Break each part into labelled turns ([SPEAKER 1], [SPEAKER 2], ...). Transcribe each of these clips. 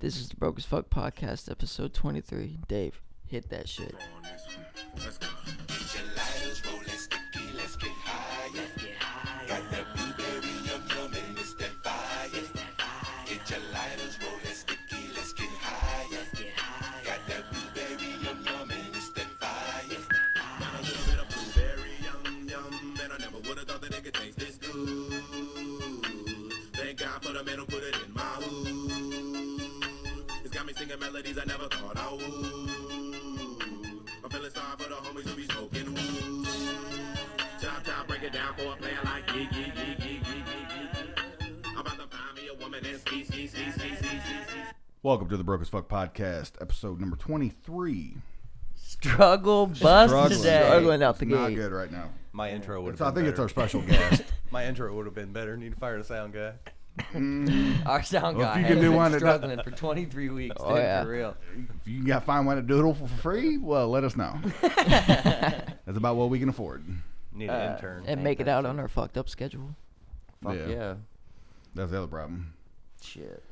[SPEAKER 1] This is the Broke as Fuck podcast, episode 23. Dave, hit that shit.
[SPEAKER 2] Get your lighters, roll that sticky, let's get high. Got that blueberry yum yum and it's that fire. Get your lighters, roll that sticky, let's get high. Got that blueberry yum yum and it's that fire. Got a little bit of blueberry yum yum, and I never would've thought that it could taste this good. Thank God for the man who put it in my hood. It's got me singing melodies I never thought I would. I'm feeling sorry for the homies who be smoking weed. Chop chop, break it down for a player like ye ye ye ye ye ye. I'm about to find me a woman and ski ski ski ski ski ski. ski.
[SPEAKER 3] Welcome to the Broke as Fuck podcast, episode number 23.
[SPEAKER 1] Struggle bust
[SPEAKER 3] Struggling.
[SPEAKER 1] today. Struggling out the
[SPEAKER 3] It's Not
[SPEAKER 1] gate.
[SPEAKER 3] good right now.
[SPEAKER 4] My intro would have.
[SPEAKER 3] It's- I think
[SPEAKER 4] better.
[SPEAKER 3] it's our special guest.
[SPEAKER 4] My intro would have been better. Need to fire the sound guy.
[SPEAKER 3] Mm,
[SPEAKER 5] Our sound
[SPEAKER 3] Well, if
[SPEAKER 5] guy
[SPEAKER 3] you
[SPEAKER 5] has
[SPEAKER 3] can do
[SPEAKER 5] been
[SPEAKER 3] one that does-
[SPEAKER 5] struggling for 23 weeks, dude,
[SPEAKER 1] Oh, yeah.
[SPEAKER 5] for real.
[SPEAKER 3] if you got to find one to doodle for free, well, let us know. That's about what we can afford.
[SPEAKER 4] Need an
[SPEAKER 5] Uh,
[SPEAKER 4] intern.
[SPEAKER 1] And make it out on our fucked up schedule.
[SPEAKER 5] Fuck yeah.
[SPEAKER 3] That's the other problem.
[SPEAKER 1] Shit.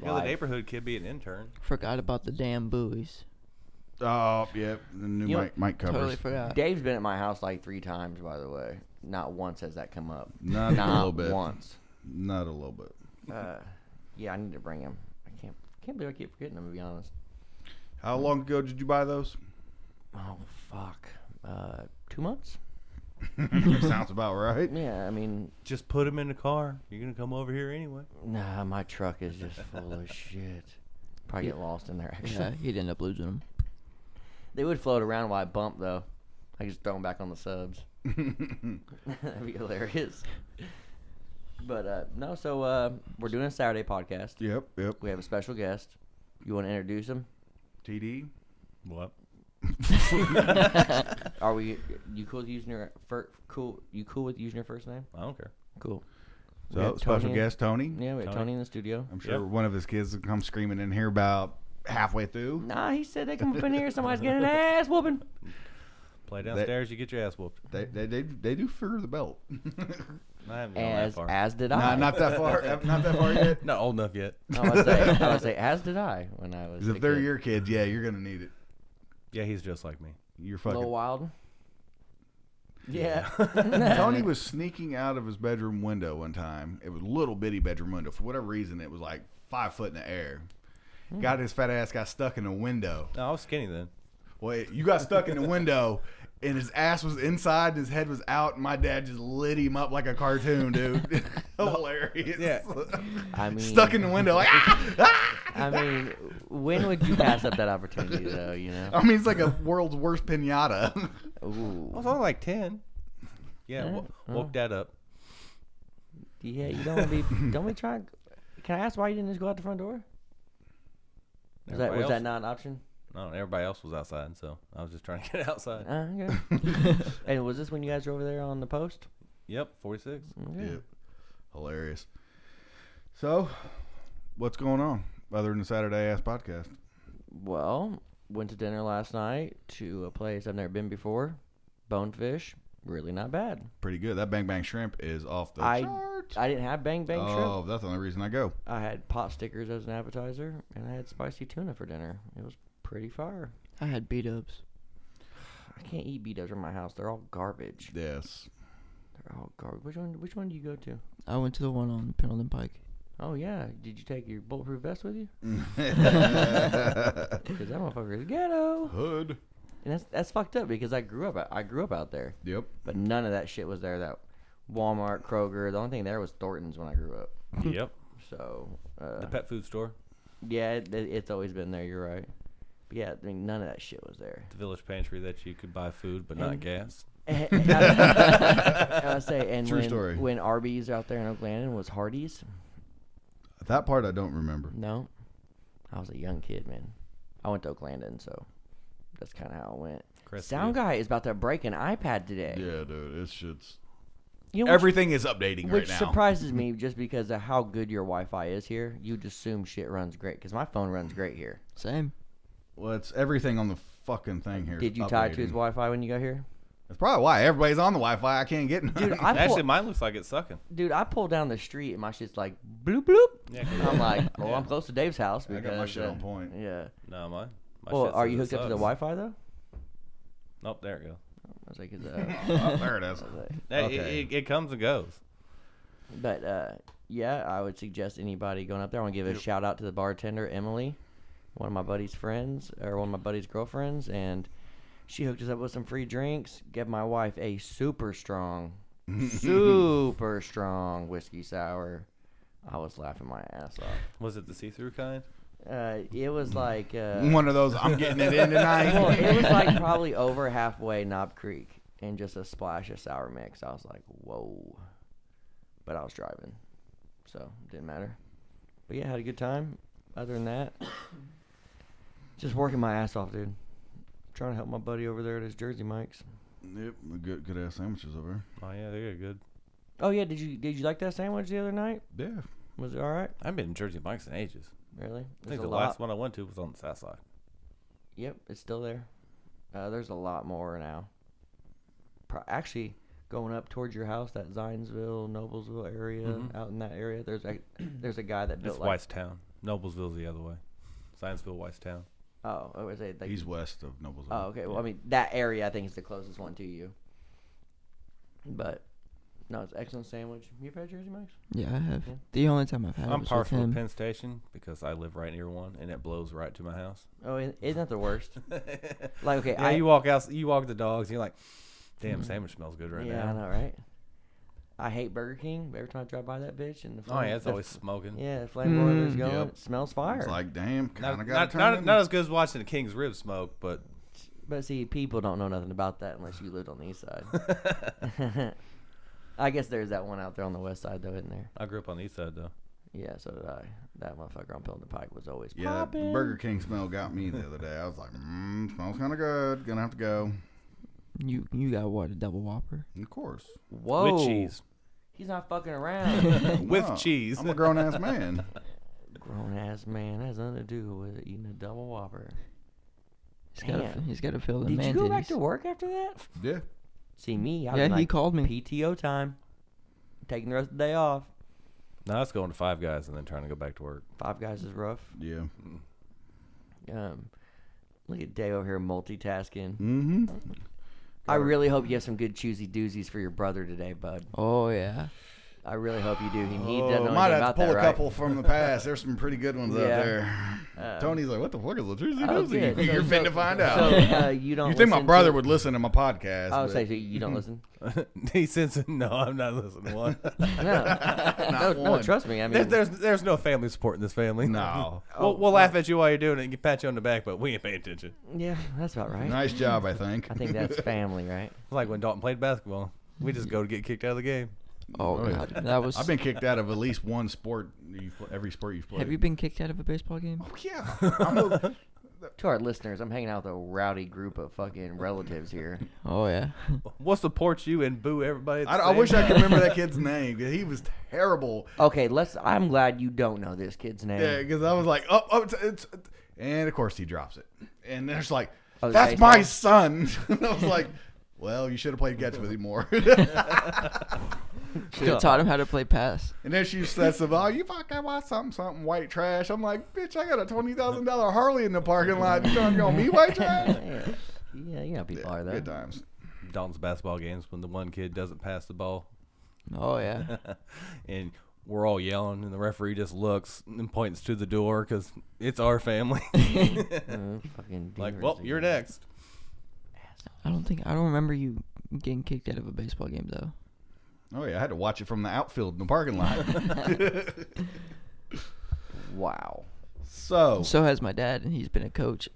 [SPEAKER 4] You know, the neighborhood kid be an intern.
[SPEAKER 1] Forgot about the damn buoys.
[SPEAKER 3] Oh, yep. The new
[SPEAKER 5] You know,
[SPEAKER 3] mic, mic covers.
[SPEAKER 1] Totally forgot.
[SPEAKER 5] Dave's been at my house like three times, by the way. Not once has that come up.
[SPEAKER 3] Not a little bit.
[SPEAKER 5] once.
[SPEAKER 3] Not a little bit.
[SPEAKER 5] Uh, yeah, I need to bring him. I can't can't believe I keep forgetting him, to be honest.
[SPEAKER 3] How long ago did you buy those?
[SPEAKER 5] Oh, fuck. Uh, two months?
[SPEAKER 3] Sounds about right.
[SPEAKER 5] Yeah, I mean,
[SPEAKER 4] Just put him in the car. You're gonna come over here anyway.
[SPEAKER 5] nah, my truck is just full of shit. Probably get lost in there, actually.
[SPEAKER 1] Yeah, he'd end up losing them.
[SPEAKER 5] They would float around while I bump, though. I just throw them back on the subs. That'd be hilarious. But uh, no, so uh, we're doing a Saturday podcast.
[SPEAKER 3] Yep, yep.
[SPEAKER 5] We have a special guest. You want to introduce him?
[SPEAKER 3] TD?
[SPEAKER 4] What?
[SPEAKER 5] Are we? You cool with using your fir- cool? You cool with using your first name?
[SPEAKER 4] I don't care.
[SPEAKER 5] Cool. We
[SPEAKER 3] So,
[SPEAKER 5] have
[SPEAKER 3] special
[SPEAKER 5] Tony.
[SPEAKER 3] guest, Tony.
[SPEAKER 5] Yeah, we have
[SPEAKER 4] Tony.
[SPEAKER 5] Tony, in the studio.
[SPEAKER 3] I'm sure
[SPEAKER 4] Yep.
[SPEAKER 3] one of his kids will come screaming in here about halfway through.
[SPEAKER 5] Nah, he said they come up in here. Somebody's getting an ass whooping.
[SPEAKER 4] Play downstairs. you get your ass whooped.
[SPEAKER 3] They, they, they, they do fear the belt.
[SPEAKER 4] I haven't gone that
[SPEAKER 5] As
[SPEAKER 4] far.
[SPEAKER 5] as did
[SPEAKER 3] Nah,
[SPEAKER 5] I.
[SPEAKER 3] not that far. Not that far yet.
[SPEAKER 4] Not old enough yet.
[SPEAKER 5] I would say I would say as did I when I was.
[SPEAKER 3] 'Cause
[SPEAKER 5] a
[SPEAKER 3] if they're
[SPEAKER 5] kid.
[SPEAKER 3] your kids, yeah, you're gonna need it.
[SPEAKER 4] Yeah, he's just like me.
[SPEAKER 3] You're
[SPEAKER 5] Lil
[SPEAKER 3] fucking.
[SPEAKER 5] Wild. Yeah.
[SPEAKER 3] Tony was sneaking out of his bedroom window one time. It was a little bitty bedroom window. For whatever reason, it was like five foot in the air. Got his fat ass got stuck in the window.
[SPEAKER 4] No, I was skinny then.
[SPEAKER 3] Well, it- you got stuck in the window, and his ass was inside, and his head was out, and my dad just lit him up like a cartoon, dude. Hilarious.
[SPEAKER 4] Yeah.
[SPEAKER 5] I mean,
[SPEAKER 3] stuck in the window. Like, ah, ah!
[SPEAKER 5] I mean, when would you pass up that opportunity, though? You know.
[SPEAKER 3] I mean, it's like a world's worst pinata.
[SPEAKER 4] I
[SPEAKER 5] Ooh.
[SPEAKER 4] was only like ten. Yeah, wo- woke that up.
[SPEAKER 5] Yeah, you don't want to be. Don't be trying. Can I ask why you didn't just go out the front door? Was that
[SPEAKER 4] Everybody
[SPEAKER 5] was that
[SPEAKER 4] else-
[SPEAKER 5] not an option?
[SPEAKER 4] No, everybody else was outside, so I was just trying to get outside.
[SPEAKER 5] Uh, okay. and was this when you guys were over there on the post?
[SPEAKER 4] Yep, 46.
[SPEAKER 3] Yep. Hilarious. So, what's going on other than the Saturday Ass podcast?
[SPEAKER 5] Well, went to dinner last night to a place I've never been before. Bonefish, really not bad.
[SPEAKER 3] Pretty good. That Bang Bang Shrimp is off the
[SPEAKER 5] I
[SPEAKER 3] chart.
[SPEAKER 5] I didn't have bang bang shrimp.
[SPEAKER 3] oh, that's the only reason I go.
[SPEAKER 5] I had pot stickers as an appetizer, and I had spicy tuna for dinner. It was pretty fire.
[SPEAKER 1] I had beat ups.
[SPEAKER 5] I can't eat B-dubs in my house. They're all garbage.
[SPEAKER 3] Yes.
[SPEAKER 5] They're all garbage. Which one? Which one do you go to?
[SPEAKER 1] I went to the one on Pendleton Pike.
[SPEAKER 5] Oh yeah, did you take your bulletproof vest with you? Because that motherfucker is ghetto,
[SPEAKER 3] Hood.
[SPEAKER 5] and that's that's fucked up. Because I grew up, I grew up out there,
[SPEAKER 3] Yep.
[SPEAKER 5] but none of that shit was there. That Walmart, Kroger, the only thing there was Thornton's when I grew up.
[SPEAKER 4] yep.
[SPEAKER 5] So uh,
[SPEAKER 4] The pet food store,
[SPEAKER 5] yeah, it, it- it's always been there. You're right. But yeah, I mean none of that shit was there.
[SPEAKER 4] the village pantry that you could buy food but not
[SPEAKER 5] And-
[SPEAKER 4] gas.
[SPEAKER 5] And I I was say, and
[SPEAKER 3] True
[SPEAKER 5] when,
[SPEAKER 3] story.
[SPEAKER 5] when Arby's out there in Oak Landon was Hardee's,
[SPEAKER 3] That part I don't remember.
[SPEAKER 5] no, I was a young kid, man. I went to Oak Landon, so that's kind of how it went.
[SPEAKER 4] Crestview.
[SPEAKER 5] Sound guy is about to break an iPad today.
[SPEAKER 3] Yeah, dude. It's shit's
[SPEAKER 5] You know, which-
[SPEAKER 3] everything is updating right
[SPEAKER 5] which
[SPEAKER 3] now.
[SPEAKER 5] surprises me just because of how good your Wi-Fi is here. You'd assume shit runs great because my phone runs great here.
[SPEAKER 1] Same.
[SPEAKER 3] well, it's everything on the fucking thing here. is
[SPEAKER 5] Did you tie it to
[SPEAKER 3] updating.
[SPEAKER 5] his Wi-Fi when you got here?
[SPEAKER 3] That's probably why everybody's on the Wi-Fi. I can't get none.
[SPEAKER 5] Dude, I
[SPEAKER 4] Actually,
[SPEAKER 5] pull,
[SPEAKER 4] mine looks like it's sucking.
[SPEAKER 5] dude, I pull down the street and my shit's like bloop bloop.
[SPEAKER 4] Yeah,
[SPEAKER 5] I'm like, oh,
[SPEAKER 4] Yeah.
[SPEAKER 5] I'm close to Dave's house
[SPEAKER 3] I
[SPEAKER 5] because
[SPEAKER 3] got my shit
[SPEAKER 5] uh,
[SPEAKER 3] on point.
[SPEAKER 5] Yeah.
[SPEAKER 4] No, mine. My
[SPEAKER 5] well,
[SPEAKER 4] shit
[SPEAKER 5] are
[SPEAKER 4] says
[SPEAKER 5] you
[SPEAKER 4] it
[SPEAKER 5] hooked up to the
[SPEAKER 4] sucks.
[SPEAKER 5] Wi-Fi though?
[SPEAKER 4] Nope, there it goes.
[SPEAKER 5] I was like, is, uh,
[SPEAKER 3] oh, there it is.
[SPEAKER 5] I was like-
[SPEAKER 4] Hey,
[SPEAKER 3] Okay.
[SPEAKER 4] it, it, it comes and goes.
[SPEAKER 5] But uh, yeah, I would suggest anybody going up there. I want to give a shout out to the bartender Emily, one of my buddy's friends or one of my buddy's girlfriends, and she hooked us up with some free drinks. Gave my wife a super strong, super strong whiskey sour. I was laughing my ass off.
[SPEAKER 4] Was it the see-through kind?
[SPEAKER 5] Uh, it was like uh,
[SPEAKER 3] One of those. I'm getting it in
[SPEAKER 5] well,
[SPEAKER 3] tonight.
[SPEAKER 5] it was like probably over halfway Knob Creek and just a splash of sour mix. I was like, whoa. But I was driving, so it didn't matter. But yeah, had a good time. Other than that, just working my ass off, dude. Trying to help my buddy over there at his Jersey Mike's.
[SPEAKER 3] yep, good, good ass sandwiches over
[SPEAKER 4] Oh yeah, they got good.
[SPEAKER 5] Oh yeah, did you did you like that sandwich the other night?
[SPEAKER 3] there. Yeah.
[SPEAKER 5] Was it all right?
[SPEAKER 4] I've been in Jersey Mike's in ages.
[SPEAKER 5] Really?
[SPEAKER 4] I
[SPEAKER 5] There's
[SPEAKER 4] think
[SPEAKER 5] a
[SPEAKER 4] the
[SPEAKER 5] lot-
[SPEAKER 4] last one I went to was on the south side.
[SPEAKER 5] Yep, it's still there. Uh, there's a lot more now. Pro- actually, going up towards your house, that Zionsville, Noblesville area,
[SPEAKER 4] Mhm.
[SPEAKER 5] out in that area, there's a there's a guy that built
[SPEAKER 4] It's
[SPEAKER 5] like
[SPEAKER 4] Whitestown. Noblesville's the other way. Zionsville, Whitestown.
[SPEAKER 5] oh, I was it like
[SPEAKER 3] He's west of Noblesville.
[SPEAKER 5] oh okay. Well, I mean that area I think is the closest one to you. But no, it's excellent sandwich. You ever had Jersey Mike's?
[SPEAKER 1] Yeah, I have.
[SPEAKER 5] Yeah.
[SPEAKER 1] The only time I've had it
[SPEAKER 4] I'm
[SPEAKER 1] was with
[SPEAKER 4] partial to
[SPEAKER 1] him.
[SPEAKER 4] Penn Station because I live right near one, and it blows right to my house.
[SPEAKER 5] Oh, i- isn't that the worst? like okay,
[SPEAKER 4] Yeah,
[SPEAKER 5] I Mm-hmm.
[SPEAKER 4] you walk out, you walk the dogs, and you're like, "Damn, sandwich smells good right
[SPEAKER 5] yeah,
[SPEAKER 4] now."
[SPEAKER 5] I know, right? I hate Burger King, but every time I drive by that bitch and the
[SPEAKER 4] Oh
[SPEAKER 5] flame-
[SPEAKER 4] yeah, it's
[SPEAKER 5] the
[SPEAKER 4] always Mm-hmm.
[SPEAKER 5] f-
[SPEAKER 4] smoking.
[SPEAKER 5] yeah, the flame broilers
[SPEAKER 1] Mm.
[SPEAKER 5] going,
[SPEAKER 3] Yep.
[SPEAKER 5] it smells fire.
[SPEAKER 3] It's like, damn, kind
[SPEAKER 4] Not,
[SPEAKER 3] of
[SPEAKER 4] not,
[SPEAKER 3] got
[SPEAKER 4] not, not as good as watching the King's rib smoke, but
[SPEAKER 5] But see, people don't know nothing about that unless you lived on the east side. I guess there's that one out there on the west side, though, isn't there?
[SPEAKER 4] I grew up on the east side though.
[SPEAKER 5] Yeah, so did I. That motherfucker on Pilton Pike was always
[SPEAKER 3] Yeah, that
[SPEAKER 5] popping.
[SPEAKER 3] Burger King smell got me the other day. I was like, mm, smells kind of good. Gonna have to go.
[SPEAKER 1] You you got what a double whopper?
[SPEAKER 3] And of course,
[SPEAKER 5] Whoa.
[SPEAKER 3] Oh.
[SPEAKER 4] With cheese,
[SPEAKER 5] He's not fucking around.
[SPEAKER 4] with
[SPEAKER 3] Wow,
[SPEAKER 4] cheese.
[SPEAKER 3] I'm a grown ass man.
[SPEAKER 5] Grown ass man has nothing to do with eating a double whopper.
[SPEAKER 1] He's got to
[SPEAKER 5] Damn.
[SPEAKER 1] he's got to fill the
[SPEAKER 5] Did
[SPEAKER 1] man
[SPEAKER 5] you go back
[SPEAKER 1] titties.
[SPEAKER 5] to work after that?
[SPEAKER 3] yeah,
[SPEAKER 5] See me? I was
[SPEAKER 1] Yeah,
[SPEAKER 5] in,
[SPEAKER 1] he
[SPEAKER 5] like,
[SPEAKER 1] called me.
[SPEAKER 5] PTO time. Taking the rest of the day off.
[SPEAKER 4] Now that's going to Five Guys and then trying to go back to work.
[SPEAKER 5] Five Guys is rough.
[SPEAKER 3] yeah.
[SPEAKER 5] Um, look at Dave over here multitasking.
[SPEAKER 3] Mm-hmm.
[SPEAKER 5] I really hope you have some good choosy doozies for your brother today, bud.
[SPEAKER 1] Oh yeah.
[SPEAKER 5] I really hope you do. He, he
[SPEAKER 3] Oh,
[SPEAKER 5] doesn't know
[SPEAKER 3] might
[SPEAKER 5] anything
[SPEAKER 3] have to
[SPEAKER 5] about
[SPEAKER 3] pull
[SPEAKER 5] that,
[SPEAKER 3] a
[SPEAKER 5] right?
[SPEAKER 3] couple from the past. There's some pretty good ones out
[SPEAKER 5] Yeah.
[SPEAKER 3] there.
[SPEAKER 5] Um,
[SPEAKER 3] Tony's like, what the fuck is a Jersey
[SPEAKER 5] oh,
[SPEAKER 3] Doozy?
[SPEAKER 5] good. So-
[SPEAKER 3] You're
[SPEAKER 5] so-
[SPEAKER 3] fin to find
[SPEAKER 5] so,
[SPEAKER 3] out.
[SPEAKER 5] uh, you don't.
[SPEAKER 3] you think my
[SPEAKER 5] listen
[SPEAKER 3] brother
[SPEAKER 5] to,
[SPEAKER 3] would listen to my podcast?
[SPEAKER 5] I would say
[SPEAKER 3] but
[SPEAKER 5] so you don't listen.
[SPEAKER 4] he sends it. No, I'm not listening. One.
[SPEAKER 5] No, no,
[SPEAKER 3] Not
[SPEAKER 5] no,
[SPEAKER 3] one.
[SPEAKER 5] trust me. I
[SPEAKER 4] There-
[SPEAKER 5] mean,
[SPEAKER 4] there's there's no family support in this family.
[SPEAKER 3] No.
[SPEAKER 5] Oh,
[SPEAKER 4] we'll, we'll laugh at you while you're doing it and pat you on the back, but we ain't paying attention.
[SPEAKER 5] yeah, that's about right.
[SPEAKER 3] Nice job, I think.
[SPEAKER 5] I think that's family, right?
[SPEAKER 4] It's like when Dalton played basketball. We just go to get kicked out of the game.
[SPEAKER 1] Oh,
[SPEAKER 3] Oh, yeah.
[SPEAKER 1] god, that was.
[SPEAKER 3] I've been kicked out of at least one sport. You've, pl- every sport you've played.
[SPEAKER 1] Have you been kicked out of a baseball game?
[SPEAKER 3] Oh, yeah. I'm a-
[SPEAKER 5] To our listeners, I'm hanging out with a rowdy group of fucking relatives here.
[SPEAKER 1] Oh yeah.
[SPEAKER 4] We'll support you and boo everybody. At the
[SPEAKER 3] I, I
[SPEAKER 4] same
[SPEAKER 3] wish I could
[SPEAKER 4] time.
[SPEAKER 3] remember that kid's name. 'cause He was terrible.
[SPEAKER 5] Okay, let's. I'm glad you don't know this kid's name.
[SPEAKER 3] Yeah, because I was like, oh, oh, it's, it's, and of course he drops it, and there's like,
[SPEAKER 5] Oh, the
[SPEAKER 3] that's
[SPEAKER 5] baseball?
[SPEAKER 3] my son. And I was like, well, you should have played catch with him more. and
[SPEAKER 1] Should have taught him how to play pass.
[SPEAKER 3] then she says, oh, you fucking want something, something white trash. I'm like, bitch, I got a twenty thousand dollar Harley in the parking lot. You trying to call me white trash?
[SPEAKER 5] yeah, yeah, you know how people are though.
[SPEAKER 3] Good times.
[SPEAKER 4] Dalton's basketball games when the one kid doesn't pass the ball,
[SPEAKER 1] Oh yeah.
[SPEAKER 4] and we're all yelling, and the referee just looks and points to the door because it's our family.
[SPEAKER 5] Mm, fucking
[SPEAKER 4] like,
[SPEAKER 5] dealers
[SPEAKER 4] well, you're
[SPEAKER 5] again.
[SPEAKER 4] next.
[SPEAKER 1] I don't think I don't remember you getting kicked out of a baseball game though.
[SPEAKER 3] Oh yeah, I had to watch it from the outfield in the parking lot.
[SPEAKER 5] Wow.
[SPEAKER 3] so,
[SPEAKER 1] So has my dad, and he's been a coach.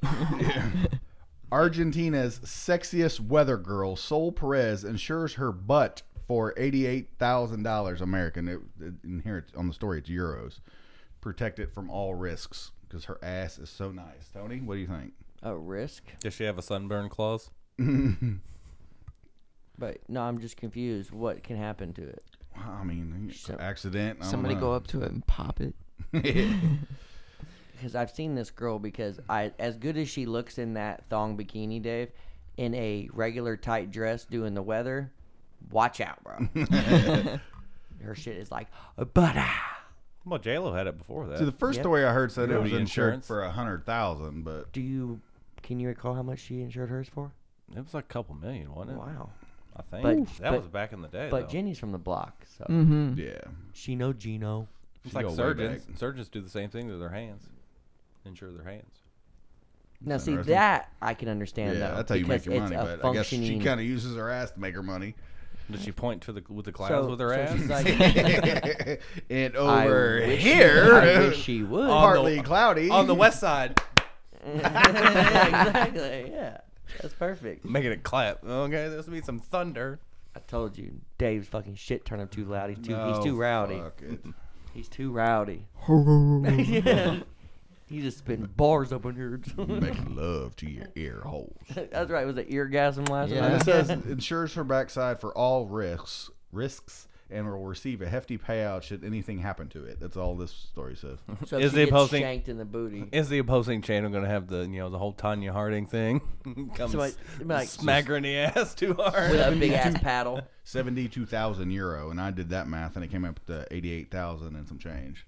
[SPEAKER 3] Argentina's sexiest weather girl, Sol Perez, insures her butt for eighty-eight thousand dollars American. It, it, in here it's, on the story, it's euros. Protect it from all risks because her ass is so nice. Tony, what do you think?
[SPEAKER 5] A risk?
[SPEAKER 4] Does she have a sunburn clause?
[SPEAKER 5] But no, I'm just confused. What can happen to it?
[SPEAKER 3] Well, I mean,
[SPEAKER 5] So-
[SPEAKER 3] accident. I don't
[SPEAKER 1] Somebody
[SPEAKER 3] know.
[SPEAKER 1] go up to it and pop it.
[SPEAKER 5] Because I've seen this girl. Because I, as good as she looks in that thong bikini, Dave, in a regular tight dress doing the weather, watch out, bro. Her shit is like butter.
[SPEAKER 4] Well, J Lo had it before that.
[SPEAKER 3] See, the first
[SPEAKER 5] Yep.
[SPEAKER 3] story I heard said it
[SPEAKER 4] You don't
[SPEAKER 3] was
[SPEAKER 4] need
[SPEAKER 3] insured
[SPEAKER 4] insurance.
[SPEAKER 3] for a hundred thousand, but
[SPEAKER 5] Do you? Can you recall how much she insured hers for?
[SPEAKER 4] it was like a couple million, wasn't it?
[SPEAKER 5] Wow.
[SPEAKER 4] I think
[SPEAKER 5] But-
[SPEAKER 4] that
[SPEAKER 5] but-
[SPEAKER 4] was back in the day.
[SPEAKER 5] But
[SPEAKER 4] though.
[SPEAKER 5] Jenny's from the block, so
[SPEAKER 1] Mm-hmm.
[SPEAKER 3] yeah,
[SPEAKER 5] she know Gino.
[SPEAKER 4] it's
[SPEAKER 3] She
[SPEAKER 4] like
[SPEAKER 3] go way
[SPEAKER 4] surgeons.
[SPEAKER 3] back.
[SPEAKER 4] Surgeons do the same thing to their hands, insure their hands.
[SPEAKER 5] Now, see
[SPEAKER 3] interesting.
[SPEAKER 5] that I can understand
[SPEAKER 3] yeah.
[SPEAKER 5] though.
[SPEAKER 3] That's how you make
[SPEAKER 5] because
[SPEAKER 3] your
[SPEAKER 5] it's
[SPEAKER 3] money.
[SPEAKER 5] a
[SPEAKER 3] But I guess she
[SPEAKER 5] functioning-
[SPEAKER 3] kind of uses her ass to make her money.
[SPEAKER 4] Did she point to the with the clouds
[SPEAKER 5] So-
[SPEAKER 4] with her
[SPEAKER 5] so
[SPEAKER 4] ass?
[SPEAKER 5] she's like-
[SPEAKER 3] and
[SPEAKER 5] I
[SPEAKER 3] over
[SPEAKER 5] wish-
[SPEAKER 3] here,
[SPEAKER 5] I wish she would.
[SPEAKER 4] On the-
[SPEAKER 3] partly cloudy
[SPEAKER 4] on the west side,
[SPEAKER 5] yeah, exactly. Yeah, that's perfect.
[SPEAKER 4] making it clap. Okay, this will be some thunder.
[SPEAKER 5] I told you, Dave's fucking shit turned up too loud. He's too he's
[SPEAKER 3] Oh,
[SPEAKER 5] too rowdy.
[SPEAKER 3] fuck it.
[SPEAKER 5] He's too rowdy. yeah. He's just spitting bars up in here.
[SPEAKER 3] Making love to your ear holes.
[SPEAKER 5] that's right. It was an eargasm last
[SPEAKER 1] Yeah.
[SPEAKER 3] And it
[SPEAKER 5] night.
[SPEAKER 3] says insures her backside for all risks, risks, and will receive a hefty payout should anything happen to it. That's all this story says.
[SPEAKER 5] So
[SPEAKER 4] Is
[SPEAKER 5] she
[SPEAKER 4] he
[SPEAKER 5] gets
[SPEAKER 4] posting-
[SPEAKER 5] shanked in the booty.
[SPEAKER 4] Is the opposing channel going to have the you know the whole Tanya Harding thing? Come
[SPEAKER 5] Somebody-
[SPEAKER 4] s-
[SPEAKER 5] somebody like-
[SPEAKER 4] smack her in the ass too hard.
[SPEAKER 5] With a big ass paddle.
[SPEAKER 3] Seventy-two thousand euro, and I did that math, and it came up to eighty-eight thousand and some change.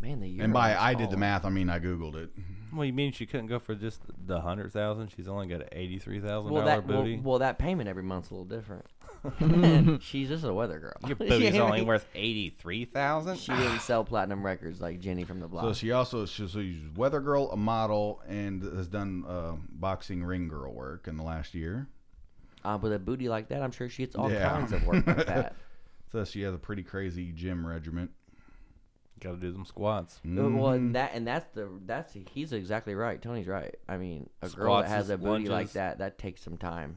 [SPEAKER 5] Man, the
[SPEAKER 3] and by
[SPEAKER 5] Euros
[SPEAKER 3] I did
[SPEAKER 5] all-
[SPEAKER 3] the math, I mean I googled it.
[SPEAKER 4] Well, you mean she couldn't go for just the hundred thousand? She's only got an eighty-three thousand
[SPEAKER 5] Well,
[SPEAKER 4] dollar
[SPEAKER 5] that well,
[SPEAKER 4] booty.
[SPEAKER 5] well, that payment every month's a little different. She's just a weather girl.
[SPEAKER 4] Your booty's
[SPEAKER 5] Yeah,
[SPEAKER 4] only
[SPEAKER 5] right.
[SPEAKER 4] worth eighty-three thousand.
[SPEAKER 5] She didn't sell platinum records like Jenny from the block.
[SPEAKER 3] So she also she- so she's a weather girl, a model, and has done uh, boxing ring girl work in the last year.
[SPEAKER 5] uh, with a booty like that, I'm sure she gets all
[SPEAKER 3] Yeah.
[SPEAKER 5] kinds of work like that. Uh,
[SPEAKER 3] So she has a pretty crazy gym regiment.
[SPEAKER 4] Got to do them squats.
[SPEAKER 5] Well,
[SPEAKER 3] Mm-hmm.
[SPEAKER 5] and that and that's the that's he's exactly right. Tony's right. I mean, a girl that
[SPEAKER 4] Squats,
[SPEAKER 5] has a booty like
[SPEAKER 4] lunges.
[SPEAKER 5] that that takes some time,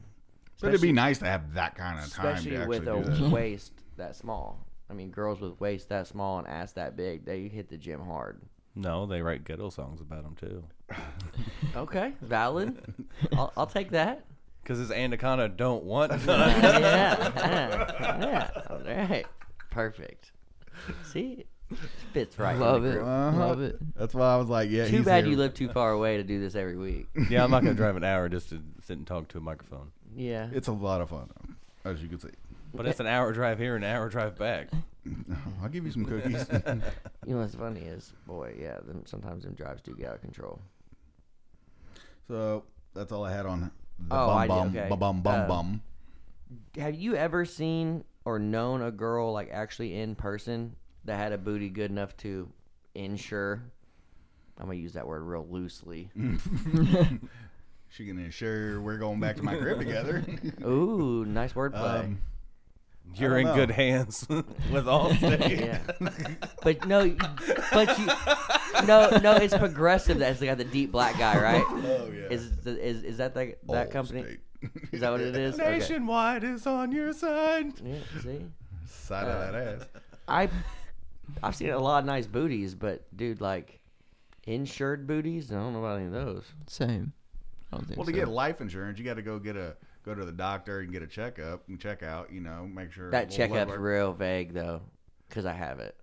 [SPEAKER 3] But it'd be nice to have that kind of time to
[SPEAKER 5] especially
[SPEAKER 3] actually
[SPEAKER 5] with
[SPEAKER 3] do
[SPEAKER 5] a
[SPEAKER 3] that.
[SPEAKER 5] waist that small. I mean, girls with waist that small and ass that big, they hit the gym hard.
[SPEAKER 4] No, they write ghetto songs about them too.
[SPEAKER 5] Okay, valid. I'll, I'll take that.
[SPEAKER 4] Because his anaconda don't want.
[SPEAKER 5] Yeah,
[SPEAKER 4] none.
[SPEAKER 5] yeah, yeah. All right, perfect. See, fits right. in the
[SPEAKER 1] Love it.
[SPEAKER 5] group.
[SPEAKER 3] Uh-huh.
[SPEAKER 1] Love it.
[SPEAKER 3] That's why I was like, yeah.
[SPEAKER 5] Too
[SPEAKER 3] he's
[SPEAKER 5] bad
[SPEAKER 3] here.
[SPEAKER 5] you live too far away to do this every week.
[SPEAKER 4] yeah, I'm not gonna drive an hour just to sit and talk to a microphone.
[SPEAKER 5] Yeah.
[SPEAKER 3] It's a lot of fun, as you can see.
[SPEAKER 4] But it's an hour drive here, and an hour drive back.
[SPEAKER 3] I'll give you some cookies.
[SPEAKER 5] You know what's funny is, boy, yeah, them, sometimes them drives do get out of control.
[SPEAKER 3] so that's all I had on the
[SPEAKER 5] Oh, I
[SPEAKER 3] bum
[SPEAKER 5] did,
[SPEAKER 3] bum
[SPEAKER 5] okay.
[SPEAKER 3] ba bum bum
[SPEAKER 5] Uh,
[SPEAKER 3] bum.
[SPEAKER 5] Have you ever seen or known a girl like actually in person that had a booty good enough to insure? I'm gonna use that word real loosely.
[SPEAKER 3] She can ensure we're going back to my crib together.
[SPEAKER 5] Ooh, nice wordplay.
[SPEAKER 3] Um,
[SPEAKER 4] You're
[SPEAKER 3] don't
[SPEAKER 4] in
[SPEAKER 3] know.
[SPEAKER 4] good hands with all.
[SPEAKER 5] yeah, but no, you- but you, no, no, it's progressive. That's got the deep black guy, right?
[SPEAKER 3] oh yeah.
[SPEAKER 5] Is is is that the,
[SPEAKER 3] Ball
[SPEAKER 5] that company?
[SPEAKER 3] state.
[SPEAKER 5] Is that what it is? Okay.
[SPEAKER 4] Nationwide is on your side.
[SPEAKER 5] Yeah, see.
[SPEAKER 3] Side of
[SPEAKER 5] Uh,
[SPEAKER 3] that ass.
[SPEAKER 5] I I've seen a lot of nice booties, but dude, like insured booties, I don't know about any of those.
[SPEAKER 1] Same. I don't think
[SPEAKER 3] Well,
[SPEAKER 1] so.
[SPEAKER 3] to
[SPEAKER 5] uh,
[SPEAKER 3] get life insurance, you got to go get a go to the doctor and get a checkup and check out. You know, make sure
[SPEAKER 5] That
[SPEAKER 3] well, blood
[SPEAKER 5] checkup's
[SPEAKER 3] work-
[SPEAKER 5] real vague though, because I have it.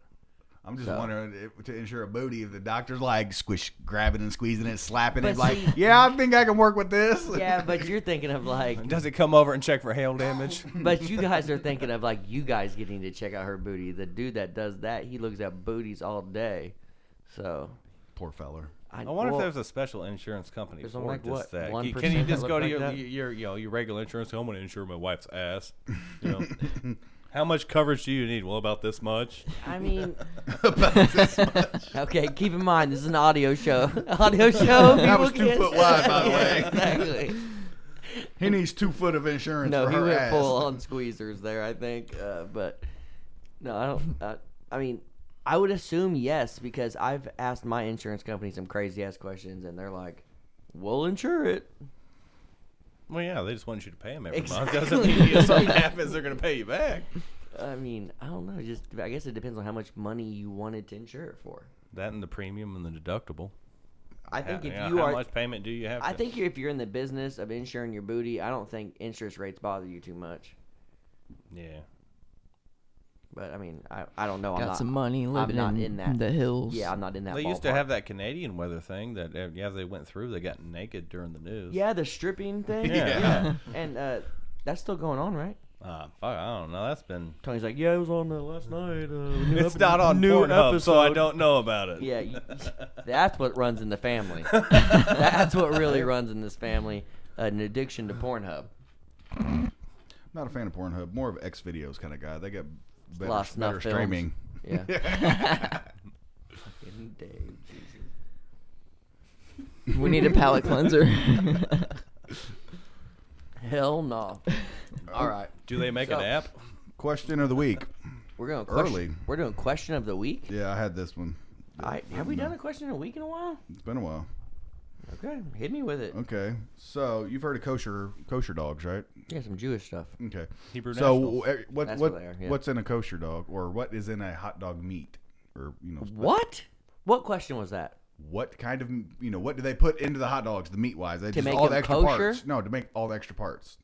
[SPEAKER 3] I'm just
[SPEAKER 5] so.
[SPEAKER 3] wondering if, to insure a booty if the doctor's like squish, grabbing and squeezing it, slapping
[SPEAKER 5] But
[SPEAKER 3] it, like,
[SPEAKER 5] see-
[SPEAKER 3] yeah, I think I can work with this.
[SPEAKER 5] Yeah, but you're thinking of like,
[SPEAKER 4] Does it come over and check for hail damage?
[SPEAKER 5] but you guys are thinking of like you guys getting to check out her booty. The dude that does that, he looks at booties all day. So
[SPEAKER 3] Poor feller.
[SPEAKER 4] I wonder
[SPEAKER 5] well,
[SPEAKER 4] if there's a special insurance company
[SPEAKER 5] there's
[SPEAKER 4] for
[SPEAKER 5] only, like,
[SPEAKER 4] just
[SPEAKER 5] what,
[SPEAKER 4] that.
[SPEAKER 5] 1%
[SPEAKER 4] Can you
[SPEAKER 5] that
[SPEAKER 4] just
[SPEAKER 5] look
[SPEAKER 4] go to
[SPEAKER 5] like
[SPEAKER 4] your,
[SPEAKER 5] that?
[SPEAKER 4] your your you know, your regular insurance? I'm going to insure my wife's ass. You know, how much coverage do you need? Well, about this much.
[SPEAKER 5] I mean,
[SPEAKER 3] About this much.
[SPEAKER 5] okay. Keep in mind, this is an audio show. audio show.
[SPEAKER 3] That was
[SPEAKER 5] people
[SPEAKER 3] two
[SPEAKER 5] can't-
[SPEAKER 3] foot wide, by the
[SPEAKER 5] Yeah,
[SPEAKER 3] way.
[SPEAKER 5] Exactly.
[SPEAKER 3] He needs two foot of insurance
[SPEAKER 5] No,
[SPEAKER 3] for
[SPEAKER 5] he
[SPEAKER 3] her
[SPEAKER 5] went
[SPEAKER 3] ass.
[SPEAKER 5] full on squeezers there. I think, uh, but no, I don't. I, I mean, I would assume yes because I've asked my insurance company some crazy ass questions, and they're like, "We'll insure it."
[SPEAKER 4] Well, yeah, they just want you to pay them every month. Doesn't
[SPEAKER 5] Exactly.
[SPEAKER 4] mean if something happens, they're going to pay you back.
[SPEAKER 5] I mean, I don't know. Just I guess it depends on how much money you wanted to insure it for.
[SPEAKER 4] That and the premium and the deductible.
[SPEAKER 5] I think
[SPEAKER 4] Yeah,
[SPEAKER 5] if you
[SPEAKER 4] how
[SPEAKER 5] are,
[SPEAKER 4] much payment do you have?
[SPEAKER 5] I
[SPEAKER 4] to-
[SPEAKER 5] think if you're in the business of insuring your booty, I don't think interest rates bother you too much.
[SPEAKER 4] Yeah.
[SPEAKER 5] But I mean, I, I don't know. I'm
[SPEAKER 1] Got
[SPEAKER 5] not,
[SPEAKER 1] some money living
[SPEAKER 5] I'm
[SPEAKER 1] in
[SPEAKER 5] not in that.
[SPEAKER 1] the hills.
[SPEAKER 5] Yeah, I'm not in that.
[SPEAKER 4] They used to
[SPEAKER 5] ballpark.
[SPEAKER 4] have that Canadian weather thing that uh, yeah they went through. They got naked during the news.
[SPEAKER 5] Yeah, the stripping thing.
[SPEAKER 4] Yeah.
[SPEAKER 5] and uh, that's still going on, right?
[SPEAKER 4] Uh, fuck, I don't know. That's been.
[SPEAKER 5] Tony's like, yeah, it was on there last night. Uh, the new
[SPEAKER 4] It's
[SPEAKER 5] epi-
[SPEAKER 4] not on
[SPEAKER 5] new
[SPEAKER 4] Pornhub, so I
[SPEAKER 5] episode."
[SPEAKER 4] don't know about it.
[SPEAKER 5] Yeah, you, that's what runs in the family. that's what really runs in this family: an addiction to Pornhub.
[SPEAKER 3] Not a fan of Pornhub. More of X videos kind of guy. They got better,
[SPEAKER 5] Lost
[SPEAKER 3] better
[SPEAKER 5] Nut Films.
[SPEAKER 3] streaming.
[SPEAKER 5] Yeah. Fucking Dave, Jesus.
[SPEAKER 1] we need a palate cleanser.
[SPEAKER 5] Hell no. All right,
[SPEAKER 4] Do they make
[SPEAKER 5] So-
[SPEAKER 4] an app?
[SPEAKER 3] Oh, Question of the week.
[SPEAKER 5] we're going question,
[SPEAKER 3] Early.
[SPEAKER 5] We're doing question of the week.
[SPEAKER 3] Yeah, I had this one.
[SPEAKER 5] All right, have we done a question in a week in a while?
[SPEAKER 3] It's been a while.
[SPEAKER 5] Okay, hit me with
[SPEAKER 4] Uh,
[SPEAKER 5] it.
[SPEAKER 3] Okay, so you've heard of kosher kosher dogs, right?
[SPEAKER 5] Yeah, some Jewish stuff.
[SPEAKER 4] uh,
[SPEAKER 3] Okay.
[SPEAKER 4] Hebrew
[SPEAKER 3] So
[SPEAKER 4] Nationals.
[SPEAKER 3] eh, what
[SPEAKER 5] That's
[SPEAKER 3] what
[SPEAKER 5] what they are, yeah.
[SPEAKER 3] what's in a kosher dog, or what is in a hot dog meat, or you know
[SPEAKER 5] What? What question was that?
[SPEAKER 3] what kind of you know what do they put into the hot dogs, the meat wise? They just
[SPEAKER 5] make
[SPEAKER 3] all the
[SPEAKER 5] them
[SPEAKER 3] extra
[SPEAKER 5] kosher?
[SPEAKER 3] parts. No, to make all the extra parts.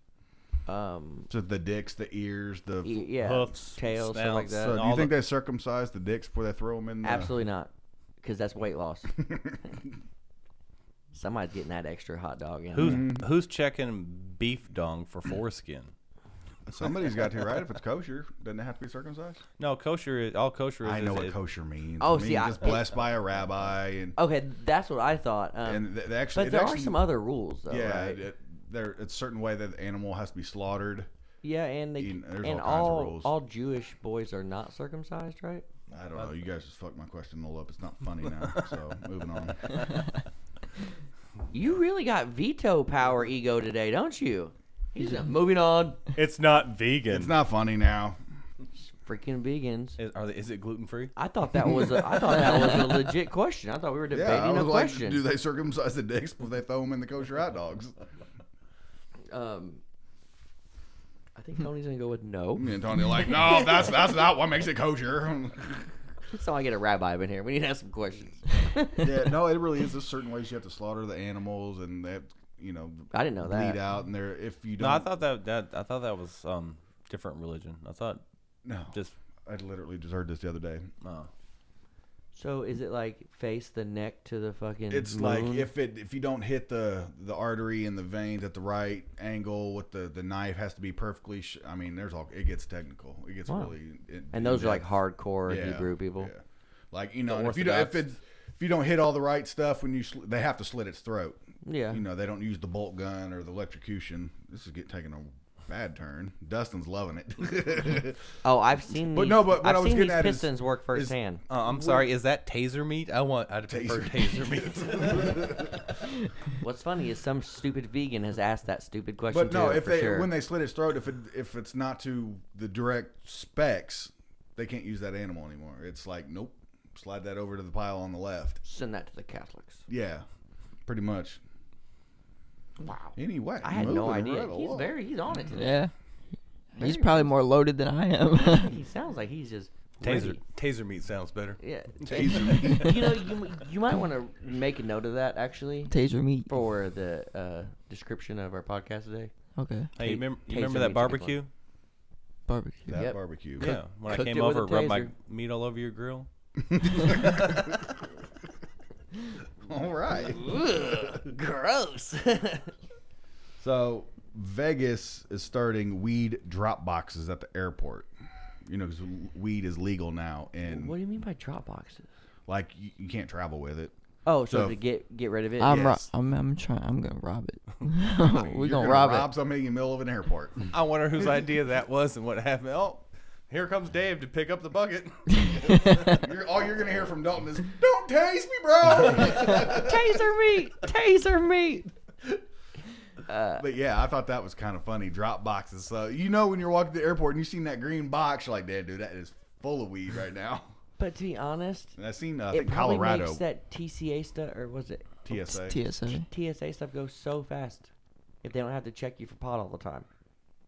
[SPEAKER 5] Um,
[SPEAKER 3] So the dicks, the ears, the.
[SPEAKER 5] y- yeah,
[SPEAKER 4] Hoofs,
[SPEAKER 5] tails, stuff like that.
[SPEAKER 4] snouts,
[SPEAKER 3] so do
[SPEAKER 4] all
[SPEAKER 3] you think
[SPEAKER 4] the-
[SPEAKER 3] they circumcise the dicks before they throw them in? The,
[SPEAKER 5] Absolutely not, because that's weight loss. Somebody's getting that extra hot dog in.
[SPEAKER 4] Who's
[SPEAKER 3] Mm-hmm.
[SPEAKER 4] who's checking beef dong for foreskin?
[SPEAKER 3] Somebody's got to right if it's kosher. Doesn't it have to be circumcised?
[SPEAKER 4] No, kosher. Is, all kosher is.
[SPEAKER 3] I know
[SPEAKER 4] is,
[SPEAKER 3] what
[SPEAKER 4] is-
[SPEAKER 3] kosher means.
[SPEAKER 5] Oh,
[SPEAKER 3] It means
[SPEAKER 5] see, I-
[SPEAKER 3] just blessed by a rabbi and
[SPEAKER 5] Okay, that's what I thought. Um,
[SPEAKER 3] and th- they actually.
[SPEAKER 5] but
[SPEAKER 3] it
[SPEAKER 5] there are
[SPEAKER 3] actually-
[SPEAKER 5] some other rules, though,
[SPEAKER 3] Yeah,
[SPEAKER 5] right?
[SPEAKER 3] it, there it's a certain way that the animal has to be slaughtered.
[SPEAKER 5] yeah, and they
[SPEAKER 3] you know, there's
[SPEAKER 5] and
[SPEAKER 3] all kinds of
[SPEAKER 5] all
[SPEAKER 3] rules.
[SPEAKER 5] all Jewish boys are not circumcised, right?
[SPEAKER 3] I don't know. You guys just fucked my question all up. It's not funny now. So moving on.
[SPEAKER 5] You really got veto power ego today, don't you? He's a, moving on.
[SPEAKER 4] It's not vegan.
[SPEAKER 3] It's not funny now.
[SPEAKER 5] Freaking vegans.
[SPEAKER 4] Is, are they, is it gluten free?
[SPEAKER 5] I thought that was a, I thought that was a legit question. I thought we were debating
[SPEAKER 3] Yeah, I
[SPEAKER 5] a
[SPEAKER 3] was like,
[SPEAKER 5] question.
[SPEAKER 3] do they circumcise the dicks before they throw them in the kosher hot dogs?
[SPEAKER 5] um, I think Tony's gonna go with no.
[SPEAKER 3] Me and Tony are like, no, that's that's not what makes it kosher.
[SPEAKER 5] So I get a rabbi in here. We need to have some questions.
[SPEAKER 3] yeah, no, it really is. There's certain ways you have to slaughter the animals, and that you know,
[SPEAKER 5] I didn't know that.
[SPEAKER 3] bleed out, and they're if you
[SPEAKER 4] No,
[SPEAKER 3] don't.
[SPEAKER 4] I thought that that I thought that was um different religion. I thought
[SPEAKER 3] no,
[SPEAKER 4] just
[SPEAKER 3] I literally just heard this the other day.
[SPEAKER 4] uh,
[SPEAKER 5] So is it like face the neck to the fucking?
[SPEAKER 3] It's
[SPEAKER 5] moon?
[SPEAKER 3] like if it if you don't hit the the artery and the veins at the right angle with the the knife has to be perfectly. Sh- I mean, there's all it gets technical. It gets
[SPEAKER 5] Wow.
[SPEAKER 3] really. in-
[SPEAKER 5] And those are like
[SPEAKER 3] in-depth.
[SPEAKER 5] hardcore
[SPEAKER 3] Yeah,
[SPEAKER 5] Hebrew people.
[SPEAKER 3] yeah. Like you know, and if you don't, if it if you don't hit all the right stuff when you sl- they have to slit its throat.
[SPEAKER 5] Yeah.
[SPEAKER 3] You know, they don't use the bolt gun or the electrocution. This is get taking a bad turn. Dustin's loving it.
[SPEAKER 5] Oh, I've seen.
[SPEAKER 3] But
[SPEAKER 5] these,
[SPEAKER 3] no, but what
[SPEAKER 5] I've
[SPEAKER 3] I was
[SPEAKER 5] seen
[SPEAKER 3] getting
[SPEAKER 5] these
[SPEAKER 3] at is-
[SPEAKER 5] Pistons work firsthand.
[SPEAKER 4] Uh, I'm sorry. Is that taser meat? I want. I'd prefer
[SPEAKER 3] Taser.
[SPEAKER 4] taser meat.
[SPEAKER 5] What's funny is some stupid vegan has asked that stupid question.
[SPEAKER 3] but no,
[SPEAKER 5] too,
[SPEAKER 3] if
[SPEAKER 5] for
[SPEAKER 3] they
[SPEAKER 5] sure.
[SPEAKER 3] when they slit its throat, if it if it's not to the direct specs, they can't use that animal anymore. It's like nope, slide that over to the pile on the left.
[SPEAKER 5] send that to the Catholics.
[SPEAKER 3] Yeah, pretty much.
[SPEAKER 5] Wow.
[SPEAKER 3] Anyway,
[SPEAKER 5] I had no
[SPEAKER 3] moving
[SPEAKER 5] idea.
[SPEAKER 3] right
[SPEAKER 5] He's
[SPEAKER 3] along.
[SPEAKER 5] very he's on it today.
[SPEAKER 1] yeah. He's
[SPEAKER 5] Very
[SPEAKER 1] probably more loaded than I am.
[SPEAKER 5] He sounds like he's just
[SPEAKER 4] taser
[SPEAKER 5] ready.
[SPEAKER 4] taser meat sounds better.
[SPEAKER 5] Yeah.
[SPEAKER 3] Taser
[SPEAKER 5] you know, you, you might want to make a note of that actually
[SPEAKER 1] Taser meat.
[SPEAKER 5] for the uh, description of our podcast today.
[SPEAKER 1] Okay.
[SPEAKER 4] Hey, you remember, you
[SPEAKER 5] Taser
[SPEAKER 4] remember
[SPEAKER 5] meat's a good
[SPEAKER 4] that barbecue?
[SPEAKER 1] Barbecue.
[SPEAKER 3] that
[SPEAKER 5] Yep.
[SPEAKER 3] barbecue.
[SPEAKER 4] Yeah, when
[SPEAKER 5] cooked
[SPEAKER 4] I came
[SPEAKER 5] it with a
[SPEAKER 4] over, rubbed my
[SPEAKER 5] taser.
[SPEAKER 4] meat all over your grill.
[SPEAKER 3] All right.
[SPEAKER 5] Gross.
[SPEAKER 3] So Vegas is starting weed drop boxes at the airport. You know, because weed is legal now, and
[SPEAKER 5] what do you mean by drop boxes?
[SPEAKER 3] like you, you can't travel with it.
[SPEAKER 5] Oh, so,
[SPEAKER 3] So
[SPEAKER 5] to
[SPEAKER 3] if-
[SPEAKER 5] get get rid of it.
[SPEAKER 1] I'm, ro-
[SPEAKER 3] Yes.
[SPEAKER 1] I'm I'm trying. I'm gonna rob it. We're
[SPEAKER 3] You're
[SPEAKER 1] gonna, rob, it.
[SPEAKER 3] somebody in the middle of an airport.
[SPEAKER 4] I wonder whose idea that was and what happened. Oh, here comes Dave to pick up the bucket.
[SPEAKER 3] you're, all you're gonna hear from Dalton is, "Don't taste me, bro."
[SPEAKER 5] Taser me! Taser me!
[SPEAKER 3] but yeah, I thought that was kind of funny. Drop boxes. So you know when you're walking to the airport and you seen that green box, you're like, "Dad, dude, that is full of weed right now."
[SPEAKER 5] But to be honest,
[SPEAKER 3] And I seen uh, I
[SPEAKER 5] it
[SPEAKER 3] think
[SPEAKER 5] probably
[SPEAKER 3] Colorado Hmm?
[SPEAKER 5] makes that TCA stuff or was it
[SPEAKER 3] TSA.
[SPEAKER 1] TSA.
[SPEAKER 5] TSA stuff go so fast if they don't have to check you for pot all the time.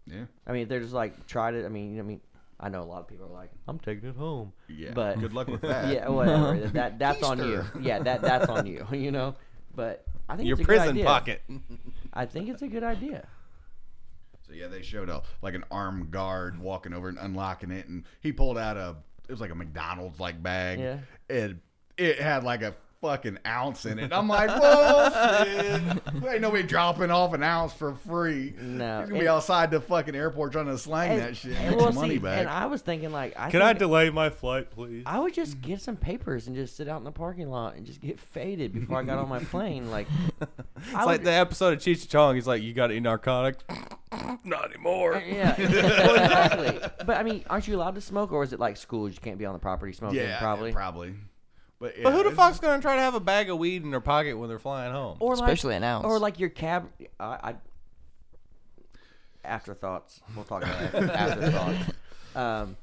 [SPEAKER 3] yeah,
[SPEAKER 5] I mean, if they're just like tried it. I mean, you know, I mean, I know a lot of people are like, I'm taking it home.
[SPEAKER 3] yeah.
[SPEAKER 5] But-
[SPEAKER 3] good luck with that.
[SPEAKER 5] Yeah, whatever. that, that that's on you.
[SPEAKER 3] Keister.
[SPEAKER 5] Yeah, that that's on you. You know, but I think
[SPEAKER 4] your
[SPEAKER 5] it's a good
[SPEAKER 4] prison
[SPEAKER 5] idea.
[SPEAKER 4] pocket.
[SPEAKER 5] I think it's a good idea.
[SPEAKER 3] So yeah, they showed a like an armed guard walking over and unlocking it, and he pulled out a it was like a McDonald's like bag,
[SPEAKER 5] Yeah.
[SPEAKER 3] and it had like a fucking ounce in it. And I'm like, whoa, shit. ain't nobody dropping off an ounce for free.
[SPEAKER 5] No.
[SPEAKER 3] He's gonna be
[SPEAKER 5] And-
[SPEAKER 3] outside the fucking airport trying to slang that shit, and get
[SPEAKER 5] well,
[SPEAKER 3] your money
[SPEAKER 5] see,
[SPEAKER 3] back.
[SPEAKER 5] And I was thinking like, I
[SPEAKER 4] Can I
[SPEAKER 5] think-
[SPEAKER 4] delay my flight, please?
[SPEAKER 5] I would just get some papers and just sit out in the parking lot and just get faded before I got on my plane. Like,
[SPEAKER 4] It's
[SPEAKER 5] I
[SPEAKER 4] like
[SPEAKER 5] would-
[SPEAKER 4] the episode of Cheech and Chong. He's like, "You got any narcotics? Not anymore."
[SPEAKER 5] Uh, yeah, exactly. But I mean, aren't you allowed to smoke, or is it like schools? You can't be on the property smoking.
[SPEAKER 3] yeah,
[SPEAKER 5] probably.
[SPEAKER 3] probably. But, yeah,
[SPEAKER 4] But who the
[SPEAKER 3] it's-
[SPEAKER 4] fuck's gonna try to have a bag of weed in their pocket when they're flying home?
[SPEAKER 5] Or like,
[SPEAKER 1] Especially an ounce.
[SPEAKER 5] Or like your cab. I, I afterthoughts. We'll talk about that. afterthoughts. Um,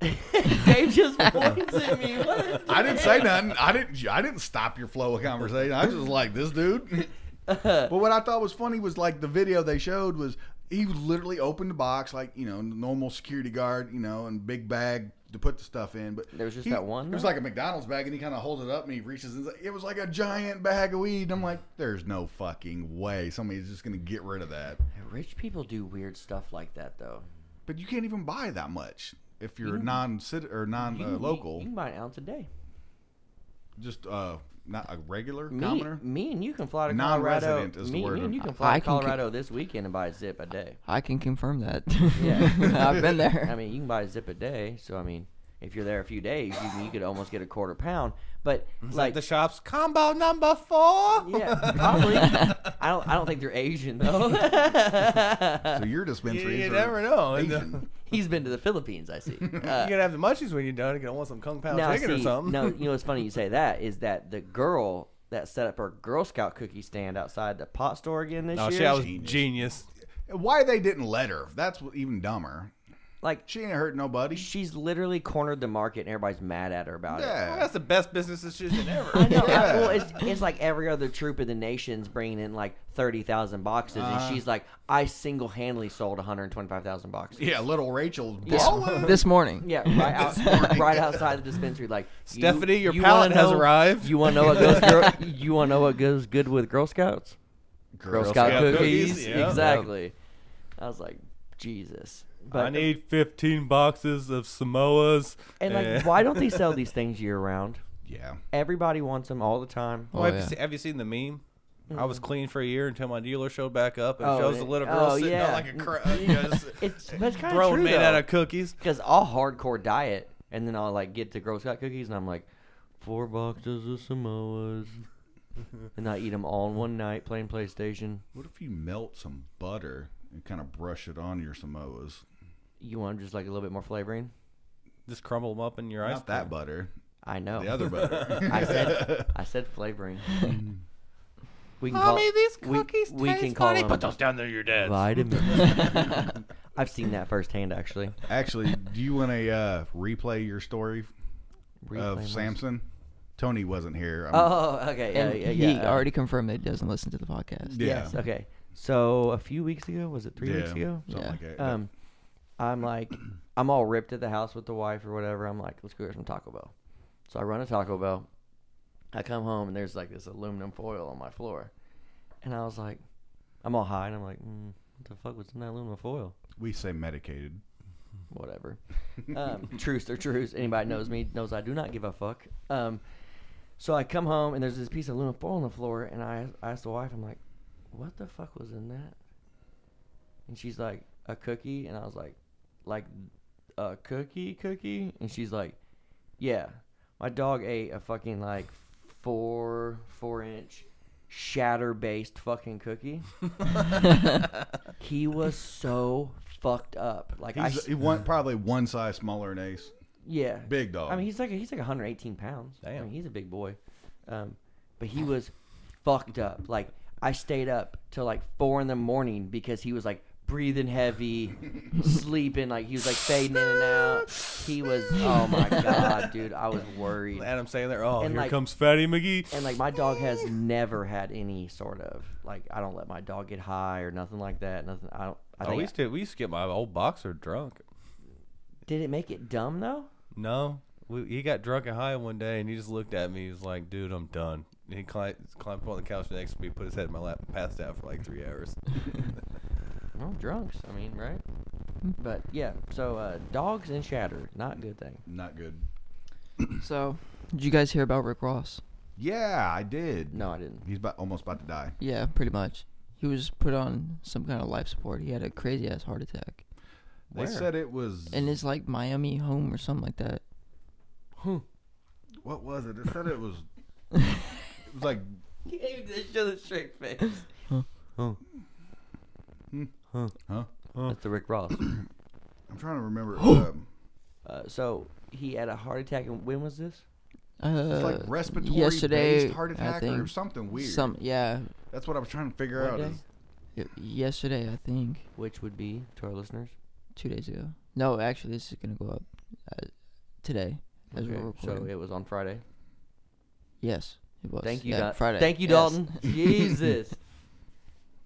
[SPEAKER 5] Dave just points at me. What is
[SPEAKER 3] I didn't say nothing. I didn't. I didn't stop your flow of conversation. I was just like this dude. but what I thought was funny was like the video they showed was he would literally opened the box like you know normal security guard you know and big bag to put the stuff in. But
[SPEAKER 5] There was just
[SPEAKER 3] he-
[SPEAKER 5] that one,
[SPEAKER 3] It was
[SPEAKER 5] though?
[SPEAKER 3] like a McDonald's bag, and he kind of holds it up and he reaches. In, it was like a giant bag of weed. And I'm like, there's no fucking way somebody's just gonna get rid of that.
[SPEAKER 5] Rich people do weird stuff like that, though.
[SPEAKER 3] But you can't even buy that much if you're non cit or non
[SPEAKER 5] You
[SPEAKER 3] uh,
[SPEAKER 5] can-
[SPEAKER 3] local,
[SPEAKER 5] You can buy an ounce a day.
[SPEAKER 3] just uh not a regular
[SPEAKER 5] Me,
[SPEAKER 3] commoner.
[SPEAKER 5] me and you can fly to Colorado.
[SPEAKER 3] Non-resident is the
[SPEAKER 5] me,
[SPEAKER 3] word
[SPEAKER 5] me and you
[SPEAKER 3] I'm-
[SPEAKER 5] can
[SPEAKER 1] I
[SPEAKER 5] fly to
[SPEAKER 1] can con-
[SPEAKER 5] Colorado this weekend and buy a zip a day.
[SPEAKER 1] I can confirm that.
[SPEAKER 5] Yeah.
[SPEAKER 1] I've been
[SPEAKER 5] I
[SPEAKER 1] there.
[SPEAKER 5] mean, you can buy a zip a day. So I mean, if you're there a few days, you, can- you could almost get a quarter pound. But like,
[SPEAKER 4] the shops combo number four.
[SPEAKER 5] yeah, probably. I uh, don't. I don't think they're Asian though.
[SPEAKER 3] So your dispensaries.
[SPEAKER 4] you, you
[SPEAKER 3] are
[SPEAKER 4] never know. And, uh,
[SPEAKER 3] Asian.
[SPEAKER 5] He's been to the Philippines. I see.
[SPEAKER 4] you're
[SPEAKER 5] Uh,
[SPEAKER 4] gonna have the munchies when you're done. You're gonna want some kung pao
[SPEAKER 5] now,
[SPEAKER 4] chicken or
[SPEAKER 5] see,
[SPEAKER 4] something.
[SPEAKER 5] no, you know what's funny? You say that is that the girl that set up her Girl Scout cookie stand outside the pot store again this
[SPEAKER 4] oh
[SPEAKER 5] year.
[SPEAKER 4] shit, I was
[SPEAKER 3] Genius.
[SPEAKER 4] genius. uh,
[SPEAKER 3] Why they didn't let her? That's what- even dumber.
[SPEAKER 5] like
[SPEAKER 3] She ain't hurt nobody.
[SPEAKER 5] she's literally cornered the market and everybody's mad at her about it.
[SPEAKER 4] Well,
[SPEAKER 3] Yeah.
[SPEAKER 4] that's the best business decision ever.
[SPEAKER 5] I know.
[SPEAKER 3] Yeah.
[SPEAKER 5] Well, it's, it's like every other troop in the nation's bringing in like 30,000 boxes,
[SPEAKER 3] Uh-huh.
[SPEAKER 4] Uh.
[SPEAKER 5] and she's like, I single handedly sold 125,000 boxes.
[SPEAKER 3] Yeah, little Rachel's
[SPEAKER 5] Yeah.
[SPEAKER 3] balling.
[SPEAKER 1] This morning.
[SPEAKER 5] Yeah, right, out, right outside the dispensary. Like you-
[SPEAKER 4] Stephanie, your
[SPEAKER 5] you
[SPEAKER 4] pallet
[SPEAKER 5] wanna
[SPEAKER 4] has
[SPEAKER 5] know-
[SPEAKER 4] arrived.
[SPEAKER 5] You want to know what goes? Girl, you want to know what goes good with Girl Scouts? Girl, Scout,
[SPEAKER 4] Scout
[SPEAKER 5] cookies,
[SPEAKER 4] cookies, yeah.
[SPEAKER 5] exactly. I was like, Jesus. But
[SPEAKER 4] I need 15 boxes of Samoas.
[SPEAKER 5] and like, why don't they sell these things year round?
[SPEAKER 3] Yeah.
[SPEAKER 5] Everybody wants them all the time.
[SPEAKER 4] Oh, have,
[SPEAKER 1] yeah.
[SPEAKER 4] you seen, have you seen the meme? I was clean for a year until my dealer showed back up and
[SPEAKER 5] Oh,
[SPEAKER 4] shows
[SPEAKER 5] it-
[SPEAKER 4] the little girl
[SPEAKER 5] oh,
[SPEAKER 4] sitting
[SPEAKER 5] yeah.
[SPEAKER 4] on like a cr- you know, just
[SPEAKER 5] It's but it's kind of
[SPEAKER 4] throne
[SPEAKER 5] true
[SPEAKER 4] made
[SPEAKER 5] though.
[SPEAKER 4] out of cookies.
[SPEAKER 5] because I'll hardcore diet, and then I'll like get the Girl Scout cookies, and I'm like, four boxes of Samoas, and I eat them all in one night playing PlayStation.
[SPEAKER 3] What if you melt some butter and kind of brush it on your Samoas?
[SPEAKER 5] You want just like a little bit more flavoring?
[SPEAKER 4] Just crumble them up in your ice.
[SPEAKER 3] Not that butter.
[SPEAKER 5] I know.
[SPEAKER 3] The other butter.
[SPEAKER 5] I said, I said flavoring. We can
[SPEAKER 4] Mommy, these
[SPEAKER 5] we-
[SPEAKER 4] cookies
[SPEAKER 5] we,
[SPEAKER 4] taste
[SPEAKER 5] can call
[SPEAKER 4] funny.
[SPEAKER 5] them
[SPEAKER 4] Put those down there, your dad.
[SPEAKER 5] vitamins. I've seen that firsthand, actually.
[SPEAKER 3] Actually, do you want to uh, replay your story
[SPEAKER 5] Replay
[SPEAKER 3] of
[SPEAKER 5] my-
[SPEAKER 3] Samson? Tony wasn't here. I'm-
[SPEAKER 5] Oh, okay. Yeah,
[SPEAKER 1] And
[SPEAKER 5] yeah,
[SPEAKER 1] he
[SPEAKER 5] yeah. uh,
[SPEAKER 1] already confirmed that he doesn't listen to the podcast.
[SPEAKER 3] Yeah.
[SPEAKER 5] Yes. Okay. So a few weeks ago, was it three weeks
[SPEAKER 3] Yeah.
[SPEAKER 5] ago?
[SPEAKER 3] Something
[SPEAKER 1] Yeah.
[SPEAKER 3] like that.
[SPEAKER 5] Um, I'm like, I'm all ripped at the house with the wife or whatever. I'm like, let's go get some Taco Bell. So I run to Taco Bell. I come home and there's like this aluminum foil on my floor, and I was like, I'm all high and I'm like, mm, what the fuck was in that aluminum foil?
[SPEAKER 3] we say medicated.
[SPEAKER 5] Whatever. Um, truths, they're truths. Anybody knows me knows I do not give a fuck. Um, so I come home and there's this piece of aluminum foil on the floor, and I, I asked the wife, I'm like, what the fuck was in that? And she's like, a cookie, and I was like, like a cookie, cookie, and she's like, yeah, my dog ate a fucking like four four inch shatter based fucking cookie. he was so fucked up. Like I,
[SPEAKER 3] He's,
[SPEAKER 5] s-
[SPEAKER 3] he went probably one size smaller than Ace.
[SPEAKER 5] yeah,
[SPEAKER 3] Big dog.
[SPEAKER 5] I mean, he's like he's like 118 pounds. I
[SPEAKER 4] Damn.
[SPEAKER 5] mean, he's a big boy. Um, but he was fucked up. Like I stayed up till like four in the morning because he was like breathing heavy, sleeping. Like he was like fading in and out. He was. Oh my god, dude! I was worried.
[SPEAKER 4] Adam Sandler. Oh,
[SPEAKER 5] And
[SPEAKER 4] here
[SPEAKER 5] like-
[SPEAKER 4] comes Fatty McGee.
[SPEAKER 5] And like my dog has never had any sort of like I don't let my dog get high or nothing like that. Nothing. I don't. I
[SPEAKER 4] oh, we
[SPEAKER 5] think
[SPEAKER 4] used to we used to get my old boxer drunk.
[SPEAKER 5] did it make it dumb though?
[SPEAKER 4] No, we, he got drunk and high one day, and he just looked at me. He was like, "Dude, I'm done." And he climbed, climbed up on the couch next to me, put his head in my lap, and passed out for like three hours.
[SPEAKER 5] Well, drunks. I mean, right?
[SPEAKER 1] Hmm.
[SPEAKER 5] But yeah, so uh, dogs and shatter, not a good thing.
[SPEAKER 3] Not good.
[SPEAKER 1] So, did you guys hear about Rick Ross?
[SPEAKER 3] Yeah, I did.
[SPEAKER 5] No, I didn't.
[SPEAKER 3] He's about, almost about to die.
[SPEAKER 1] Yeah, pretty much. He was put on some kind of life support. He had a crazy ass heart attack.
[SPEAKER 3] They said it was.
[SPEAKER 1] And it's like Miami home or something like that.
[SPEAKER 3] what was it? It said it was. it was like
[SPEAKER 5] Gave this show the straight face.
[SPEAKER 3] Huh?
[SPEAKER 5] That's the Rick Ross.
[SPEAKER 3] I'm trying to remember. um,
[SPEAKER 5] Uh, so he had a heart attack, and when was this?
[SPEAKER 1] Uh,
[SPEAKER 3] it's like respiratory
[SPEAKER 1] yesterday,
[SPEAKER 3] based heart
[SPEAKER 1] I
[SPEAKER 3] attack or
[SPEAKER 1] think.
[SPEAKER 3] something weird.
[SPEAKER 1] Some yeah,
[SPEAKER 3] That's what I was trying to figure
[SPEAKER 5] What
[SPEAKER 3] out.
[SPEAKER 5] day?
[SPEAKER 3] is-
[SPEAKER 1] y- yesterday I think,
[SPEAKER 5] Which would be to our listeners.
[SPEAKER 1] two days ago. No, actually this is gonna go up uh, today as
[SPEAKER 5] Okay,
[SPEAKER 1] we're
[SPEAKER 5] so
[SPEAKER 1] recording.
[SPEAKER 5] it was on Friday.
[SPEAKER 1] yes, it was.
[SPEAKER 5] Thank you,
[SPEAKER 1] yeah,
[SPEAKER 5] Dal-
[SPEAKER 1] Friday.
[SPEAKER 5] Thank you,
[SPEAKER 1] yes.
[SPEAKER 5] Dalton. Jesus.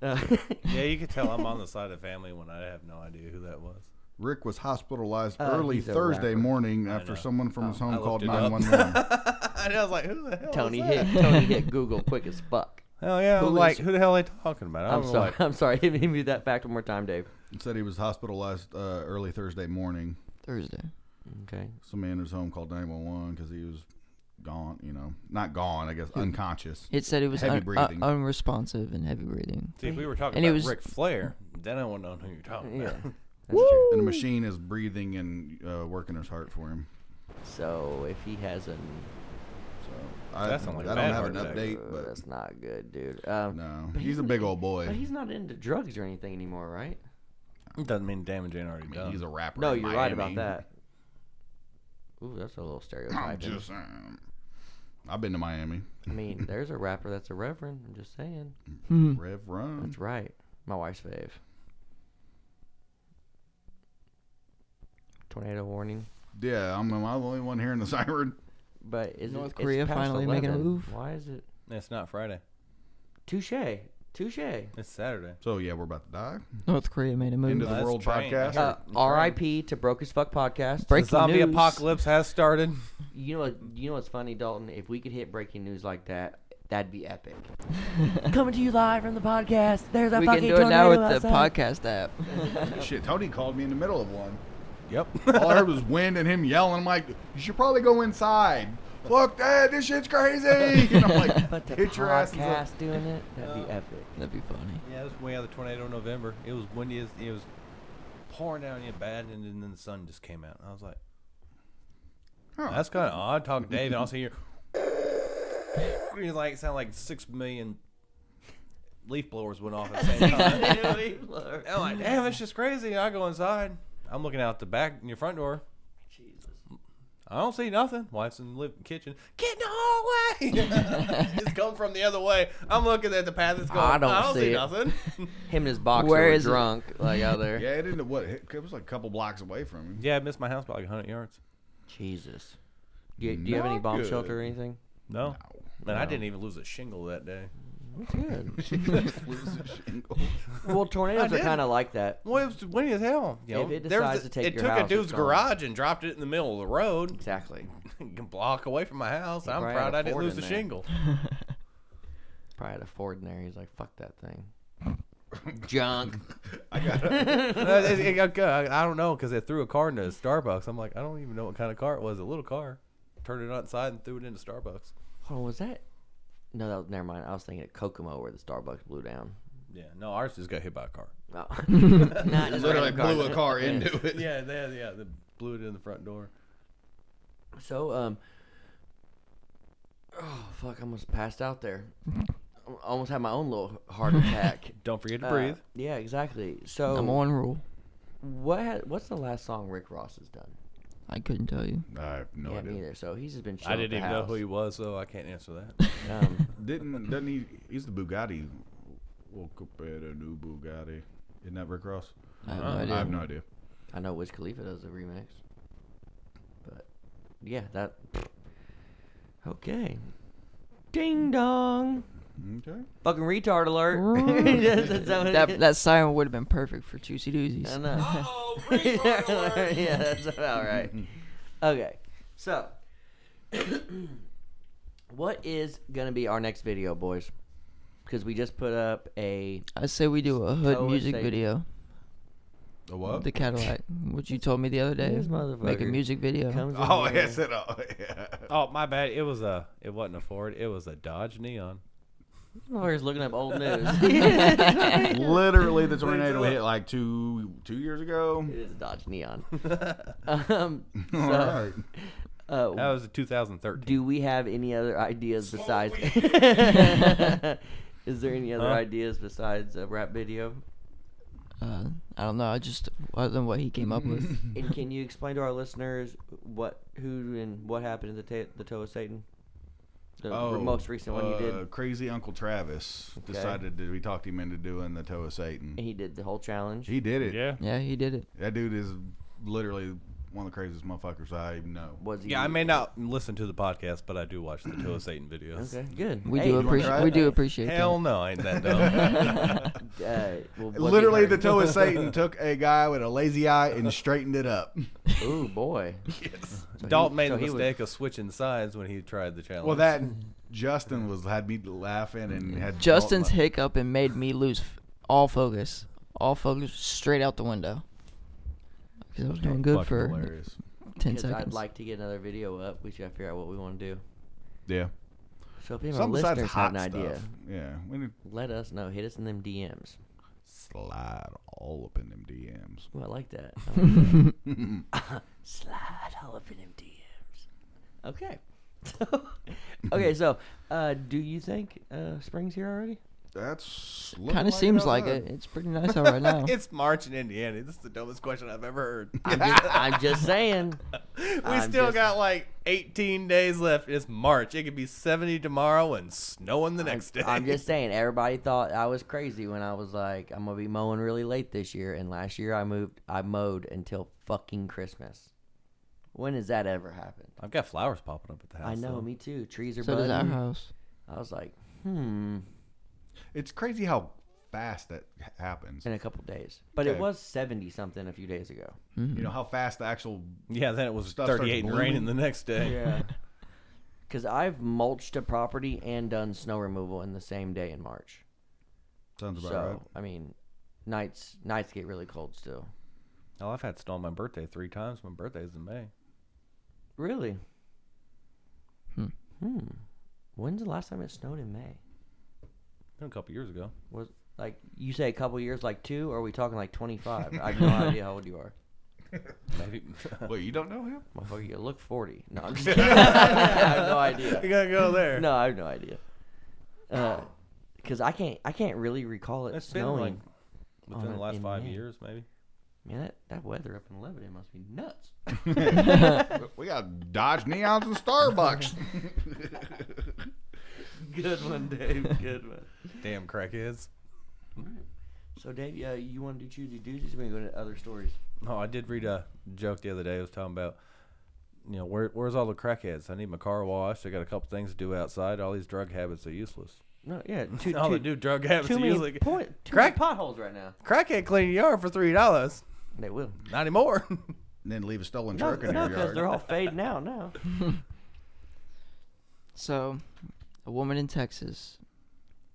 [SPEAKER 5] Uh,
[SPEAKER 4] Yeah, you could tell I'm on the side of family when I have no idea who that was.
[SPEAKER 3] Rick was hospitalized
[SPEAKER 5] Uh,
[SPEAKER 3] early
[SPEAKER 5] he's a
[SPEAKER 3] Thursday
[SPEAKER 5] rapper.
[SPEAKER 3] morning
[SPEAKER 4] I
[SPEAKER 3] after
[SPEAKER 4] know. Oh.
[SPEAKER 3] someone from his home
[SPEAKER 4] I
[SPEAKER 3] called
[SPEAKER 4] looked it up.
[SPEAKER 3] 911.
[SPEAKER 4] and I was like, who the hell?
[SPEAKER 5] Tony
[SPEAKER 4] is that?
[SPEAKER 5] hit Tony hit Google quick as fuck.
[SPEAKER 4] Hell yeah!
[SPEAKER 1] Who
[SPEAKER 4] I'm like,
[SPEAKER 1] is-
[SPEAKER 4] who the hell are they talking about?
[SPEAKER 5] I'm
[SPEAKER 4] I'm
[SPEAKER 5] sorry.
[SPEAKER 4] like,
[SPEAKER 5] I'm sorry. Hit me- hit me that back one more time, Dave.
[SPEAKER 3] It said he was hospitalized uh, early Thursday morning.
[SPEAKER 1] Thursday.
[SPEAKER 5] Okay.
[SPEAKER 3] Some man in his home called 911 because he was gone, you know, not gone, I guess, unconscious.
[SPEAKER 1] It said it was
[SPEAKER 3] Heavy
[SPEAKER 1] un- un-
[SPEAKER 3] breathing.
[SPEAKER 1] unresponsive and heavy breathing.
[SPEAKER 4] see, if we were talking
[SPEAKER 1] And it
[SPEAKER 4] about
[SPEAKER 1] was-
[SPEAKER 4] Ric Flair, then I wouldn't know who you're talking
[SPEAKER 5] Yeah.
[SPEAKER 4] about.
[SPEAKER 5] That's true.
[SPEAKER 3] And the machine is breathing and uh, working his heart for him.
[SPEAKER 5] So if he has an,
[SPEAKER 3] So I,
[SPEAKER 4] That sounds like
[SPEAKER 3] I
[SPEAKER 4] a
[SPEAKER 3] don't
[SPEAKER 4] bad
[SPEAKER 3] have
[SPEAKER 4] heart
[SPEAKER 3] an
[SPEAKER 4] attack.
[SPEAKER 3] update,
[SPEAKER 5] uh,
[SPEAKER 3] but
[SPEAKER 5] that's not good, dude. Um,
[SPEAKER 3] no,
[SPEAKER 5] but
[SPEAKER 3] he's a
[SPEAKER 5] not-
[SPEAKER 3] big old boy.
[SPEAKER 5] But he's not into drugs or anything anymore, right?
[SPEAKER 4] Doesn't mean damage ain't already
[SPEAKER 3] I mean,
[SPEAKER 4] done.
[SPEAKER 3] he's a rapper.
[SPEAKER 5] No,
[SPEAKER 3] in
[SPEAKER 5] you're right about
[SPEAKER 3] Miami.
[SPEAKER 5] that. Ooh, that's a little
[SPEAKER 3] I'm
[SPEAKER 5] stereotype.
[SPEAKER 3] just saying. I've been to Miami.
[SPEAKER 5] I mean, there's a rapper that's a reverend. I'm just saying. Mm-hmm.
[SPEAKER 3] Rev Run.
[SPEAKER 5] That's right. My wife's fave. Tornado warning.
[SPEAKER 3] Yeah, I'm, I'm the only one hearing the siren.
[SPEAKER 5] But is it-
[SPEAKER 1] North
[SPEAKER 5] it's
[SPEAKER 1] Korea
[SPEAKER 5] past
[SPEAKER 1] finally making a
[SPEAKER 5] 11.
[SPEAKER 1] move?
[SPEAKER 5] Why is it?
[SPEAKER 4] it's not Friday.
[SPEAKER 5] Touche. Touche.
[SPEAKER 4] It's Saturday.
[SPEAKER 3] So yeah, we're about to die.
[SPEAKER 1] North Korea made a move.
[SPEAKER 3] Into the
[SPEAKER 4] Last
[SPEAKER 3] World
[SPEAKER 4] train.
[SPEAKER 3] Podcast.
[SPEAKER 5] Uh,
[SPEAKER 4] That's
[SPEAKER 5] R.I.P. to Broke as Fuck podcast.
[SPEAKER 1] Breaking
[SPEAKER 4] the zombie
[SPEAKER 1] news.
[SPEAKER 4] apocalypse has started.
[SPEAKER 5] You know, what- you know what's funny, Dalton? If we could hit breaking news like that, that'd be epic. Coming to you live from the podcast. There's a
[SPEAKER 1] We can
[SPEAKER 5] fucking
[SPEAKER 1] do it now with
[SPEAKER 5] tornado
[SPEAKER 1] the
[SPEAKER 5] outside.
[SPEAKER 1] podcast app.
[SPEAKER 3] Shit, Tony called me in the middle of one.
[SPEAKER 4] Yep.
[SPEAKER 3] All I heard was wind and him yelling. I'm like, you should probably go inside. Fuck that, this shit's crazy. And I'm like,
[SPEAKER 5] But the
[SPEAKER 3] hit your ass.
[SPEAKER 5] podcast doing it, that'd be epic.
[SPEAKER 1] That'd be funny.
[SPEAKER 4] Yeah, it was way out of the tornado in November. It was windy. As, it was pouring down you bad, and then the sun just came out. And I was like,
[SPEAKER 3] Huh.
[SPEAKER 4] that's kind of odd. Talk to Dave, and all of a sudden you're, you like sound like six million leaf blowers went off at the same time. I'm like, damn, it's just crazy. I go inside. I'm looking out the back in your front door. I don't see nothing. Wife's in the liv- kitchen. Get in the hallway. it's come from the other way. I'm looking at the path. It's going.
[SPEAKER 5] I
[SPEAKER 4] I
[SPEAKER 5] don't
[SPEAKER 4] don't,
[SPEAKER 5] see
[SPEAKER 4] see
[SPEAKER 5] it."
[SPEAKER 4] nothing.
[SPEAKER 5] Him and his boxer
[SPEAKER 1] Where
[SPEAKER 5] were
[SPEAKER 1] is it?
[SPEAKER 5] drunk, like out there.
[SPEAKER 3] Yeah, it ended what? It it was like a couple blocks away from him.
[SPEAKER 4] yeah, I missed my house by like 100 yards.
[SPEAKER 5] Jesus. Do you, do you have any
[SPEAKER 3] Not
[SPEAKER 5] bomb
[SPEAKER 3] good.
[SPEAKER 5] shelter or anything?
[SPEAKER 4] No. Man, I didn't even lose a shingle that day.
[SPEAKER 5] That's good.
[SPEAKER 3] Lose his shingle.
[SPEAKER 5] well, tornadoes
[SPEAKER 4] I
[SPEAKER 5] are
[SPEAKER 4] did.
[SPEAKER 5] kind of like that.
[SPEAKER 4] Well, it was windy as hell. You
[SPEAKER 5] If
[SPEAKER 4] know,
[SPEAKER 5] it
[SPEAKER 4] There was
[SPEAKER 5] decides to
[SPEAKER 4] a-
[SPEAKER 5] take
[SPEAKER 4] it
[SPEAKER 5] your
[SPEAKER 4] took
[SPEAKER 5] house,
[SPEAKER 4] a dude's
[SPEAKER 5] it's gone.
[SPEAKER 4] garage and dropped it in the middle of the road,
[SPEAKER 5] Exactly.
[SPEAKER 4] a block away from my house. I'm
[SPEAKER 5] probably
[SPEAKER 4] proud
[SPEAKER 5] had a
[SPEAKER 4] I didn't
[SPEAKER 5] Ford in
[SPEAKER 4] lose a
[SPEAKER 5] there.
[SPEAKER 4] shingle.
[SPEAKER 5] Probably had a Ford in there. He's like, fuck that thing. Junk.
[SPEAKER 4] No, it- it- it- I don't know because they threw a car into a Starbucks. I'm like, I don't even know what kind of car it was. A little car. Turned it outside and threw it into Starbucks.
[SPEAKER 5] Hold on, Oh, was that? No, that was, never mind. I was thinking of Kokomo where the Starbucks blew down.
[SPEAKER 4] Yeah, no, ours just got hit by a car.
[SPEAKER 5] Oh. Not just
[SPEAKER 3] Literally
[SPEAKER 5] random cars.
[SPEAKER 3] blew a car into it.
[SPEAKER 4] yeah, they, yeah, they blew it in the front door.
[SPEAKER 5] So, um, oh fuck, I almost passed out there. I almost had my own little heart attack.
[SPEAKER 4] Don't forget to
[SPEAKER 5] Uh,
[SPEAKER 4] breathe.
[SPEAKER 5] yeah, exactly. So,
[SPEAKER 1] I'm on rule.
[SPEAKER 5] what ha- what's the last song Rick Ross has done?
[SPEAKER 1] I couldn't tell you.
[SPEAKER 3] I have no
[SPEAKER 5] yeah,
[SPEAKER 3] idea.
[SPEAKER 5] me either. So he's just been.
[SPEAKER 4] I didn't even know who he
[SPEAKER 5] you.
[SPEAKER 4] was, so I can't answer that.
[SPEAKER 5] Um,
[SPEAKER 3] Didn't doesn't he? He's the Bugatti. Woke up at a new Bugatti. Isn't that Rick Ross?
[SPEAKER 1] I have no
[SPEAKER 4] Uh,
[SPEAKER 1] idea.
[SPEAKER 3] I have no idea.
[SPEAKER 5] I know Wiz Khalifa does the remix, but yeah, that. Okay. Ding dong.
[SPEAKER 3] Okay.
[SPEAKER 5] Fucking retard alert. Yes, that's how it
[SPEAKER 1] that
[SPEAKER 5] is.
[SPEAKER 1] that siren would have been perfect for Juicy
[SPEAKER 5] I
[SPEAKER 1] Doozies.
[SPEAKER 5] know. yeah, that's about right. Okay, so what is gonna be our next video, boys? Because we just put up a
[SPEAKER 1] I say we do a hood
[SPEAKER 5] Tell us
[SPEAKER 1] music
[SPEAKER 5] they-
[SPEAKER 1] video.
[SPEAKER 4] The what?
[SPEAKER 1] The Cadillac, which you told me the other day.
[SPEAKER 5] This
[SPEAKER 1] Make a
[SPEAKER 5] motherfucker
[SPEAKER 1] music video.
[SPEAKER 5] Comes in
[SPEAKER 3] Oh,
[SPEAKER 5] here.
[SPEAKER 3] yes, it. Oh, yeah.
[SPEAKER 4] oh, my bad. It was a. It wasn't a Ford. It was a Dodge Neon.
[SPEAKER 5] Motherfucker's looking up old news.
[SPEAKER 3] Literally, the tornado hit like two two years ago.
[SPEAKER 5] it is a Dodge Neon. um, so,
[SPEAKER 3] All right. Oh.
[SPEAKER 4] That
[SPEAKER 5] uh,
[SPEAKER 4] was a 2013.
[SPEAKER 5] do we have any other ideas besides? is there any other
[SPEAKER 4] Huh?
[SPEAKER 5] ideas besides a rap video?
[SPEAKER 1] Uh, I don't know. I just other than what he came up with.
[SPEAKER 5] And can you explain to our listeners what, who, and what happened at the, ta- the toe of Satan? The r- most recent one he did,
[SPEAKER 3] Oh, uh,
[SPEAKER 5] and
[SPEAKER 3] Crazy Uncle Travis
[SPEAKER 5] Okay.
[SPEAKER 3] decided that we talked him into doing the toe of Satan.
[SPEAKER 5] he did the whole challenge.
[SPEAKER 3] He did it.
[SPEAKER 4] Yeah.
[SPEAKER 1] Yeah, he did it.
[SPEAKER 3] That dude is literally one of the craziest motherfuckers I know.
[SPEAKER 5] was he?
[SPEAKER 4] Yeah, I may not listen to the podcast, but I do watch the Toe of Satan videos.
[SPEAKER 5] Okay, good.
[SPEAKER 1] We
[SPEAKER 5] Hey,
[SPEAKER 1] do
[SPEAKER 5] you wanna
[SPEAKER 1] appreciate.
[SPEAKER 3] try
[SPEAKER 1] We
[SPEAKER 3] it?
[SPEAKER 1] do appreciate.
[SPEAKER 4] Hell no, I ain't that dumb.
[SPEAKER 5] Uh, well, what we
[SPEAKER 3] um, Literally, the
[SPEAKER 5] heard-
[SPEAKER 3] toe of Satan took a guy with a lazy eye and straightened it up.
[SPEAKER 5] Ooh boy.
[SPEAKER 4] Dalton made
[SPEAKER 5] so
[SPEAKER 4] the
[SPEAKER 5] he was-
[SPEAKER 4] mistake of switching sides when he tried the challenge.
[SPEAKER 3] Well, that and Justin was had me laughing and
[SPEAKER 5] Mm.
[SPEAKER 3] had
[SPEAKER 1] That. Justin's
[SPEAKER 3] Dalton-
[SPEAKER 1] hiccup and made me lose f- all focus. All focus straight out the window. Because I was doing good
[SPEAKER 4] Fucking
[SPEAKER 1] for
[SPEAKER 4] hilarious.
[SPEAKER 1] ten
[SPEAKER 5] Because I'd
[SPEAKER 1] seconds.
[SPEAKER 5] like to get another video up. We should figure out what we want to do.
[SPEAKER 3] Yeah.
[SPEAKER 5] So if any of our
[SPEAKER 3] Something besides
[SPEAKER 5] listeners have
[SPEAKER 3] hot
[SPEAKER 5] an
[SPEAKER 3] stuff.
[SPEAKER 5] idea,
[SPEAKER 3] Yeah. We need
[SPEAKER 5] let us know. Hit us in them DMs.
[SPEAKER 3] slide all up in them DMs.
[SPEAKER 5] Ooh, I like that. I like that. Slide all up in them DMs. Okay. okay, so uh, do you think uh, spring's here already?
[SPEAKER 3] That's
[SPEAKER 1] Kind of seems like it. It's pretty nice out right now.
[SPEAKER 4] it's March in Indiana. This is the dumbest question I've ever heard.
[SPEAKER 5] I'm just, I'm just saying.
[SPEAKER 4] we
[SPEAKER 5] I'm
[SPEAKER 4] still
[SPEAKER 5] just-
[SPEAKER 4] got like 18 days left. It's March. It could be 70 tomorrow and snowing the next day.
[SPEAKER 5] I'm just saying. Everybody thought I was crazy when I was like, I'm gonna be mowing really late this year. And last year I moved, I mowed until fucking Christmas. When has that ever happened?
[SPEAKER 4] I've got flowers popping up at the house.
[SPEAKER 5] I know,
[SPEAKER 4] so-
[SPEAKER 5] me too. Trees are
[SPEAKER 1] So does our
[SPEAKER 5] budding.
[SPEAKER 1] house.
[SPEAKER 5] I was like, hmm,
[SPEAKER 3] It's crazy how fast that h- happens.
[SPEAKER 5] in a couple days. But
[SPEAKER 3] Okay.
[SPEAKER 5] it was 70 something a few days ago.
[SPEAKER 3] You know how fast the actual.
[SPEAKER 4] Yeah, then it was
[SPEAKER 3] Stuff starts
[SPEAKER 4] 38 and raining the next day.
[SPEAKER 5] Yeah. Because I've mulched a property and done snow removal in the same day in March.
[SPEAKER 3] Sounds about
[SPEAKER 5] so,
[SPEAKER 3] right.
[SPEAKER 5] I mean, nights nights get really cold still.
[SPEAKER 4] Oh, I've had snow on my birthday three times. My birthday's in May.
[SPEAKER 5] Really? Hmm. Hmm. When's the last time it snowed in May?
[SPEAKER 4] Been a couple years ago.
[SPEAKER 5] Was like you say a couple years, like two, or are we talking like twenty five? I have no idea how old you are.
[SPEAKER 4] Maybe.
[SPEAKER 5] uh,
[SPEAKER 3] Wait, you don't know him?
[SPEAKER 5] Motherfucker, you look forty. No, I'm just kidding. I have no idea.
[SPEAKER 4] you gotta go there.
[SPEAKER 5] No, I have no idea. Because I can't, I can't really recall it
[SPEAKER 4] It's been,
[SPEAKER 5] snowing.
[SPEAKER 4] like, Within
[SPEAKER 5] on
[SPEAKER 4] the
[SPEAKER 5] a-
[SPEAKER 4] last
[SPEAKER 5] Oh, in
[SPEAKER 4] five
[SPEAKER 5] May.
[SPEAKER 4] years, maybe.
[SPEAKER 5] Man, that, that weather up in Lebanon must be nuts.
[SPEAKER 3] We got Dodge Neons and Starbucks.
[SPEAKER 5] Good one, Dave. Good one.
[SPEAKER 4] Damn crackheads.
[SPEAKER 5] So, Dave, uh, you want to do choosy doozies? We go to other stories.
[SPEAKER 4] Oh, I did read a joke the other day. It was talking about, you know, where, where's all the crackheads? I need my car washed. I got a couple things to do outside. All these drug habits are useless.
[SPEAKER 5] No, yeah, two,
[SPEAKER 4] all
[SPEAKER 5] two,
[SPEAKER 4] the new drug habits
[SPEAKER 5] too
[SPEAKER 4] are
[SPEAKER 5] many
[SPEAKER 4] useless.
[SPEAKER 5] point, too
[SPEAKER 4] Crack-
[SPEAKER 5] many potholes right now.
[SPEAKER 4] Crackhead clean your yard for three dollars.
[SPEAKER 5] They will.
[SPEAKER 4] Not anymore.
[SPEAKER 3] and then leave a stolen
[SPEAKER 5] No,
[SPEAKER 3] truck in
[SPEAKER 5] no,
[SPEAKER 3] your
[SPEAKER 5] because they're
[SPEAKER 3] yard.
[SPEAKER 5] all fading out now.
[SPEAKER 1] So, a woman in Texas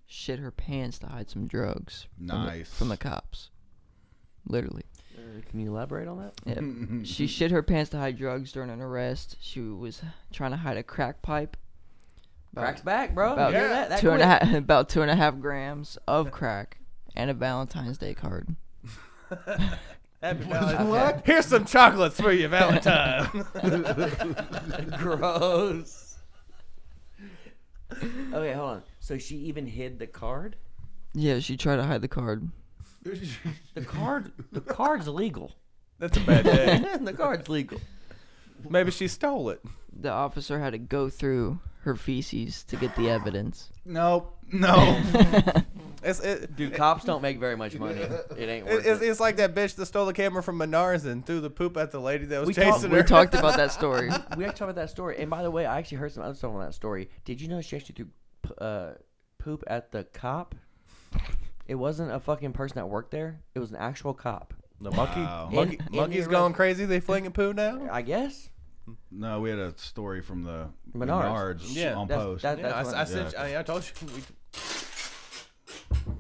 [SPEAKER 1] shit her pants to hide some drugs. from the-
[SPEAKER 3] Nice.
[SPEAKER 1] From the, cops. Literally.
[SPEAKER 5] Uh, Can you elaborate on that?
[SPEAKER 1] Yep.
[SPEAKER 3] Mm-hmm.
[SPEAKER 1] she shit her pants to hide drugs during an arrest. She was trying to hide a crack pipe. About-
[SPEAKER 5] Cracks back, bro.
[SPEAKER 1] about
[SPEAKER 5] you hear that? that
[SPEAKER 1] two and a
[SPEAKER 5] quick.
[SPEAKER 1] half, about two and a half grams of crack and a Valentine's Day card.
[SPEAKER 4] Happy Valentine's. Here's some chocolates for you, Valentine.
[SPEAKER 5] Gross. okay, hold on. So she even hid the card.
[SPEAKER 1] Yeah, she tried to hide the card.
[SPEAKER 5] The card, the card's legal.
[SPEAKER 4] That's a bad day.
[SPEAKER 5] the card's legal.
[SPEAKER 4] Maybe she stole it.
[SPEAKER 1] The officer had to go through her feces to get the evidence.
[SPEAKER 3] nope. No.
[SPEAKER 4] It's it,
[SPEAKER 5] Dude, cops don't make very much money. It ain't
[SPEAKER 4] it,
[SPEAKER 5] worth
[SPEAKER 4] it's,
[SPEAKER 5] it.
[SPEAKER 4] it's like that bitch that stole the camera from Menards and threw the poop at the lady that was
[SPEAKER 5] We
[SPEAKER 4] chasing
[SPEAKER 5] talked-
[SPEAKER 4] her.
[SPEAKER 1] We talked about that story.
[SPEAKER 5] we actually talked about that story. And by the way, I actually heard some other stuff on that story. Did you know she actually threw p- uh, poop at the cop? It wasn't a fucking person that worked there. It was an actual cop.
[SPEAKER 4] The monkey,
[SPEAKER 3] Wow.
[SPEAKER 4] monkey,
[SPEAKER 5] In- in
[SPEAKER 4] monkey's
[SPEAKER 5] the
[SPEAKER 4] going
[SPEAKER 5] arrest-
[SPEAKER 4] crazy. They flinging poo now.
[SPEAKER 5] I guess.
[SPEAKER 3] no, we had a story from the
[SPEAKER 5] Menards.
[SPEAKER 3] Menards,
[SPEAKER 4] Yeah.
[SPEAKER 3] on
[SPEAKER 5] That's-
[SPEAKER 3] post.
[SPEAKER 5] that-
[SPEAKER 4] Yeah, I,
[SPEAKER 5] that's
[SPEAKER 4] s-
[SPEAKER 5] what-
[SPEAKER 4] I, sent
[SPEAKER 3] Yeah.
[SPEAKER 4] you- I, I told you. We,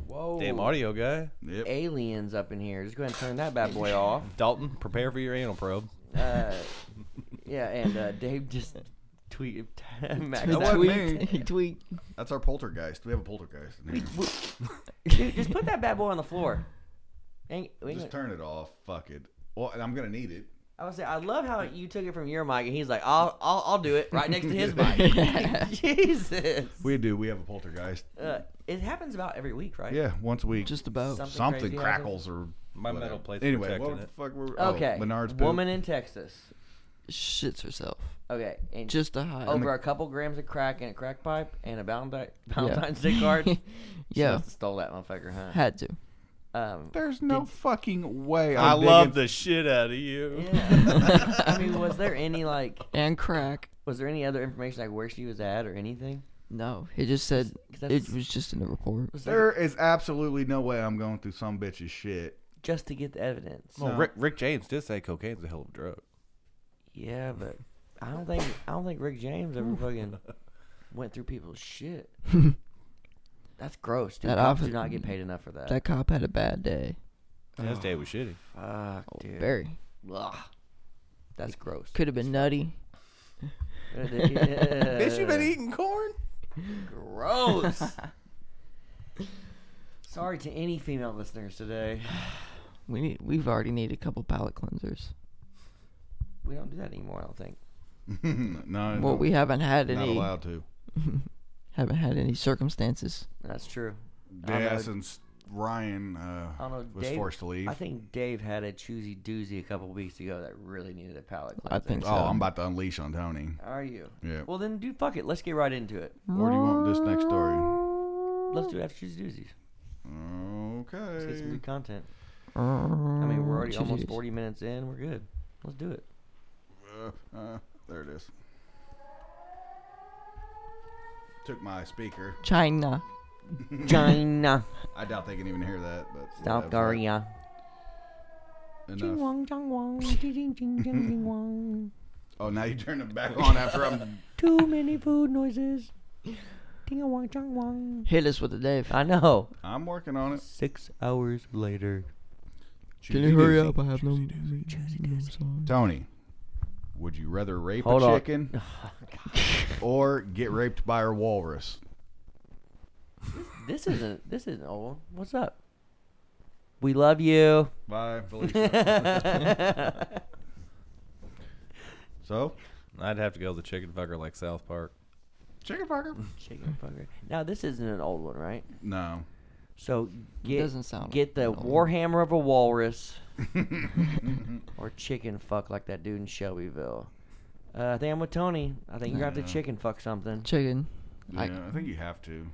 [SPEAKER 5] Whoa.
[SPEAKER 4] Damn audio guy.
[SPEAKER 3] Yep.
[SPEAKER 5] Aliens up in here. Just go ahead and turn that bad boy off.
[SPEAKER 4] Dalton, prepare for your anal probe.
[SPEAKER 5] Uh, yeah, and uh, Dave just tweeted Max.
[SPEAKER 1] He
[SPEAKER 3] That
[SPEAKER 5] out.
[SPEAKER 3] wasn't me.
[SPEAKER 1] tweet. He tweet.
[SPEAKER 3] That's our poltergeist. We have a poltergeist in here.
[SPEAKER 5] Dude, just put that bad boy on the floor. Ain't- we ain't
[SPEAKER 3] Just
[SPEAKER 5] gonna-
[SPEAKER 3] turn it off. Fuck it. Well, and I'm gonna need it.
[SPEAKER 5] I was saying, I love how you took it from your mic, and he's like, "I'll, I'll, I'll do it right next to his mic." Jesus.
[SPEAKER 3] We do. We have a poltergeist.
[SPEAKER 5] Uh, it happens about every week, right?
[SPEAKER 3] Yeah, once a week.
[SPEAKER 1] Just about.
[SPEAKER 5] Some- Something
[SPEAKER 3] something
[SPEAKER 5] crazy
[SPEAKER 3] crackles or
[SPEAKER 4] My
[SPEAKER 3] whatever.
[SPEAKER 4] metal plate's
[SPEAKER 3] Anyway,
[SPEAKER 4] protecting
[SPEAKER 3] what the
[SPEAKER 4] it.
[SPEAKER 3] fuck were oh,
[SPEAKER 5] Okay.
[SPEAKER 3] Menards poop.
[SPEAKER 5] Woman in Texas.
[SPEAKER 1] Shits herself.
[SPEAKER 5] Okay. And
[SPEAKER 1] Just a high.
[SPEAKER 5] over a couple grams of crack in a crack pipe and a Valentine, Valentine's Day
[SPEAKER 1] yeah.
[SPEAKER 5] card.
[SPEAKER 1] yeah.
[SPEAKER 5] Must've Stole that motherfucker, huh?
[SPEAKER 1] Had to.
[SPEAKER 5] Um,
[SPEAKER 3] There's no fucking way.
[SPEAKER 4] I
[SPEAKER 3] I'm
[SPEAKER 4] love
[SPEAKER 3] digging-
[SPEAKER 4] the shit out of you.
[SPEAKER 5] yeah. I mean, was there any like,
[SPEAKER 1] And crack.
[SPEAKER 5] was there any other information like where she was at or anything?
[SPEAKER 1] No, it just said
[SPEAKER 5] 'Cause that's-
[SPEAKER 1] it was just in the report.
[SPEAKER 5] Was there
[SPEAKER 3] There is absolutely no way I'm going through some bitch's shit.
[SPEAKER 5] just to get the evidence?
[SPEAKER 4] Well,
[SPEAKER 3] No.
[SPEAKER 4] Rick, Rick James did say cocaine's a hell of a drug.
[SPEAKER 5] Yeah, but I don't think I don't think Rick James ever fucking went through people's shit. That's gross, dude.
[SPEAKER 1] That
[SPEAKER 5] Cops do
[SPEAKER 1] often-
[SPEAKER 5] not get paid enough for that.
[SPEAKER 1] That cop had a bad day.
[SPEAKER 4] His day was shitty.
[SPEAKER 5] Fuck,
[SPEAKER 1] Oh,
[SPEAKER 5] dude.
[SPEAKER 1] very.
[SPEAKER 5] Ugh. That's gross.
[SPEAKER 1] Could have been nutty.
[SPEAKER 5] Bitch,
[SPEAKER 4] eating corn?
[SPEAKER 5] gross. Sorry to any female listeners today.
[SPEAKER 1] We need. We've already need a couple palate cleansers.
[SPEAKER 5] We don't do that anymore. I don't think.
[SPEAKER 3] no, no,
[SPEAKER 1] Well, we haven't had
[SPEAKER 3] not
[SPEAKER 1] any.
[SPEAKER 3] allowed to.
[SPEAKER 1] Haven't had any circumstances.
[SPEAKER 5] That's true. I
[SPEAKER 3] Yeah,
[SPEAKER 5] know-
[SPEAKER 3] since Ryan uh,
[SPEAKER 5] I don't know.
[SPEAKER 3] was
[SPEAKER 5] Dave,
[SPEAKER 3] forced to leave.
[SPEAKER 5] I think Dave had a choosy doozy a couple weeks ago that really needed a palate cleanser.
[SPEAKER 1] I think so.
[SPEAKER 3] oh, I'm about to unleash on Tony.
[SPEAKER 5] Are you?
[SPEAKER 3] Yeah.
[SPEAKER 5] Well, then, dude, fuck it. Let's get right into it.
[SPEAKER 3] Or do you want this next story?
[SPEAKER 5] Let's do it after Tuesday Doozies. Let's get some
[SPEAKER 3] Okay.
[SPEAKER 5] good content. I
[SPEAKER 1] I
[SPEAKER 5] mean, we're already almost 40 minutes in. We're good. Let's do it.
[SPEAKER 3] Uh, uh, there it is. Took my speaker.
[SPEAKER 1] China.
[SPEAKER 5] China,
[SPEAKER 3] I doubt they can even hear that. But
[SPEAKER 5] South
[SPEAKER 3] whatever.
[SPEAKER 5] Korea.
[SPEAKER 3] Enough.
[SPEAKER 5] Jing-wong, jong-wong, jing-jing, jing-jing, jing-wong.
[SPEAKER 3] Oh, now you turn it back on after I'm.
[SPEAKER 5] Too many food noises. Ding-a-wong, chong-wong.
[SPEAKER 1] Hit us with a Dave.
[SPEAKER 5] I know.
[SPEAKER 3] I'm working on it.
[SPEAKER 5] Six hours later.
[SPEAKER 1] Can you hurry
[SPEAKER 3] Doozy.
[SPEAKER 1] up? I have no.
[SPEAKER 3] Tony, would you rather rape
[SPEAKER 5] Hold
[SPEAKER 3] a
[SPEAKER 5] on.
[SPEAKER 3] chicken
[SPEAKER 1] Oh,
[SPEAKER 3] or get raped by a walrus?
[SPEAKER 5] This isn't. This isn't old. What's up? We love you.
[SPEAKER 3] Bye, Felicia. so,
[SPEAKER 4] I'd have to go with the chicken fucker like South Park.
[SPEAKER 3] chicken fucker?
[SPEAKER 5] Chicken fucker. Now this isn't an old one, right?
[SPEAKER 3] No.
[SPEAKER 5] So get
[SPEAKER 1] doesn't sound
[SPEAKER 5] get the
[SPEAKER 1] old.
[SPEAKER 5] warhammer of a walrus, or chicken fuck like that dude in Shelbyville. Uh, I think I'm with Tony. I think you have to
[SPEAKER 3] Yeah.
[SPEAKER 5] chicken fuck something.
[SPEAKER 1] Chicken.
[SPEAKER 3] Yeah, I, think you have to.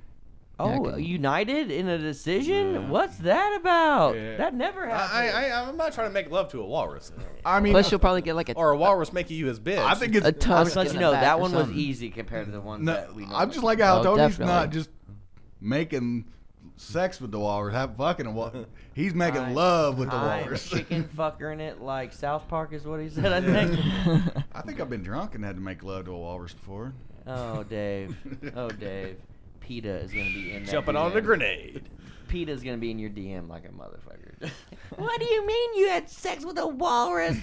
[SPEAKER 1] I
[SPEAKER 5] Oh,
[SPEAKER 1] can-
[SPEAKER 5] united in a decision?
[SPEAKER 3] Yeah.
[SPEAKER 5] What's that about?
[SPEAKER 3] Yeah.
[SPEAKER 5] That never
[SPEAKER 4] I,
[SPEAKER 5] happened.
[SPEAKER 4] I, I, I'm not trying to make love to a walrus.
[SPEAKER 3] I mean, uh,
[SPEAKER 1] Plus, you'll probably get like a
[SPEAKER 4] Or a walrus making you his bitch.
[SPEAKER 3] I think
[SPEAKER 1] a
[SPEAKER 3] it's.
[SPEAKER 1] tongue.
[SPEAKER 5] am just letting you know that one was
[SPEAKER 1] easy.
[SPEAKER 5] easy compared to the ones
[SPEAKER 3] No,
[SPEAKER 5] that we.
[SPEAKER 3] I'm
[SPEAKER 5] normally-
[SPEAKER 3] just like how
[SPEAKER 1] Oh,
[SPEAKER 3] Tony's
[SPEAKER 1] definitely.
[SPEAKER 3] not just making sex with the walrus, have fucking a walrus. He's making
[SPEAKER 5] I-
[SPEAKER 3] love with the
[SPEAKER 5] I'm
[SPEAKER 3] walrus.
[SPEAKER 5] chicken fuckering it like South Park is what he said. I think.
[SPEAKER 3] I think I've been drunk and had to make love to a walrus before.
[SPEAKER 5] oh, Dave. Oh, Dave. PETA is gonna be in that
[SPEAKER 4] Jumping on
[SPEAKER 5] DM.
[SPEAKER 4] a grenade.
[SPEAKER 5] PETA's gonna be in your DM like a motherfucker. what do you mean you had sex with a walrus?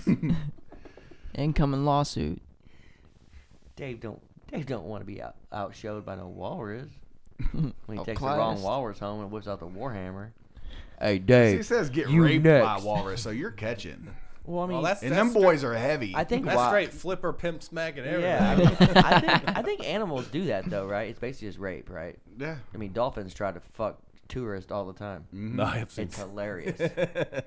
[SPEAKER 1] Incoming lawsuit.
[SPEAKER 5] Dave don't Dave don't want to be out, outshowed by no walrus. When he takes the
[SPEAKER 1] Outclassed.
[SPEAKER 5] wrong walrus home and whips out the warhammer. Hey
[SPEAKER 3] See, it
[SPEAKER 5] Dave.
[SPEAKER 3] says get
[SPEAKER 5] You
[SPEAKER 3] raped by a
[SPEAKER 5] next.
[SPEAKER 3] walrus, so you're catching.
[SPEAKER 5] Well, I mean,
[SPEAKER 4] Well, that's,
[SPEAKER 3] And
[SPEAKER 4] that's
[SPEAKER 3] them boys are heavy.
[SPEAKER 5] I think
[SPEAKER 4] That's
[SPEAKER 5] wa-
[SPEAKER 4] straight flipper, pimp, smack, and everything.
[SPEAKER 5] Yeah, I think, I think I think animals do that though, right? It's basically just rape, right?
[SPEAKER 3] Yeah.
[SPEAKER 5] I mean, dolphins try to fuck tourists all the time.
[SPEAKER 4] no, I have seen
[SPEAKER 5] It's hilarious.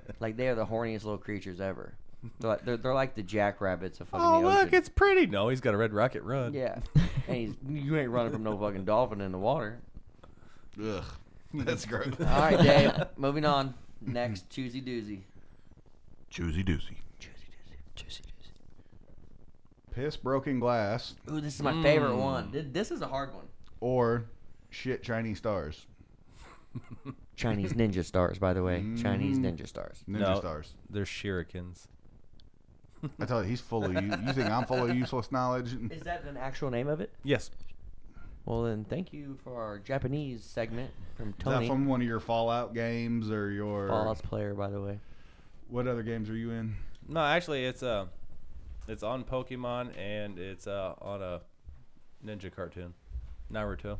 [SPEAKER 5] like they are the horniest little creatures ever. They're like, they're, they're like the jackrabbits of fucking
[SPEAKER 4] Oh,
[SPEAKER 5] the
[SPEAKER 4] look,
[SPEAKER 5] ocean.
[SPEAKER 4] it's pretty. No, he's got a red rocket run.
[SPEAKER 5] Yeah, and he's, you ain't running from no fucking dolphin in the water.
[SPEAKER 3] Ugh. That's gross.
[SPEAKER 5] All right, Dave. moving on. Next, choosy doozy.
[SPEAKER 3] Choosy doozy.
[SPEAKER 5] Choosy doozy.
[SPEAKER 1] Juicy, juicy.
[SPEAKER 3] Piss broken glass
[SPEAKER 5] Ooh, this is my favorite one. Th- This is a hard one.
[SPEAKER 3] or shit Chinese stars.
[SPEAKER 5] Chinese ninja stars, by the way. Chinese ninja stars.
[SPEAKER 3] Ninja
[SPEAKER 4] No.
[SPEAKER 3] stars.
[SPEAKER 4] They're shurikens.
[SPEAKER 3] I tell you, he's full of you. You think I'm full of useless knowledge?
[SPEAKER 5] Is that an actual name of it?
[SPEAKER 4] Yes.
[SPEAKER 5] Well, then, thank you for our Japanese segment from
[SPEAKER 3] Is that
[SPEAKER 5] Tony.
[SPEAKER 3] from one of your Fallout games or your
[SPEAKER 5] Fallout's player, by the way.
[SPEAKER 3] what other games are you in?
[SPEAKER 4] No, actually, it's uh, it's on Pokemon and it's uh, on a ninja cartoon, Naruto.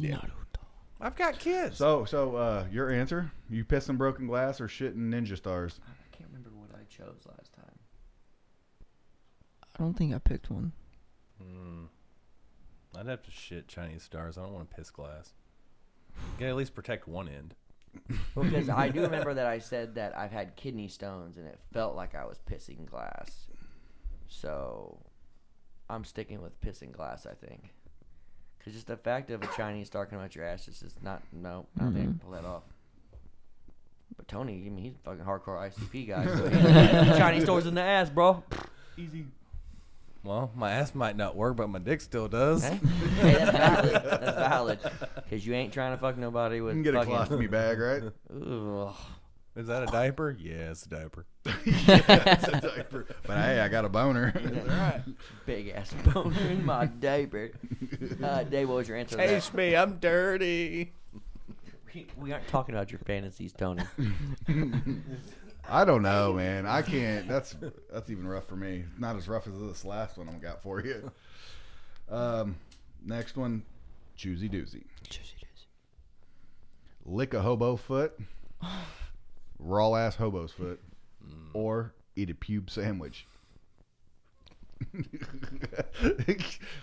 [SPEAKER 1] Naruto.
[SPEAKER 4] I've got kids.
[SPEAKER 3] So so uh, your answer? You pissing broken glass or shitting ninja stars?
[SPEAKER 5] I can't remember what I chose last time.
[SPEAKER 1] I don't think I picked one.
[SPEAKER 4] Hmm. I'd have to shit Chinese stars. I don't want to piss glass. Gotta at least protect one end.
[SPEAKER 5] Because I do remember that I said that I've had kidney stones and it felt like I was pissing glass. So I'm sticking with pissing glass, I think. Because just the fact of a Chinese star coming out your ass is just not, no, I don't think I can pull that off. But Tony, I mean, he's a fucking hardcore ICP guy. So he- Chinese stars in the ass, bro.
[SPEAKER 3] Easy.
[SPEAKER 4] Well, my ass might not work, but my dick still does.
[SPEAKER 5] Hey, hey, that's valid. That's valid. Because you ain't trying to fuck nobody
[SPEAKER 3] You
[SPEAKER 5] with
[SPEAKER 3] can get a
[SPEAKER 5] fucking.
[SPEAKER 3] colostomy bag, right?
[SPEAKER 5] Ugh.
[SPEAKER 4] Is that a diaper? Yeah, it's a diaper.
[SPEAKER 3] It's a diaper. But hey, I got a boner.
[SPEAKER 5] Big ass boner in my diaper. Uh, Dave, what was your answer? to that?
[SPEAKER 4] me, I'm dirty.
[SPEAKER 5] We, we aren't talking about your fantasies, Tony.
[SPEAKER 3] I don't know, man. I can't. That's that's even rough for me. Not as rough as this last one I got for you. Um, next one, choosy doozy. Lick a hobo foot, raw ass hobo's foot,
[SPEAKER 4] Mm.
[SPEAKER 3] or eat a pube sandwich.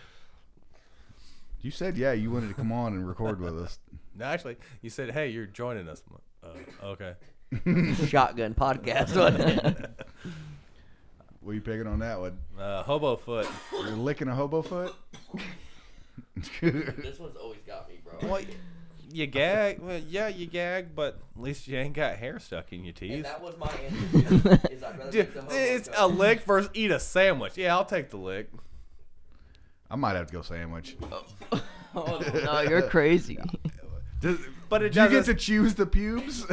[SPEAKER 3] you said yeah, you wanted to come on and record with us.
[SPEAKER 4] No, actually, you said, "Hey, you're joining us." I'm like, Uh, okay.
[SPEAKER 5] Shotgun podcast. wasn't it?
[SPEAKER 3] What are you picking on that one?
[SPEAKER 4] Uh, hobo foot.
[SPEAKER 3] You're licking a hobo foot.
[SPEAKER 5] this one's always got me, bro.
[SPEAKER 4] Well, you gag. Well, yeah, you gag, but at least you ain't got hair stuck in your
[SPEAKER 5] And
[SPEAKER 4] teeth.
[SPEAKER 5] that was my answer. Too, is I'd rather
[SPEAKER 4] Dude,
[SPEAKER 5] take the hobo
[SPEAKER 4] it's
[SPEAKER 5] gun.
[SPEAKER 4] a lick versus eat a sandwich. Yeah, I'll take the lick.
[SPEAKER 3] I might have to go sandwich.
[SPEAKER 1] Oh, no, you're crazy.
[SPEAKER 3] Does,
[SPEAKER 4] But it
[SPEAKER 3] do you get to
[SPEAKER 4] doesn't-
[SPEAKER 3] choose the pubes?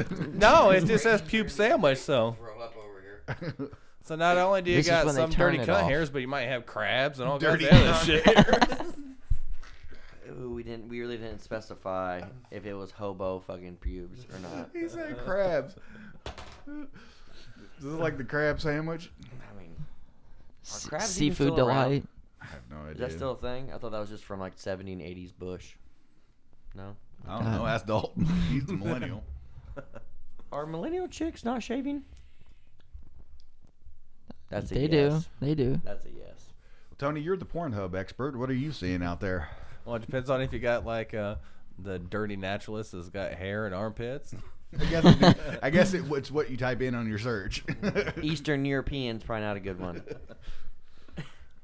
[SPEAKER 4] No, it just says pube sandwich. So,
[SPEAKER 5] Throw up over here.
[SPEAKER 4] so not only do you
[SPEAKER 1] This is
[SPEAKER 4] got
[SPEAKER 1] when they
[SPEAKER 4] some
[SPEAKER 1] turn
[SPEAKER 4] dirty
[SPEAKER 1] it
[SPEAKER 4] cunt
[SPEAKER 1] off.
[SPEAKER 4] hairs, but you might have crabs and all kinds
[SPEAKER 3] Dirty
[SPEAKER 4] of other
[SPEAKER 3] cunt.
[SPEAKER 4] shit.
[SPEAKER 5] Ooh, we didn't. We really didn't specify if it was hobo fucking pubes or not.
[SPEAKER 3] he said crabs. This is like the crab sandwich.
[SPEAKER 5] I mean,
[SPEAKER 1] S-
[SPEAKER 5] crabs even
[SPEAKER 1] seafood
[SPEAKER 5] still around?
[SPEAKER 1] delight.
[SPEAKER 3] I have no
[SPEAKER 5] is
[SPEAKER 3] idea.
[SPEAKER 5] that still a thing? I thought that was just from like 70 and 80s Bush. No.
[SPEAKER 3] I don't know. Ask Dalton. He's the millennial.
[SPEAKER 5] Are millennial chicks not shaving? That's a
[SPEAKER 1] They do.
[SPEAKER 5] yes.
[SPEAKER 1] They do.
[SPEAKER 5] That's a yes.
[SPEAKER 3] Tony, you're the Pornhub expert. What are you seeing out there?
[SPEAKER 4] well, it depends on if you got like uh, the dirty naturalist that's got hair and armpits.
[SPEAKER 3] I guess it, I guess it, it's what you type in on your search.
[SPEAKER 5] Eastern Europeans probably not a good one.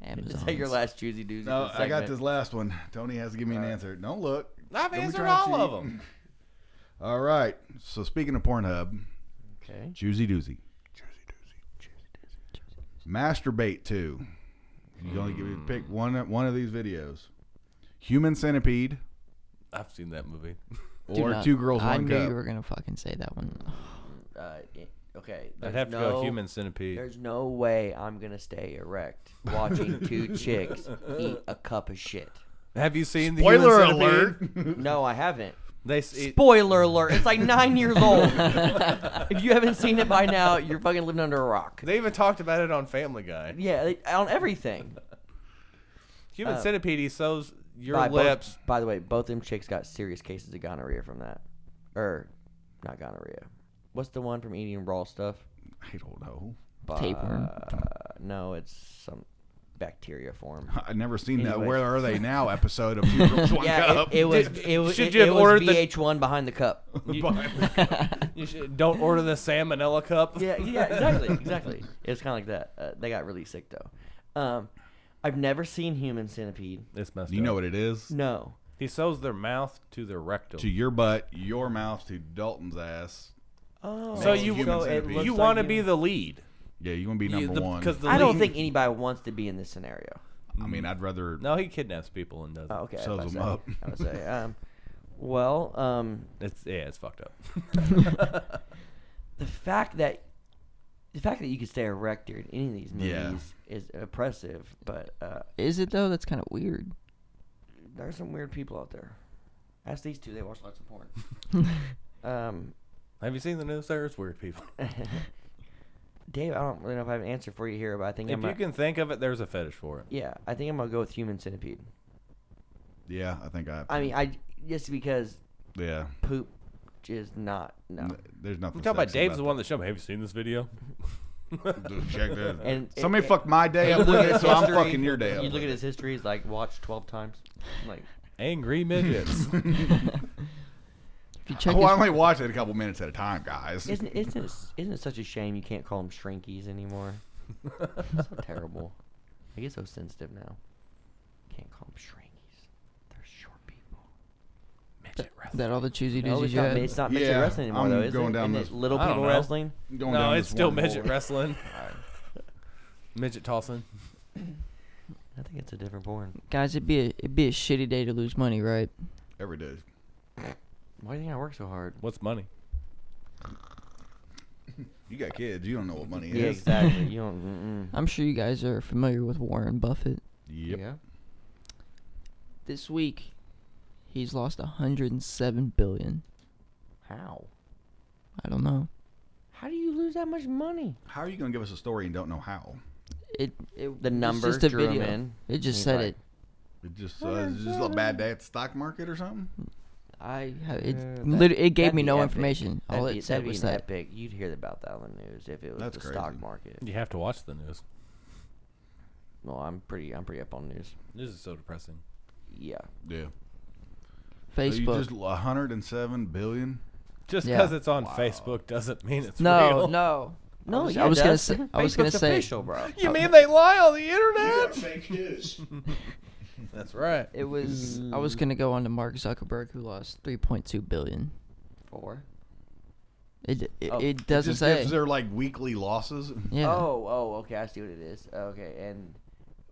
[SPEAKER 5] Is
[SPEAKER 1] Amazon.
[SPEAKER 5] that your last choosy doozy?
[SPEAKER 3] no,
[SPEAKER 5] for the
[SPEAKER 3] I got
[SPEAKER 5] segment?
[SPEAKER 3] this last one. Tony has to give me an answer. Don't look.
[SPEAKER 4] I've
[SPEAKER 3] Don't be
[SPEAKER 4] answered
[SPEAKER 3] trying to
[SPEAKER 4] all of
[SPEAKER 3] cheat.
[SPEAKER 4] them.
[SPEAKER 3] All right. So speaking of Pornhub,
[SPEAKER 5] Okay.
[SPEAKER 3] Choosy doozy. Choosy doozy. Masturbate to. You only give me pick one one of these videos. Human centipede
[SPEAKER 4] I've seen that movie.
[SPEAKER 1] Do
[SPEAKER 3] or
[SPEAKER 1] not-
[SPEAKER 3] two girls
[SPEAKER 1] I
[SPEAKER 3] one
[SPEAKER 1] knew
[SPEAKER 3] cup.
[SPEAKER 1] you were gonna fucking say that one.
[SPEAKER 5] Uh, i- okay.
[SPEAKER 4] I'd
[SPEAKER 5] there's
[SPEAKER 4] have to
[SPEAKER 5] no,
[SPEAKER 4] go human centipede.
[SPEAKER 5] There's no way I'm gonna stay erect watching two chicks eat a cup of shit.
[SPEAKER 4] Have you seen
[SPEAKER 3] Spoiler
[SPEAKER 4] the human
[SPEAKER 3] alert.
[SPEAKER 4] centipede?
[SPEAKER 5] No, I haven't.
[SPEAKER 4] They s- it-
[SPEAKER 5] Spoiler alert! It's like nine years old. if you haven't seen it by now, you're fucking living under a rock.
[SPEAKER 4] they even talked about it on Family Guy.
[SPEAKER 5] Yeah, they- on everything.
[SPEAKER 4] Human
[SPEAKER 5] Uh,
[SPEAKER 4] centipede he sews your
[SPEAKER 5] By both-
[SPEAKER 4] lips.
[SPEAKER 5] by the way, both them chicks got serious cases of gonorrhea from that, or not gonorrhea. What's the one from eating raw stuff?
[SPEAKER 3] I don't know.
[SPEAKER 1] Tapeworm.
[SPEAKER 5] Uh, no, it's some bacteria form.
[SPEAKER 3] I've never seen that
[SPEAKER 5] Anyway.
[SPEAKER 3] Where Are They Now episode of Two Girls One
[SPEAKER 5] yeah,
[SPEAKER 3] Cup.
[SPEAKER 5] it, it was it was
[SPEAKER 4] Should
[SPEAKER 5] it,
[SPEAKER 4] you have
[SPEAKER 5] it was
[SPEAKER 4] ordered the-
[SPEAKER 5] VH1 behind the cup.
[SPEAKER 4] You should, don't order the salmonella cup.
[SPEAKER 5] Yeah, yeah, exactly, exactly. It was kind of like that. Uh, they got really sick though. Um, I've never seen human centipede.
[SPEAKER 4] It's messed
[SPEAKER 3] you
[SPEAKER 4] up.
[SPEAKER 3] know what it is?
[SPEAKER 5] No,
[SPEAKER 4] He sews their mouth to their rectum.
[SPEAKER 3] To your butt, your mouth to Dalton's ass.
[SPEAKER 5] oh,
[SPEAKER 4] So you-
[SPEAKER 3] Human centipede.
[SPEAKER 5] looks
[SPEAKER 3] You
[SPEAKER 4] you
[SPEAKER 5] like
[SPEAKER 4] want to
[SPEAKER 5] human-
[SPEAKER 4] be the lead.
[SPEAKER 3] Yeah, you're gonna be number one.
[SPEAKER 4] Because the
[SPEAKER 5] I don't
[SPEAKER 4] lead-
[SPEAKER 5] think anybody wants to be in this scenario.
[SPEAKER 3] I mean, I'd rather
[SPEAKER 4] No, he kidnaps people and does.
[SPEAKER 5] Oh, okay. I
[SPEAKER 3] Sells
[SPEAKER 5] was
[SPEAKER 3] them
[SPEAKER 5] about to say- I was say, um, well, um,
[SPEAKER 4] It's yeah, it's fucked up.
[SPEAKER 5] the fact that the fact that you can stay erect during any of these movies
[SPEAKER 3] Yeah.
[SPEAKER 5] is oppressive, but uh,
[SPEAKER 1] Is it though? That's kind of weird.
[SPEAKER 5] there's some weird people out there. Ask these two; they watch lots of porn. um,
[SPEAKER 4] Have you seen the news? There's weird people.
[SPEAKER 5] Dave, I don't really know if I have an answer for you here, but I think
[SPEAKER 4] If
[SPEAKER 5] I'm.
[SPEAKER 4] you
[SPEAKER 5] gonna-
[SPEAKER 4] can think of it, there's a fetish for it.
[SPEAKER 5] yeah, I think I'm gonna go with human centipede.
[SPEAKER 3] Yeah, I think I.
[SPEAKER 5] I mean, I just because
[SPEAKER 3] yeah,
[SPEAKER 5] poop is not no.
[SPEAKER 3] N- there's nothing.
[SPEAKER 4] I'm talking about
[SPEAKER 3] sexy
[SPEAKER 4] Dave's the one that showed me. Have you seen this video?
[SPEAKER 3] Dude, check this.
[SPEAKER 5] And it-
[SPEAKER 3] uh, Somebody
[SPEAKER 5] it-
[SPEAKER 3] fucked my day up with it, so I'm fucking your day up.
[SPEAKER 5] You look at
[SPEAKER 3] with
[SPEAKER 5] his history; he's like watched twelve times. I'm like
[SPEAKER 4] Angry midgets.
[SPEAKER 1] If you
[SPEAKER 3] it.
[SPEAKER 1] check
[SPEAKER 3] Oh, I
[SPEAKER 1] his-
[SPEAKER 3] only watch it a couple minutes at a time, guys.
[SPEAKER 5] Isn't isn't it, s- isn't it such a shame you can't call them shrinkies anymore? so terrible. I get so sensitive now. Can't call them shrinkies. They're short people.
[SPEAKER 4] Midget wrestling.
[SPEAKER 1] that all the choosy
[SPEAKER 5] No,
[SPEAKER 1] doozies
[SPEAKER 5] it's
[SPEAKER 1] you
[SPEAKER 5] not,
[SPEAKER 1] had.
[SPEAKER 5] it's not mixed
[SPEAKER 3] Yeah,
[SPEAKER 5] wrestling anymore
[SPEAKER 3] I'm
[SPEAKER 5] though, is
[SPEAKER 3] going
[SPEAKER 5] it?
[SPEAKER 3] down
[SPEAKER 5] Isn't
[SPEAKER 3] this-
[SPEAKER 5] it little
[SPEAKER 4] I don't
[SPEAKER 5] people
[SPEAKER 4] know.
[SPEAKER 5] wrestling?
[SPEAKER 3] Going
[SPEAKER 4] No,
[SPEAKER 3] down
[SPEAKER 4] it's
[SPEAKER 3] this
[SPEAKER 4] still
[SPEAKER 3] one
[SPEAKER 4] midget
[SPEAKER 3] hole.
[SPEAKER 4] wrestling. midget tossing.
[SPEAKER 5] I think it's a different porn.
[SPEAKER 1] Guys, it'd be a, it'd be a shitty day to lose money, right?
[SPEAKER 3] every day.
[SPEAKER 5] Why do you think I work so hard?
[SPEAKER 4] What's money?
[SPEAKER 3] You got kids. You don't know what money
[SPEAKER 5] Yeah,
[SPEAKER 3] is.
[SPEAKER 5] exactly. You don't. Mm-mm.
[SPEAKER 1] I'm sure you guys are familiar with Warren Buffett.
[SPEAKER 3] Yep.
[SPEAKER 5] Yeah.
[SPEAKER 1] This week, he's lost 107 billion.
[SPEAKER 5] How?
[SPEAKER 1] I don't know.
[SPEAKER 5] How do you lose that much money?
[SPEAKER 3] How are you going to give us a story and don't know how?
[SPEAKER 1] It, it
[SPEAKER 5] The
[SPEAKER 1] it's
[SPEAKER 5] number
[SPEAKER 1] just a
[SPEAKER 5] drew him
[SPEAKER 1] video.
[SPEAKER 5] in.
[SPEAKER 1] It just
[SPEAKER 5] He's
[SPEAKER 1] said
[SPEAKER 5] like,
[SPEAKER 1] it.
[SPEAKER 3] It just uh, is it just a bad day at the stock market or something.
[SPEAKER 1] I ha- it
[SPEAKER 5] Yeah,
[SPEAKER 1] lit-
[SPEAKER 5] that-
[SPEAKER 1] it gave
[SPEAKER 5] that'd
[SPEAKER 1] me
[SPEAKER 5] be
[SPEAKER 1] no
[SPEAKER 5] epic.
[SPEAKER 1] information.
[SPEAKER 5] That'd
[SPEAKER 1] All
[SPEAKER 5] be-
[SPEAKER 1] it said
[SPEAKER 5] that'd be
[SPEAKER 1] was
[SPEAKER 5] an
[SPEAKER 1] that.
[SPEAKER 5] epic. You'd hear about that on the news if it was
[SPEAKER 3] That's
[SPEAKER 5] the stock
[SPEAKER 3] crazy.
[SPEAKER 5] market.
[SPEAKER 4] You have to watch the news.
[SPEAKER 5] Well, I'm pretty. I'm pretty up on news.
[SPEAKER 4] News is so depressing.
[SPEAKER 5] Yeah.
[SPEAKER 3] Yeah. So you
[SPEAKER 1] Facebook.
[SPEAKER 3] just 107 billion.
[SPEAKER 4] Just
[SPEAKER 1] Yeah.
[SPEAKER 4] because it's on Facebook doesn't mean it's
[SPEAKER 1] no,
[SPEAKER 4] real.
[SPEAKER 1] no.
[SPEAKER 5] No,
[SPEAKER 1] was- I
[SPEAKER 5] yeah,
[SPEAKER 1] was gonna
[SPEAKER 5] Dust.
[SPEAKER 1] say- I was gonna
[SPEAKER 5] Facebook's
[SPEAKER 1] say-
[SPEAKER 5] official, bro.
[SPEAKER 4] You mean they lie on the internet?
[SPEAKER 2] Fake news.
[SPEAKER 4] That's right.
[SPEAKER 1] It was.
[SPEAKER 5] Mm.
[SPEAKER 1] I was gonna go on to Mark Zuckerberg, who lost 3.2 billion. Hmm.
[SPEAKER 5] Four.
[SPEAKER 1] It it,
[SPEAKER 5] Oh.
[SPEAKER 1] it doesn't
[SPEAKER 3] just
[SPEAKER 1] say.
[SPEAKER 3] gives their like weekly losses.
[SPEAKER 1] yeah.
[SPEAKER 5] Oh, oh, okay. I see what it is. Okay, and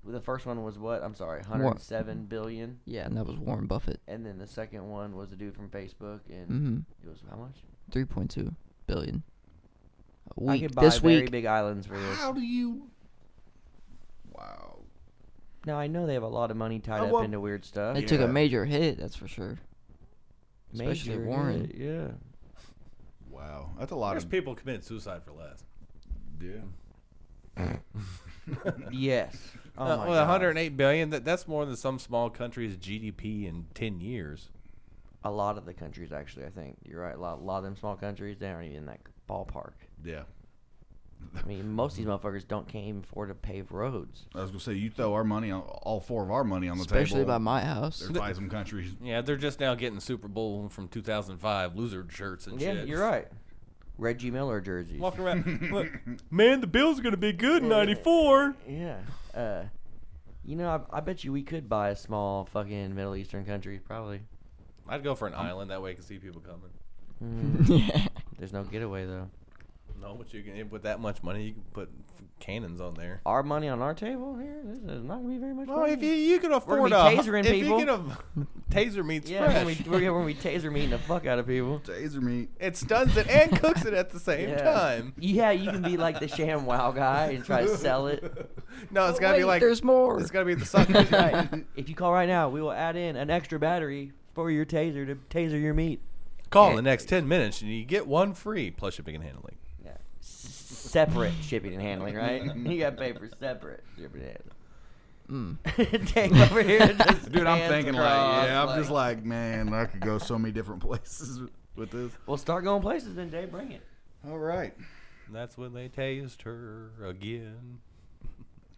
[SPEAKER 5] the first one was what? I'm sorry, 107 billion.
[SPEAKER 1] Yeah, and that was Warren Buffett.
[SPEAKER 5] And then the second one was the dude from Facebook, and
[SPEAKER 1] Mm-hmm.
[SPEAKER 5] it was how much?
[SPEAKER 1] 3.2 billion. A
[SPEAKER 5] I
[SPEAKER 1] week.
[SPEAKER 5] could buy
[SPEAKER 1] this
[SPEAKER 5] very
[SPEAKER 1] week.
[SPEAKER 5] big islands for this.
[SPEAKER 3] How do you? Wow.
[SPEAKER 5] Now I know they have a lot of money tied
[SPEAKER 3] Oh,
[SPEAKER 5] up
[SPEAKER 3] well,
[SPEAKER 5] into weird stuff.
[SPEAKER 1] They took
[SPEAKER 3] Yeah.
[SPEAKER 1] a major hit, that's for sure. especially
[SPEAKER 5] Major,
[SPEAKER 1] Warren.
[SPEAKER 5] Yeah. yeah.
[SPEAKER 3] Wow. That's a lot
[SPEAKER 4] There's
[SPEAKER 3] of
[SPEAKER 4] people committing suicide for less.
[SPEAKER 3] yeah.
[SPEAKER 5] Yes. Oh
[SPEAKER 4] Uh,
[SPEAKER 5] my
[SPEAKER 4] well,
[SPEAKER 5] God.
[SPEAKER 4] 108 billion. That, that's more than some small country's GDP in 10 years.
[SPEAKER 5] A lot of the countries, actually, I think you're right. A lot, a lot of them small countries, they aren't even in that ballpark.
[SPEAKER 3] Yeah.
[SPEAKER 5] I mean, most of these motherfuckers don't can't even afford to pave roads.
[SPEAKER 3] I was gonna say you throw our money on all four of our money on the
[SPEAKER 1] Especially
[SPEAKER 3] table.
[SPEAKER 1] by my house.
[SPEAKER 3] There's probably some countries.
[SPEAKER 4] Yeah, they're just now getting Super Bowl from 2005 loser shirts and
[SPEAKER 5] Yeah,
[SPEAKER 4] shit.
[SPEAKER 5] you're right. Reggie Miller jerseys.
[SPEAKER 4] Walking around, look, man, the Bills are gonna be good in '94.
[SPEAKER 5] Yeah. Uh, you know, I, I bet you we could buy a small fucking Middle Eastern country. Probably.
[SPEAKER 4] I'd go for an island that way I can see people coming.
[SPEAKER 1] yeah.
[SPEAKER 5] Mm, There's no getaway though.
[SPEAKER 4] No, but you can with that much money, you can put f- cannons on there.
[SPEAKER 5] Our money on our table here. This is not gonna be very much.
[SPEAKER 4] Oh,
[SPEAKER 5] money.
[SPEAKER 4] if you you can
[SPEAKER 5] gonna
[SPEAKER 4] afford
[SPEAKER 5] be
[SPEAKER 4] a
[SPEAKER 5] tasering
[SPEAKER 4] if
[SPEAKER 5] people.
[SPEAKER 4] you can af- taser meats
[SPEAKER 5] yeah, when
[SPEAKER 4] fresh.
[SPEAKER 5] we, we're, gonna- when we taser meeting the fuck out of people.
[SPEAKER 3] Taser me.
[SPEAKER 4] it stuns it and cooks it at the same
[SPEAKER 5] Yeah.
[SPEAKER 4] time.
[SPEAKER 5] Yeah, you can be like the sham wow guy and try to sell it.
[SPEAKER 4] No, it's gotta be like
[SPEAKER 1] there's more.
[SPEAKER 4] it's gotta be the suckers.
[SPEAKER 5] Right. If you call right now, we will add in an extra battery for your taser to taser your meat.
[SPEAKER 4] Call in the next ten minutes and you get one free plus shipping and handling.
[SPEAKER 5] Yeah. S- Separate shipping and handling, right? You got to pay for separate shipping and
[SPEAKER 1] Mm.
[SPEAKER 5] handling. Take over here. and just
[SPEAKER 3] Dude, I'm
[SPEAKER 5] hands
[SPEAKER 3] thinking
[SPEAKER 5] crossed,
[SPEAKER 3] like, yeah, I'm just like, man, I could go so many different places with this.
[SPEAKER 5] Well, start going places then, Dave. Bring it.
[SPEAKER 3] All right.
[SPEAKER 4] And that's when they tased her again.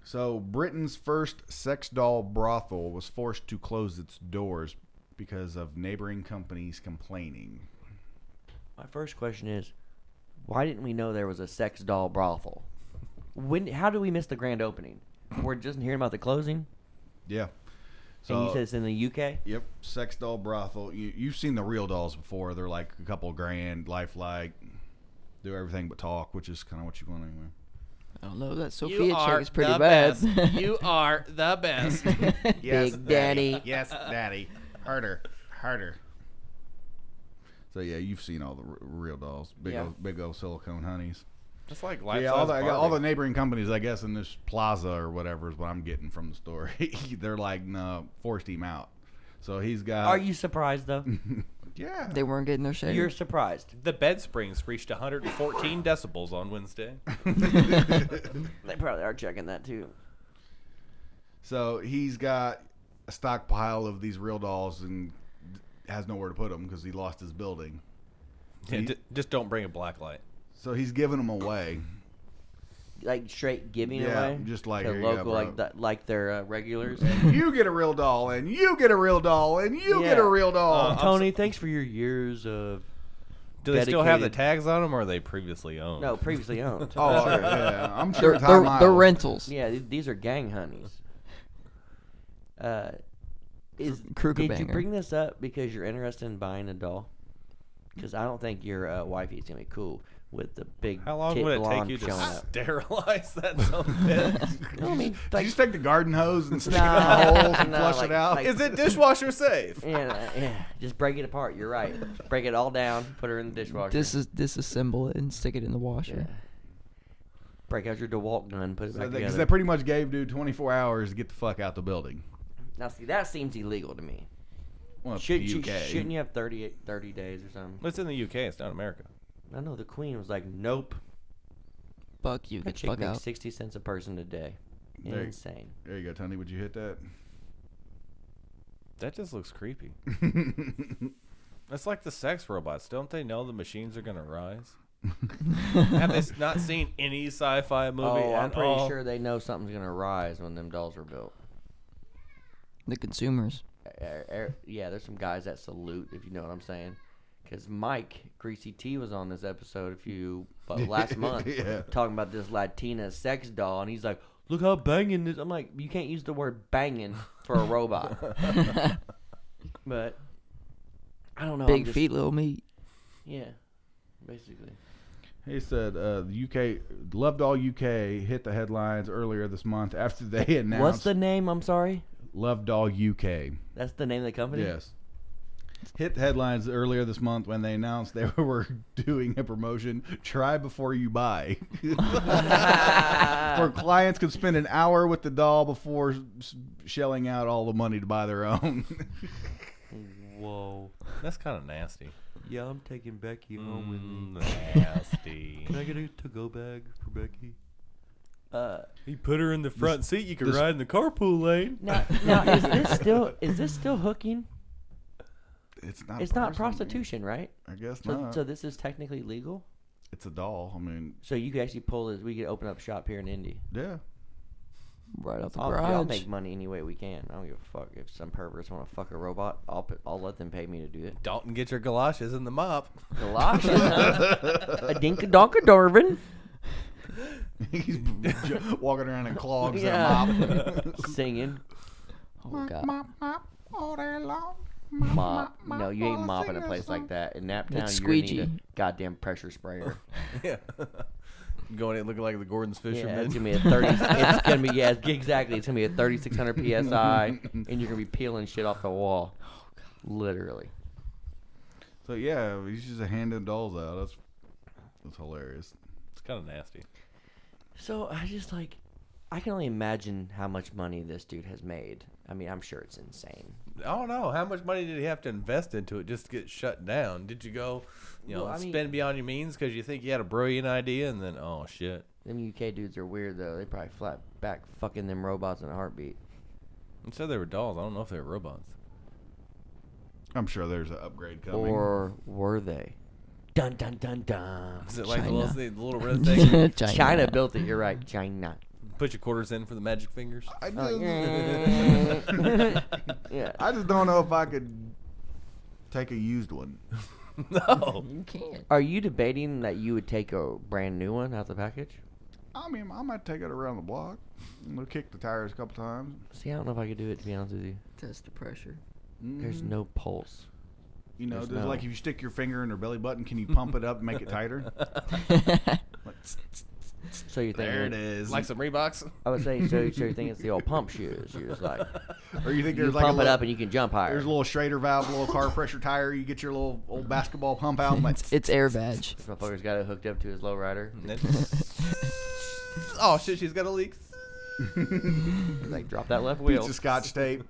[SPEAKER 3] So Britain's first sex doll brothel was forced to close its doors because of neighboring companies complaining.
[SPEAKER 5] My first question is, why didn't we know there was a sex doll brothel? When? How did we miss the grand opening? We're just hearing about the closing,
[SPEAKER 3] Yeah.
[SPEAKER 5] and you said it's in the UK.
[SPEAKER 3] Yep, sex doll brothel. You, you've seen the real dolls before. They're like a couple grand, lifelike, do everything but talk, which is kind of what you want anyway.
[SPEAKER 1] I don't know. That Sophia chick is pretty bad.
[SPEAKER 4] are the best.
[SPEAKER 1] Big Daddy.
[SPEAKER 3] Yes, daddy. Harder, harder. So yeah, you've seen all the r- real dolls, big
[SPEAKER 5] Yeah.
[SPEAKER 3] old, big old silicone honeys.
[SPEAKER 4] That's like life
[SPEAKER 3] yeah, all the, all the neighboring companies, I guess, in this plaza or whatever is what I'm getting from the story. They're like, no, forced him out. So he's got.
[SPEAKER 5] Are you surprised though?
[SPEAKER 3] Yeah.
[SPEAKER 1] They weren't getting their shade.
[SPEAKER 5] You're surprised.
[SPEAKER 4] The bed springs reached 114 decibels on Wednesday.
[SPEAKER 5] They probably are checking that too.
[SPEAKER 3] So he's got a stockpile of these real dolls and has nowhere to put them because he lost his building.
[SPEAKER 4] Yeah,
[SPEAKER 3] He-
[SPEAKER 4] d- just don't bring a black light.
[SPEAKER 3] So he's giving them away.
[SPEAKER 5] Like straight giving
[SPEAKER 3] Yeah,
[SPEAKER 5] away.
[SPEAKER 3] just like,
[SPEAKER 5] to
[SPEAKER 3] here you go,
[SPEAKER 5] local, like
[SPEAKER 3] bro.
[SPEAKER 5] that, like their uh, regulars.
[SPEAKER 3] you get a real doll, and you get a real doll, and you get a
[SPEAKER 5] Yeah.
[SPEAKER 3] real doll.
[SPEAKER 4] Uh,
[SPEAKER 5] Tony, thanks for your years of
[SPEAKER 4] Do they still have the
[SPEAKER 5] Dedicated.
[SPEAKER 4] tags on them, or are they previously owned?
[SPEAKER 5] no previously owned.
[SPEAKER 3] oh, yeah. I'm sure
[SPEAKER 1] they're,
[SPEAKER 3] it's high
[SPEAKER 1] they're, they're
[SPEAKER 3] miles.
[SPEAKER 1] rentals.
[SPEAKER 5] Yeah, th- these are gang honeys. Uh, is
[SPEAKER 1] Kruger
[SPEAKER 5] did you
[SPEAKER 1] banger.
[SPEAKER 5] bring this up because you're interested in buying a doll? Because I don't think your uh, wifey is gonna be cool with the big
[SPEAKER 4] How long
[SPEAKER 5] tit
[SPEAKER 4] would it take
[SPEAKER 5] blonde
[SPEAKER 4] you to
[SPEAKER 5] showing up.
[SPEAKER 4] sterilize that something?
[SPEAKER 5] No, I mean,
[SPEAKER 3] Did
[SPEAKER 5] like,
[SPEAKER 3] you just take the garden hose and stick
[SPEAKER 5] Nah.
[SPEAKER 3] it in the holes and
[SPEAKER 5] Nah,
[SPEAKER 3] flush
[SPEAKER 5] like-
[SPEAKER 3] it out?
[SPEAKER 5] like-
[SPEAKER 4] Is it dishwasher safe?
[SPEAKER 5] yeah, uh, yeah, just break it apart. You're right. Just break it all down. Put her in the dishwasher.
[SPEAKER 1] This is disassemble it and stick it in the washer.
[SPEAKER 5] break out your DeWalt gun. Put it
[SPEAKER 3] So
[SPEAKER 5] back
[SPEAKER 3] they, 'cause
[SPEAKER 5] together.
[SPEAKER 3] they pretty much gave dude 24 hours to get the fuck out the building.
[SPEAKER 5] now, see, that seems illegal to me.
[SPEAKER 3] Well, it's
[SPEAKER 5] Should,
[SPEAKER 3] the
[SPEAKER 5] you,
[SPEAKER 3] UK.
[SPEAKER 5] shouldn't you have 38, 30 days or something?
[SPEAKER 4] It's in the UK. It's not America.
[SPEAKER 5] I know the Queen was like, "Nope."
[SPEAKER 1] Fuck you,
[SPEAKER 5] That
[SPEAKER 1] get the
[SPEAKER 5] chick
[SPEAKER 1] fuck
[SPEAKER 5] makes
[SPEAKER 1] out.
[SPEAKER 5] sixty cents a person a day.
[SPEAKER 3] There-
[SPEAKER 5] Insane.
[SPEAKER 3] There you go, Tony. Would you hit that?
[SPEAKER 4] That just looks creepy. It's like the sex robots. Don't they know the machines are gonna rise? Have they s- not seen any sci-fi movie?
[SPEAKER 5] oh, I'm
[SPEAKER 4] at
[SPEAKER 5] pretty
[SPEAKER 4] all?
[SPEAKER 5] sure they know something's gonna rise when them dolls are built.
[SPEAKER 1] The consumers.
[SPEAKER 5] Er- er- yeah, there's some guys that salute if you know what I'm saying. Because Mike Greasy T was on this episode a few but last month
[SPEAKER 3] Yeah.
[SPEAKER 5] talking about this Latina sex doll, and he's like, "Look how banging this." I'm like, "You can't use the word banging for a robot." but I don't know. I'm
[SPEAKER 1] Big
[SPEAKER 5] just-
[SPEAKER 1] feet, little meat.
[SPEAKER 5] Yeah, basically.
[SPEAKER 3] He said uh, the UK loved all UK hit the headlines earlier this month after they announced
[SPEAKER 5] What's the name? I'm sorry.
[SPEAKER 3] loved all UK.
[SPEAKER 5] That's the name of the company.
[SPEAKER 3] Yes. Hit the headlines earlier this month when they announced they were doing a promotion try before you buy. Where clients could spend an hour with the doll before s- shelling out all the money to buy their own.
[SPEAKER 5] Whoa.
[SPEAKER 4] That's kind of nasty.
[SPEAKER 5] Yeah, I'm taking Becky home Oh, with me.
[SPEAKER 4] Mm, nasty.
[SPEAKER 5] I get a to-go bag for Becky? Uh,
[SPEAKER 4] You put her in the front seat. You can
[SPEAKER 3] this-
[SPEAKER 4] ride in the carpool lane.
[SPEAKER 5] now, now is this still is this still hooking?
[SPEAKER 3] it's not
[SPEAKER 5] It's not
[SPEAKER 3] personal,
[SPEAKER 5] prostitution, right?
[SPEAKER 3] I guess
[SPEAKER 5] So,
[SPEAKER 3] not.
[SPEAKER 5] so this is technically legal.
[SPEAKER 3] it's a doll. I mean,
[SPEAKER 5] So you could actually pull this. We could open up shop here in Indy.
[SPEAKER 3] yeah.
[SPEAKER 1] Right out the
[SPEAKER 5] I'll,
[SPEAKER 1] garage.
[SPEAKER 5] I'll make money any way we can. I don't give a fuck if some perverts want to fuck a robot. I'll put, I'll let them pay me to do it.
[SPEAKER 4] Dalton, get your galoshes in the mop.
[SPEAKER 5] Galoshes, huh? a dinka donka darvin.
[SPEAKER 3] He's j- walking around in clogs
[SPEAKER 5] Yeah.
[SPEAKER 3] and a mop.
[SPEAKER 5] singing.
[SPEAKER 1] oh god.
[SPEAKER 5] Mop. No, you ain't mopping a place like that. In Naptown,
[SPEAKER 1] It's
[SPEAKER 5] you need a
[SPEAKER 1] squeegee.
[SPEAKER 5] goddamn pressure sprayer.
[SPEAKER 4] Yeah. Going in looking like the Gordon's
[SPEAKER 5] Yeah,
[SPEAKER 4] fisherman.
[SPEAKER 5] it's gonna be a thirty. it's gonna be yeah, it's- exactly. It's gonna be a thirty-six hundred psi, and you're gonna be peeling shit off the wall, literally.
[SPEAKER 3] So yeah, he's just handing dolls out. That's that's hilarious.
[SPEAKER 4] It's kind of nasty.
[SPEAKER 5] So I just like, I can only imagine how much money this dude has made. I mean, I'm sure it's insane.
[SPEAKER 4] I don't know how much money did he have to invest into it just to get shut down. Did you go, you know,
[SPEAKER 5] Well, I mean-
[SPEAKER 4] spend beyond your means because you think you had a brilliant idea and then oh shit,
[SPEAKER 5] Them UK dudes are weird though. They probably flat back fucking them robots in a heartbeat.
[SPEAKER 4] it said they were dolls. I don't know if they were robots.
[SPEAKER 3] I'm sure there's an upgrade coming.
[SPEAKER 5] Or were they? Dun dun dun dun.
[SPEAKER 4] Is it like the
[SPEAKER 1] China.
[SPEAKER 4] little, thing- the little red thing?
[SPEAKER 1] China.
[SPEAKER 5] China built it. You're right, China.
[SPEAKER 4] Put your quarters in for the magic fingers.
[SPEAKER 3] I just,
[SPEAKER 5] I'm like, mm. Oh, yeah.
[SPEAKER 3] I just don't know if I could take a used one.
[SPEAKER 4] no,
[SPEAKER 1] You can't.
[SPEAKER 5] Are you debating that you would take a brand new one out the package?
[SPEAKER 3] I mean, I might take it around the block. I'll kick the tires a couple times.
[SPEAKER 5] See, I don't know if I could do it to be honest with you.
[SPEAKER 1] Test the pressure.
[SPEAKER 3] Mm-hmm.
[SPEAKER 5] There's no
[SPEAKER 3] Mm.
[SPEAKER 5] pulse.
[SPEAKER 3] you know,
[SPEAKER 5] there's
[SPEAKER 3] there's
[SPEAKER 5] no-
[SPEAKER 3] like if you stick your finger in her belly button, can you pump it up and make it tighter? Like, tss, tss,
[SPEAKER 5] So you think
[SPEAKER 3] there it is.
[SPEAKER 4] like some Reeboks.
[SPEAKER 5] I would say so. So you think it's the old pump shoes? You're just like
[SPEAKER 3] Or you think
[SPEAKER 5] you
[SPEAKER 3] there's like
[SPEAKER 5] pump
[SPEAKER 3] a
[SPEAKER 5] it
[SPEAKER 3] little-
[SPEAKER 5] up and you can jump higher.
[SPEAKER 3] There's a little Schrader valve, a little car pressure tire. You get your little old basketball pump out. and Like,
[SPEAKER 1] It's, it's air badge.
[SPEAKER 5] This motherfucker's got it hooked up to his lowrider.
[SPEAKER 3] Mm.
[SPEAKER 4] And then- oh shit, she's got a leak.
[SPEAKER 5] He's like drop that left wheel.
[SPEAKER 3] piece of scotch tape.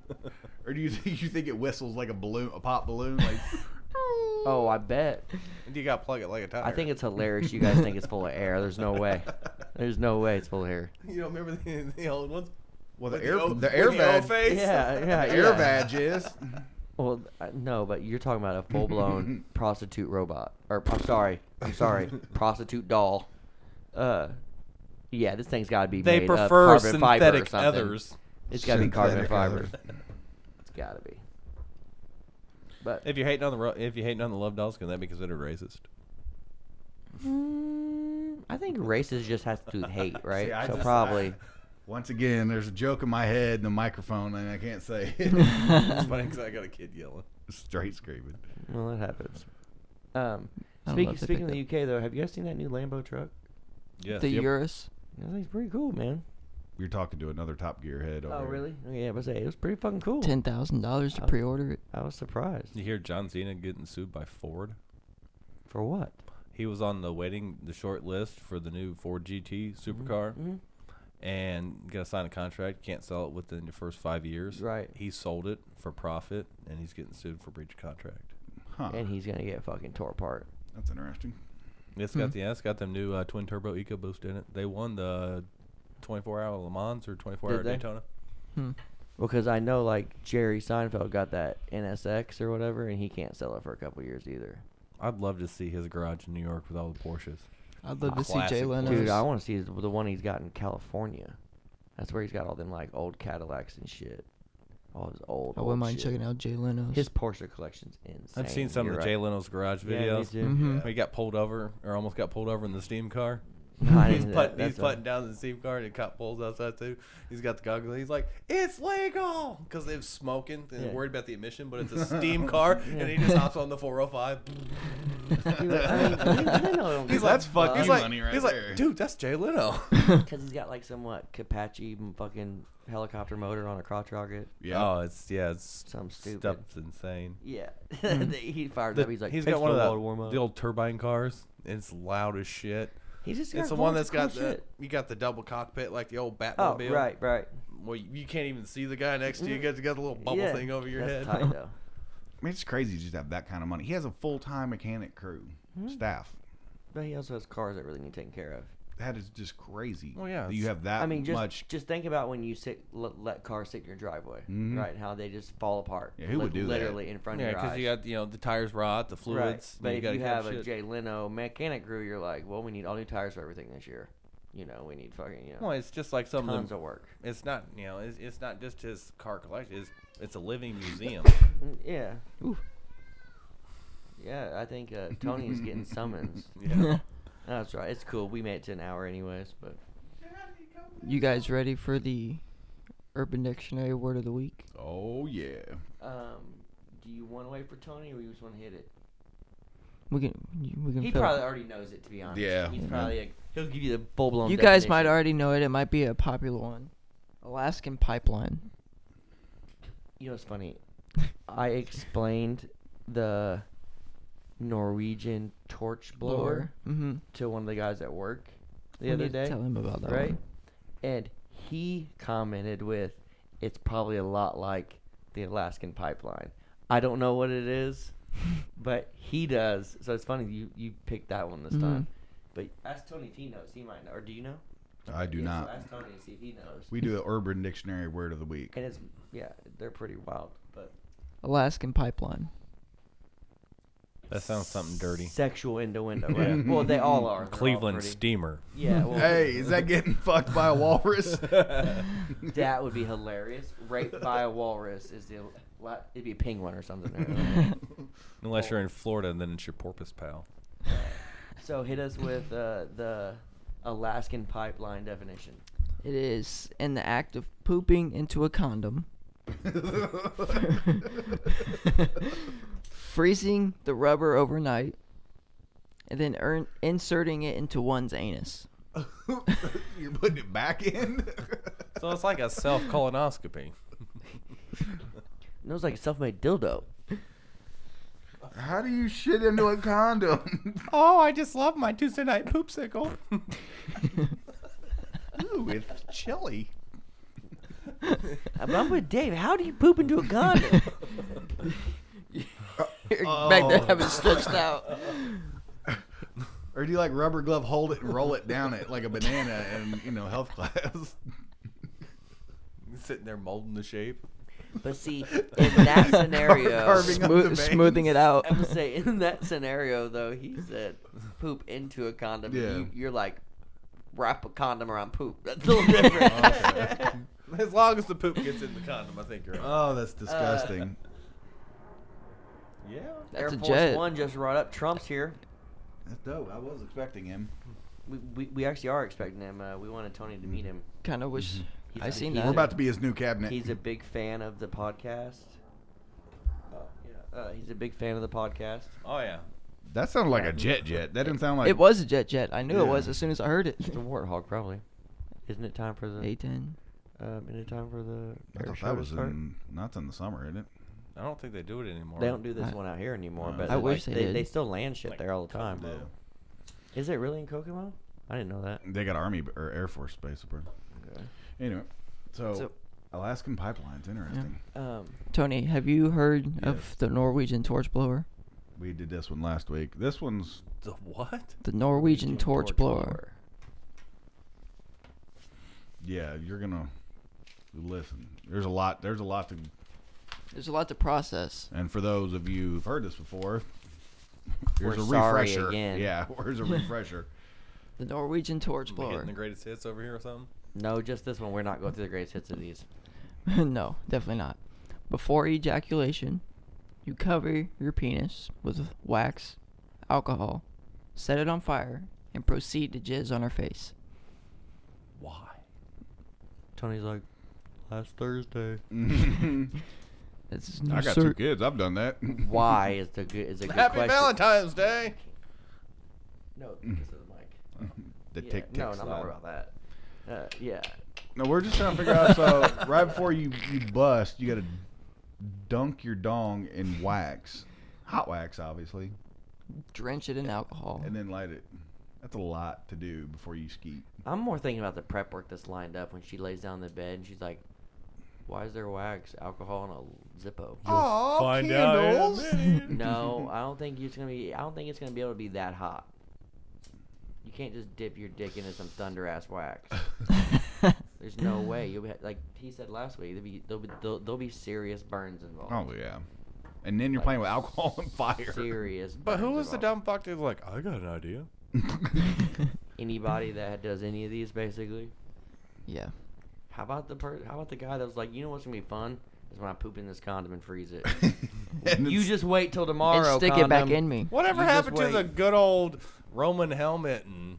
[SPEAKER 3] Or do you think you think it whistles like a balloon, a pop balloon? Like,
[SPEAKER 5] Oh, I bet.
[SPEAKER 4] You got to plug it like a tire.
[SPEAKER 5] I think it's hilarious. You guys think it's full of air. There's no way. There's no way it's full of air.
[SPEAKER 4] you don't remember the, the old ones.
[SPEAKER 3] well, the
[SPEAKER 4] With
[SPEAKER 3] air,
[SPEAKER 4] old-
[SPEAKER 3] the air
[SPEAKER 4] with the old
[SPEAKER 3] vag,
[SPEAKER 4] face.
[SPEAKER 5] Yeah, yeah,
[SPEAKER 3] the air
[SPEAKER 5] yeah.
[SPEAKER 3] vag is.
[SPEAKER 5] Well, th- uh, no, but you're talking about a full blown prostitute robot. Or I'm sorry, I'm sorry, prostitute doll. Uh, yeah, this thing's got to be
[SPEAKER 4] They
[SPEAKER 5] made
[SPEAKER 4] prefer
[SPEAKER 5] of carbon fiber or
[SPEAKER 4] synthetic
[SPEAKER 5] something.
[SPEAKER 4] others.
[SPEAKER 5] It's got to be carbon
[SPEAKER 3] Synthetic
[SPEAKER 5] fiber.
[SPEAKER 3] others.
[SPEAKER 5] It's got to be. But
[SPEAKER 4] If you're hating on the ro- if you're hating on the love dolls, can that be considered racist?
[SPEAKER 5] mm, I think racist just has to do with hate, right?
[SPEAKER 3] See, I
[SPEAKER 5] so
[SPEAKER 3] just-
[SPEAKER 5] probably.
[SPEAKER 3] Once again, there's a joke in my head and the microphone, and I can't say it.
[SPEAKER 4] It's funny because I got a kid yelling.
[SPEAKER 3] Straight screaming.
[SPEAKER 5] Well, that happens. Um,
[SPEAKER 1] I'd
[SPEAKER 5] speaking
[SPEAKER 1] love to
[SPEAKER 5] speaking
[SPEAKER 1] pick
[SPEAKER 5] of the UK though, have you guys seen that new Lambo truck?
[SPEAKER 4] Yeah.
[SPEAKER 1] the Urus.
[SPEAKER 5] I think it's pretty cool, man.
[SPEAKER 3] You're talking to another Top Gear head. Over
[SPEAKER 5] Oh
[SPEAKER 3] here.
[SPEAKER 5] really? Yeah, but say it was pretty fucking cool.
[SPEAKER 1] Ten thousand dollars to
[SPEAKER 5] Oh.
[SPEAKER 1] pre-order it.
[SPEAKER 5] I was surprised.
[SPEAKER 4] You hear John Cena getting sued by Ford?
[SPEAKER 5] For what?
[SPEAKER 4] He was on the waiting the short list for the new Ford GT supercar,
[SPEAKER 5] mhm.
[SPEAKER 4] and got to sign a contract. Can't sell it within your first five years.
[SPEAKER 5] Right.
[SPEAKER 4] He sold it for profit, and he's getting sued for breach of contract.
[SPEAKER 3] Huh.
[SPEAKER 5] And he's gonna get fucking tore apart.
[SPEAKER 3] That's interesting.
[SPEAKER 4] It's got the yeah, it's got the new uh, twin turbo EcoBoost in it. They won the 24 hour Le Mans or 24 hour
[SPEAKER 5] Did they?
[SPEAKER 4] Daytona.
[SPEAKER 1] Hmm.
[SPEAKER 5] Because I know like Jerry Seinfeld got that NSX or whatever, and he can't sell it for a couple years either.
[SPEAKER 4] I'd love to see his garage in New York with all the Porsches.
[SPEAKER 1] I'd love to see Jay
[SPEAKER 4] Classic
[SPEAKER 1] Leno.
[SPEAKER 5] Dude, I want to see the the one he's got in California. That's where he's got all them like old Cadillacs and shit. All his old.
[SPEAKER 1] I
[SPEAKER 5] old
[SPEAKER 1] wouldn't mind
[SPEAKER 5] shit.
[SPEAKER 1] checking out Jay Leno's.
[SPEAKER 5] His Porsche collection's insane.
[SPEAKER 4] I've seen some
[SPEAKER 5] You're
[SPEAKER 4] of the
[SPEAKER 5] right.
[SPEAKER 4] Jay Leno's garage
[SPEAKER 5] Yeah, me
[SPEAKER 4] videos. Mm-hmm.
[SPEAKER 5] too.
[SPEAKER 1] Mhm.
[SPEAKER 4] He got pulled over or almost got pulled over in the steam car.
[SPEAKER 5] No, I
[SPEAKER 4] he's
[SPEAKER 5] didn't-
[SPEAKER 4] putting,
[SPEAKER 5] that's
[SPEAKER 4] he's
[SPEAKER 5] a-
[SPEAKER 4] putting down the steam car and a cop pulls outside too. He's got the goggles. He's like, "It's legal," because they're smoking and
[SPEAKER 5] Yeah.
[SPEAKER 4] they're worried about the emission, but it's a steam car, and he just hops on the 405.
[SPEAKER 5] He was- I mean, they- they know they don't
[SPEAKER 4] He's
[SPEAKER 5] give
[SPEAKER 4] like,
[SPEAKER 5] a
[SPEAKER 3] fuck
[SPEAKER 4] he's
[SPEAKER 3] you
[SPEAKER 4] like,
[SPEAKER 3] money right
[SPEAKER 4] he's
[SPEAKER 3] there.
[SPEAKER 4] like, dude, that's Jay Leno.
[SPEAKER 5] Because he's got like some what Apache fucking helicopter motor on a crotch rocket.
[SPEAKER 3] Yeah.
[SPEAKER 4] Oh, it's yeah, it's
[SPEAKER 5] Some stupid.
[SPEAKER 4] Stuff's insane.
[SPEAKER 5] Yeah, he fired up. He's like,
[SPEAKER 4] he's
[SPEAKER 5] "Takes
[SPEAKER 4] got one of
[SPEAKER 5] a
[SPEAKER 4] the,
[SPEAKER 5] little warm up."
[SPEAKER 4] the old turbine cars. It's loud as shit.
[SPEAKER 5] He's just
[SPEAKER 4] It's
[SPEAKER 5] got
[SPEAKER 4] the
[SPEAKER 5] a
[SPEAKER 4] one
[SPEAKER 5] bunch
[SPEAKER 4] that's
[SPEAKER 5] of
[SPEAKER 4] got
[SPEAKER 5] cool
[SPEAKER 4] the
[SPEAKER 5] shit.
[SPEAKER 4] you got the double cockpit like the old
[SPEAKER 5] Oh
[SPEAKER 4] Batmobile.
[SPEAKER 5] right, right.
[SPEAKER 4] Well, you, you can't even see the guy next to you. You got, you got the little bubble
[SPEAKER 5] Yeah,
[SPEAKER 4] thing over your
[SPEAKER 5] that's
[SPEAKER 4] head.
[SPEAKER 5] Tight, though.
[SPEAKER 3] I mean, it's crazy to just have that kind of money. He has a full time mechanic crew,
[SPEAKER 5] Hmm.
[SPEAKER 3] staff.
[SPEAKER 5] But he also has cars that really need taken care of.
[SPEAKER 3] That is just crazy.
[SPEAKER 4] Well, yeah,
[SPEAKER 3] that you
[SPEAKER 4] it's-
[SPEAKER 3] have that
[SPEAKER 5] I mean, just
[SPEAKER 3] much.
[SPEAKER 5] just think about when you sit, let, let cars sit in your driveway,
[SPEAKER 4] Mm-hmm.
[SPEAKER 3] Mhm.
[SPEAKER 5] right? How they just fall apart.
[SPEAKER 3] Yeah, who would
[SPEAKER 5] like,
[SPEAKER 3] do that?
[SPEAKER 5] literally in front
[SPEAKER 4] Yeah,
[SPEAKER 5] of your
[SPEAKER 4] because
[SPEAKER 5] eyes.
[SPEAKER 4] you got you know the tires rot, the
[SPEAKER 5] Right.
[SPEAKER 4] fluids.
[SPEAKER 5] But
[SPEAKER 4] you
[SPEAKER 5] if
[SPEAKER 4] gotta
[SPEAKER 5] you
[SPEAKER 4] have
[SPEAKER 5] have a
[SPEAKER 4] shit.
[SPEAKER 5] Jay Leno mechanic crew, you're like, well, we need all new tires for everything this year. You know, we need fucking you know
[SPEAKER 4] Well, it's just like some of
[SPEAKER 5] tons
[SPEAKER 4] them.
[SPEAKER 5] of work.
[SPEAKER 4] It's not you know it's, it's not just his car collection. It's it's a living museum.
[SPEAKER 5] Mm, Yeah. Yeah, I think uh, Tony is getting summons.
[SPEAKER 4] yeah.
[SPEAKER 5] No, That's right. It's cool. We made it to an hour anyways, but
[SPEAKER 1] you guys ready for the Urban Dictionary word of the week?
[SPEAKER 3] Oh yeah.
[SPEAKER 5] um, do you want to wait for Tony or you just want to hit it?
[SPEAKER 1] We can we can.
[SPEAKER 5] He
[SPEAKER 1] fill-
[SPEAKER 5] probably already knows it to be honest.
[SPEAKER 3] Yeah.
[SPEAKER 5] He's
[SPEAKER 3] Yeah.
[SPEAKER 5] probably a, he'll give you the full blown.
[SPEAKER 1] you guys might already know it. It might be a popular one. Alaskan pipeline.
[SPEAKER 5] You know what's funny? I explained the Norwegian torch blower
[SPEAKER 1] Mm-hmm.
[SPEAKER 5] to one of the guys at work the other day.
[SPEAKER 1] Tell him about that.
[SPEAKER 5] right?
[SPEAKER 1] one.
[SPEAKER 5] And he commented with, "It's probably a lot like the Alaskan pipeline." I don't know what it is, but he does. So it's funny you you picked that one this
[SPEAKER 1] Mhm.
[SPEAKER 5] time. But ask Tony if he knows. He might know, or do you know?
[SPEAKER 3] I do
[SPEAKER 5] Yeah, so
[SPEAKER 3] not.
[SPEAKER 5] ask Tony and see if he knows.
[SPEAKER 3] We do an urban dictionary word of the week.
[SPEAKER 5] And it's yeah, they're pretty wild. But
[SPEAKER 1] Alaskan pipeline.
[SPEAKER 4] That sounds something dirty.
[SPEAKER 5] Sexual innuendo.
[SPEAKER 4] Yeah.
[SPEAKER 5] Right? well, they all are. They're all
[SPEAKER 4] Cleveland
[SPEAKER 5] pretty.
[SPEAKER 4] steamer.
[SPEAKER 5] Yeah. Well,
[SPEAKER 3] Hey, is that getting fucked by a walrus?
[SPEAKER 5] that would be hilarious. Raped by a walrus is the. It'd be a penguin or something.
[SPEAKER 4] Unless you're in Florida, and then it's your porpoise pal.
[SPEAKER 5] So hit us with uh, the Alaskan pipeline definition.
[SPEAKER 1] It is in the act of pooping into a condom, freezing the rubber overnight, and then earn, inserting it into one's anus.
[SPEAKER 3] You're putting it back in.
[SPEAKER 4] So it's like a self colonoscopy.
[SPEAKER 5] And it was like a self-made dildo.
[SPEAKER 3] How do you shit into a condom?
[SPEAKER 4] Oh, I just love my Tuesday night poopsicle.
[SPEAKER 3] Ooh, it's chilly.
[SPEAKER 5] Uh, But I'm with Dave. How do you poop into a condom?
[SPEAKER 1] Your back there
[SPEAKER 5] Oh.
[SPEAKER 1] having stretched out.
[SPEAKER 3] Or do you like rubber glove hold it and roll it down it like a banana in you know health class?
[SPEAKER 4] Sitting there molding the shape.
[SPEAKER 5] but see, in that scenario,
[SPEAKER 3] Carving up the
[SPEAKER 1] Smooth,
[SPEAKER 3] veins.
[SPEAKER 1] smoothing it out.
[SPEAKER 5] I would say in that scenario though, he said poop into a condom.
[SPEAKER 3] Yeah.
[SPEAKER 5] You, you're like wrap a condom around poop. That's a little different.
[SPEAKER 4] As long as the poop gets in the condom, I think you're. Right.
[SPEAKER 3] Oh, that's
[SPEAKER 5] Uh,
[SPEAKER 3] disgusting.
[SPEAKER 4] Yeah.
[SPEAKER 5] Air
[SPEAKER 1] That's a
[SPEAKER 5] Force
[SPEAKER 1] jet.
[SPEAKER 5] One just brought up. Trump's here.
[SPEAKER 3] that's dope. I was expecting him.
[SPEAKER 5] We, we, we actually are expecting him. Uh, we wanted Tony to meet him.
[SPEAKER 1] Kind of wish
[SPEAKER 5] He's
[SPEAKER 1] I
[SPEAKER 5] a-
[SPEAKER 1] seen
[SPEAKER 5] he's
[SPEAKER 1] that.
[SPEAKER 5] a-
[SPEAKER 3] We're about to be his new cabinet.
[SPEAKER 5] He's a big fan of the podcast. Uh, yeah, uh, he's a big fan of the podcast.
[SPEAKER 4] Oh yeah.
[SPEAKER 3] that sounded like a jet jet. That didn't sound like
[SPEAKER 1] it was a jet jet. I knew it
[SPEAKER 3] Yeah.
[SPEAKER 1] was as soon as I heard it.
[SPEAKER 5] It's a warthog, probably. Isn't it time for the?
[SPEAKER 1] A ten.
[SPEAKER 5] Um, isn't it time for the?
[SPEAKER 3] I
[SPEAKER 5] air
[SPEAKER 3] thought
[SPEAKER 5] show
[SPEAKER 3] that
[SPEAKER 5] to
[SPEAKER 3] was
[SPEAKER 5] start?
[SPEAKER 3] in that's in the summer, isn't it?
[SPEAKER 4] I don't think they do it anymore.
[SPEAKER 5] They don't do this
[SPEAKER 1] I-
[SPEAKER 5] one out here anymore,
[SPEAKER 3] No.
[SPEAKER 5] but
[SPEAKER 3] I
[SPEAKER 5] like,
[SPEAKER 1] wish
[SPEAKER 5] they,
[SPEAKER 1] they
[SPEAKER 5] they,
[SPEAKER 1] did.
[SPEAKER 5] still land shit
[SPEAKER 4] Like
[SPEAKER 5] there all the time.
[SPEAKER 4] Kokomo.
[SPEAKER 5] Is it really in Kokomo? I didn't know that.
[SPEAKER 3] They got army b- or air force base up there. Anyway, so,
[SPEAKER 1] So-
[SPEAKER 3] Alaskan pipelines interesting.
[SPEAKER 5] Um,
[SPEAKER 1] Tony, have you heard
[SPEAKER 3] Yes.
[SPEAKER 1] of the Norwegian torch blower?
[SPEAKER 3] We did this one last week. This one's
[SPEAKER 4] The what?
[SPEAKER 1] The Norwegian torch, blower.
[SPEAKER 3] yeah. You're gonna listen. There's a lot. There's a lot to.
[SPEAKER 1] There's a lot to process.
[SPEAKER 3] And for those of you who've heard this before, here's
[SPEAKER 5] We're
[SPEAKER 3] a
[SPEAKER 5] sorry
[SPEAKER 3] refresher.
[SPEAKER 5] again.
[SPEAKER 3] Yeah, here's a refresher.
[SPEAKER 1] The Norwegian torch
[SPEAKER 4] Am I
[SPEAKER 1] blower.
[SPEAKER 4] hitting the greatest hits over here or something?
[SPEAKER 5] No, just this one. We're not going through the greatest hits of these.
[SPEAKER 1] no, definitely not. Before ejaculation, you cover your penis with wax, alcohol, set it on fire, and proceed to jizz on her face.
[SPEAKER 4] Why?
[SPEAKER 5] Tony's like, last Thursday.
[SPEAKER 1] That's
[SPEAKER 3] I got two kids. I've done that.
[SPEAKER 5] Why is the good is a good
[SPEAKER 4] Happy
[SPEAKER 5] question.
[SPEAKER 4] Valentine's Day.
[SPEAKER 5] No, this is the mic.
[SPEAKER 3] The
[SPEAKER 5] Yeah,
[SPEAKER 3] tick tick.
[SPEAKER 5] No, no, I'm not
[SPEAKER 3] slide.
[SPEAKER 5] worried about that. Uh, yeah.
[SPEAKER 3] No, we're just trying to figure out. So right before you you bust, you got to dunk your dong in wax, hot wax, obviously,
[SPEAKER 1] Drench it in alcohol.
[SPEAKER 3] and then light it. That's a lot to do before you skeet.
[SPEAKER 5] I'm more thinking about the prep work that's lined up when she lays down in the bed and she's like, why is there wax, alcohol, and a Zippo?
[SPEAKER 3] Oh,
[SPEAKER 4] Find out in a minute.
[SPEAKER 5] no, I don't think it's gonna be. I don't think it's gonna be able to be that hot. You can't just dip your dick into some thunder ass wax. There's no way. You'll be like he said last week. There'll be there'll be, there'll, there'll be serious burns
[SPEAKER 3] Oh
[SPEAKER 5] involved.
[SPEAKER 3] yeah, and then you're playing with alcohol and fire.
[SPEAKER 5] Serious.
[SPEAKER 4] But who
[SPEAKER 5] burns
[SPEAKER 4] was the
[SPEAKER 5] involved.
[SPEAKER 4] dumb fuck that was like, I got an idea?
[SPEAKER 5] Anybody that does any of these, basically.
[SPEAKER 1] yeah.
[SPEAKER 5] How about the per- How about the guy that was like, you know what's gonna be fun is when I poop in this condom and freeze it.
[SPEAKER 3] And
[SPEAKER 5] you
[SPEAKER 3] it's-
[SPEAKER 5] just wait till
[SPEAKER 1] And
[SPEAKER 5] tomorrow.
[SPEAKER 1] stick it back
[SPEAKER 5] condom.
[SPEAKER 1] in me.
[SPEAKER 4] Whatever
[SPEAKER 5] You just
[SPEAKER 4] happened to the
[SPEAKER 5] wait.
[SPEAKER 4] good old Roman helmet and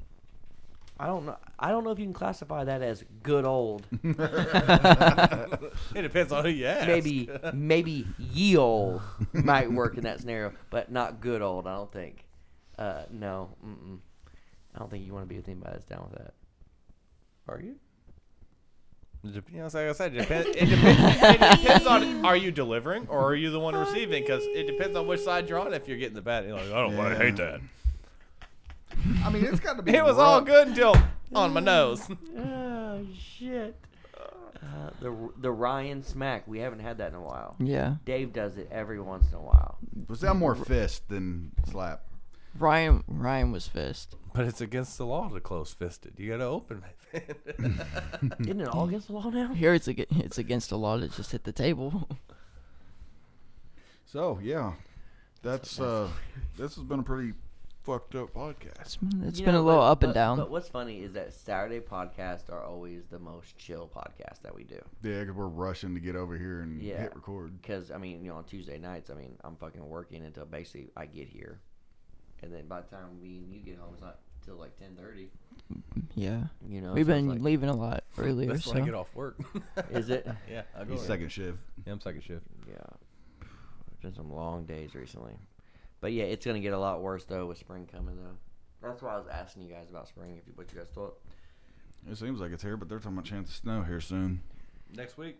[SPEAKER 5] I don't know. I don't know if you can classify that as good old.
[SPEAKER 4] Uh, it depends on who you ask.
[SPEAKER 5] maybe maybe ye old might work in that scenario, but not good old. I don't think. Uh, no, mm-mm. I don't think you want to be with anybody that's down with that. Are you?
[SPEAKER 4] Dep- You know, it's like I said, it depends, it, depends, it depends on are you delivering or are you the one receiving? Because it depends on which side you're on if you're getting the bad. You're like, I don't want to hate that.
[SPEAKER 3] I mean, it's got to be.
[SPEAKER 4] It was all
[SPEAKER 3] rough.
[SPEAKER 4] good until on my nose.
[SPEAKER 5] Oh shit! Uh, the the Ryan smack. We haven't had that in a while.
[SPEAKER 1] Yeah.
[SPEAKER 5] Dave does it every once in a while.
[SPEAKER 3] Was that more fist than slap?
[SPEAKER 1] Ryan Ryan was fist.
[SPEAKER 4] But it's against the law to close fisted. You got to open.
[SPEAKER 5] Isn't it all against the law now?
[SPEAKER 1] Here it's ag- it's against the law to just hit the table.
[SPEAKER 3] So yeah, that's uh, this has been a pretty fucked up podcast.
[SPEAKER 1] It's been- it's
[SPEAKER 5] You
[SPEAKER 1] been
[SPEAKER 5] know,
[SPEAKER 1] a little
[SPEAKER 5] but-
[SPEAKER 1] up and
[SPEAKER 5] but-
[SPEAKER 1] down.
[SPEAKER 5] But what's funny is that Saturday podcasts are always the most chill podcast that we do.
[SPEAKER 3] Yeah, 'cause we're rushing to get over here and
[SPEAKER 5] Yeah.
[SPEAKER 3] hit record.
[SPEAKER 5] Because I mean, you know, on Tuesday nights, I mean, I'm fucking working until basically I get here, and then by the time me and you get home, it's not till like ten thirty.
[SPEAKER 1] yeah.
[SPEAKER 5] You know,
[SPEAKER 1] We've
[SPEAKER 5] so it's
[SPEAKER 1] been
[SPEAKER 5] like-
[SPEAKER 1] leaving a lot earlier.
[SPEAKER 4] That's
[SPEAKER 1] so.
[SPEAKER 4] when I get off work.
[SPEAKER 5] Is it?
[SPEAKER 4] yeah, I go
[SPEAKER 3] He's
[SPEAKER 4] in.
[SPEAKER 3] second shift.
[SPEAKER 4] Yeah, I'm second shift.
[SPEAKER 5] Yeah, it's been some long days recently, but yeah, it's gonna get a lot worse though with spring coming though. That's why I was asking you guys about spring. If you what you guys thought?
[SPEAKER 3] It seems like it's here, but they're talking about chance of snow here soon.
[SPEAKER 4] Next week.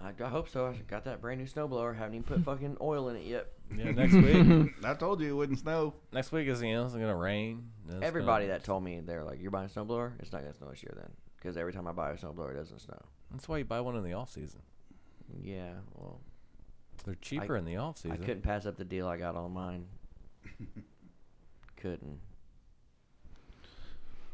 [SPEAKER 5] I, I hope so. I got that brand new snowblower. Haven't even put fucking oil in it yet.
[SPEAKER 4] Yeah, next week.
[SPEAKER 3] I told you it wouldn't snow.
[SPEAKER 4] next week is you know it's gonna rain. It's gonna-
[SPEAKER 5] Everybody that told me they're like, "You're buying a snowblower? It's not gonna snow this year then." Because every time I buy a snowblower, it doesn't snow.
[SPEAKER 4] That's why you buy one in the off season.
[SPEAKER 5] Yeah, well,
[SPEAKER 4] They're cheaper in the off
[SPEAKER 5] I
[SPEAKER 4] season.
[SPEAKER 5] couldn't pass up the deal I got on mine. couldn't.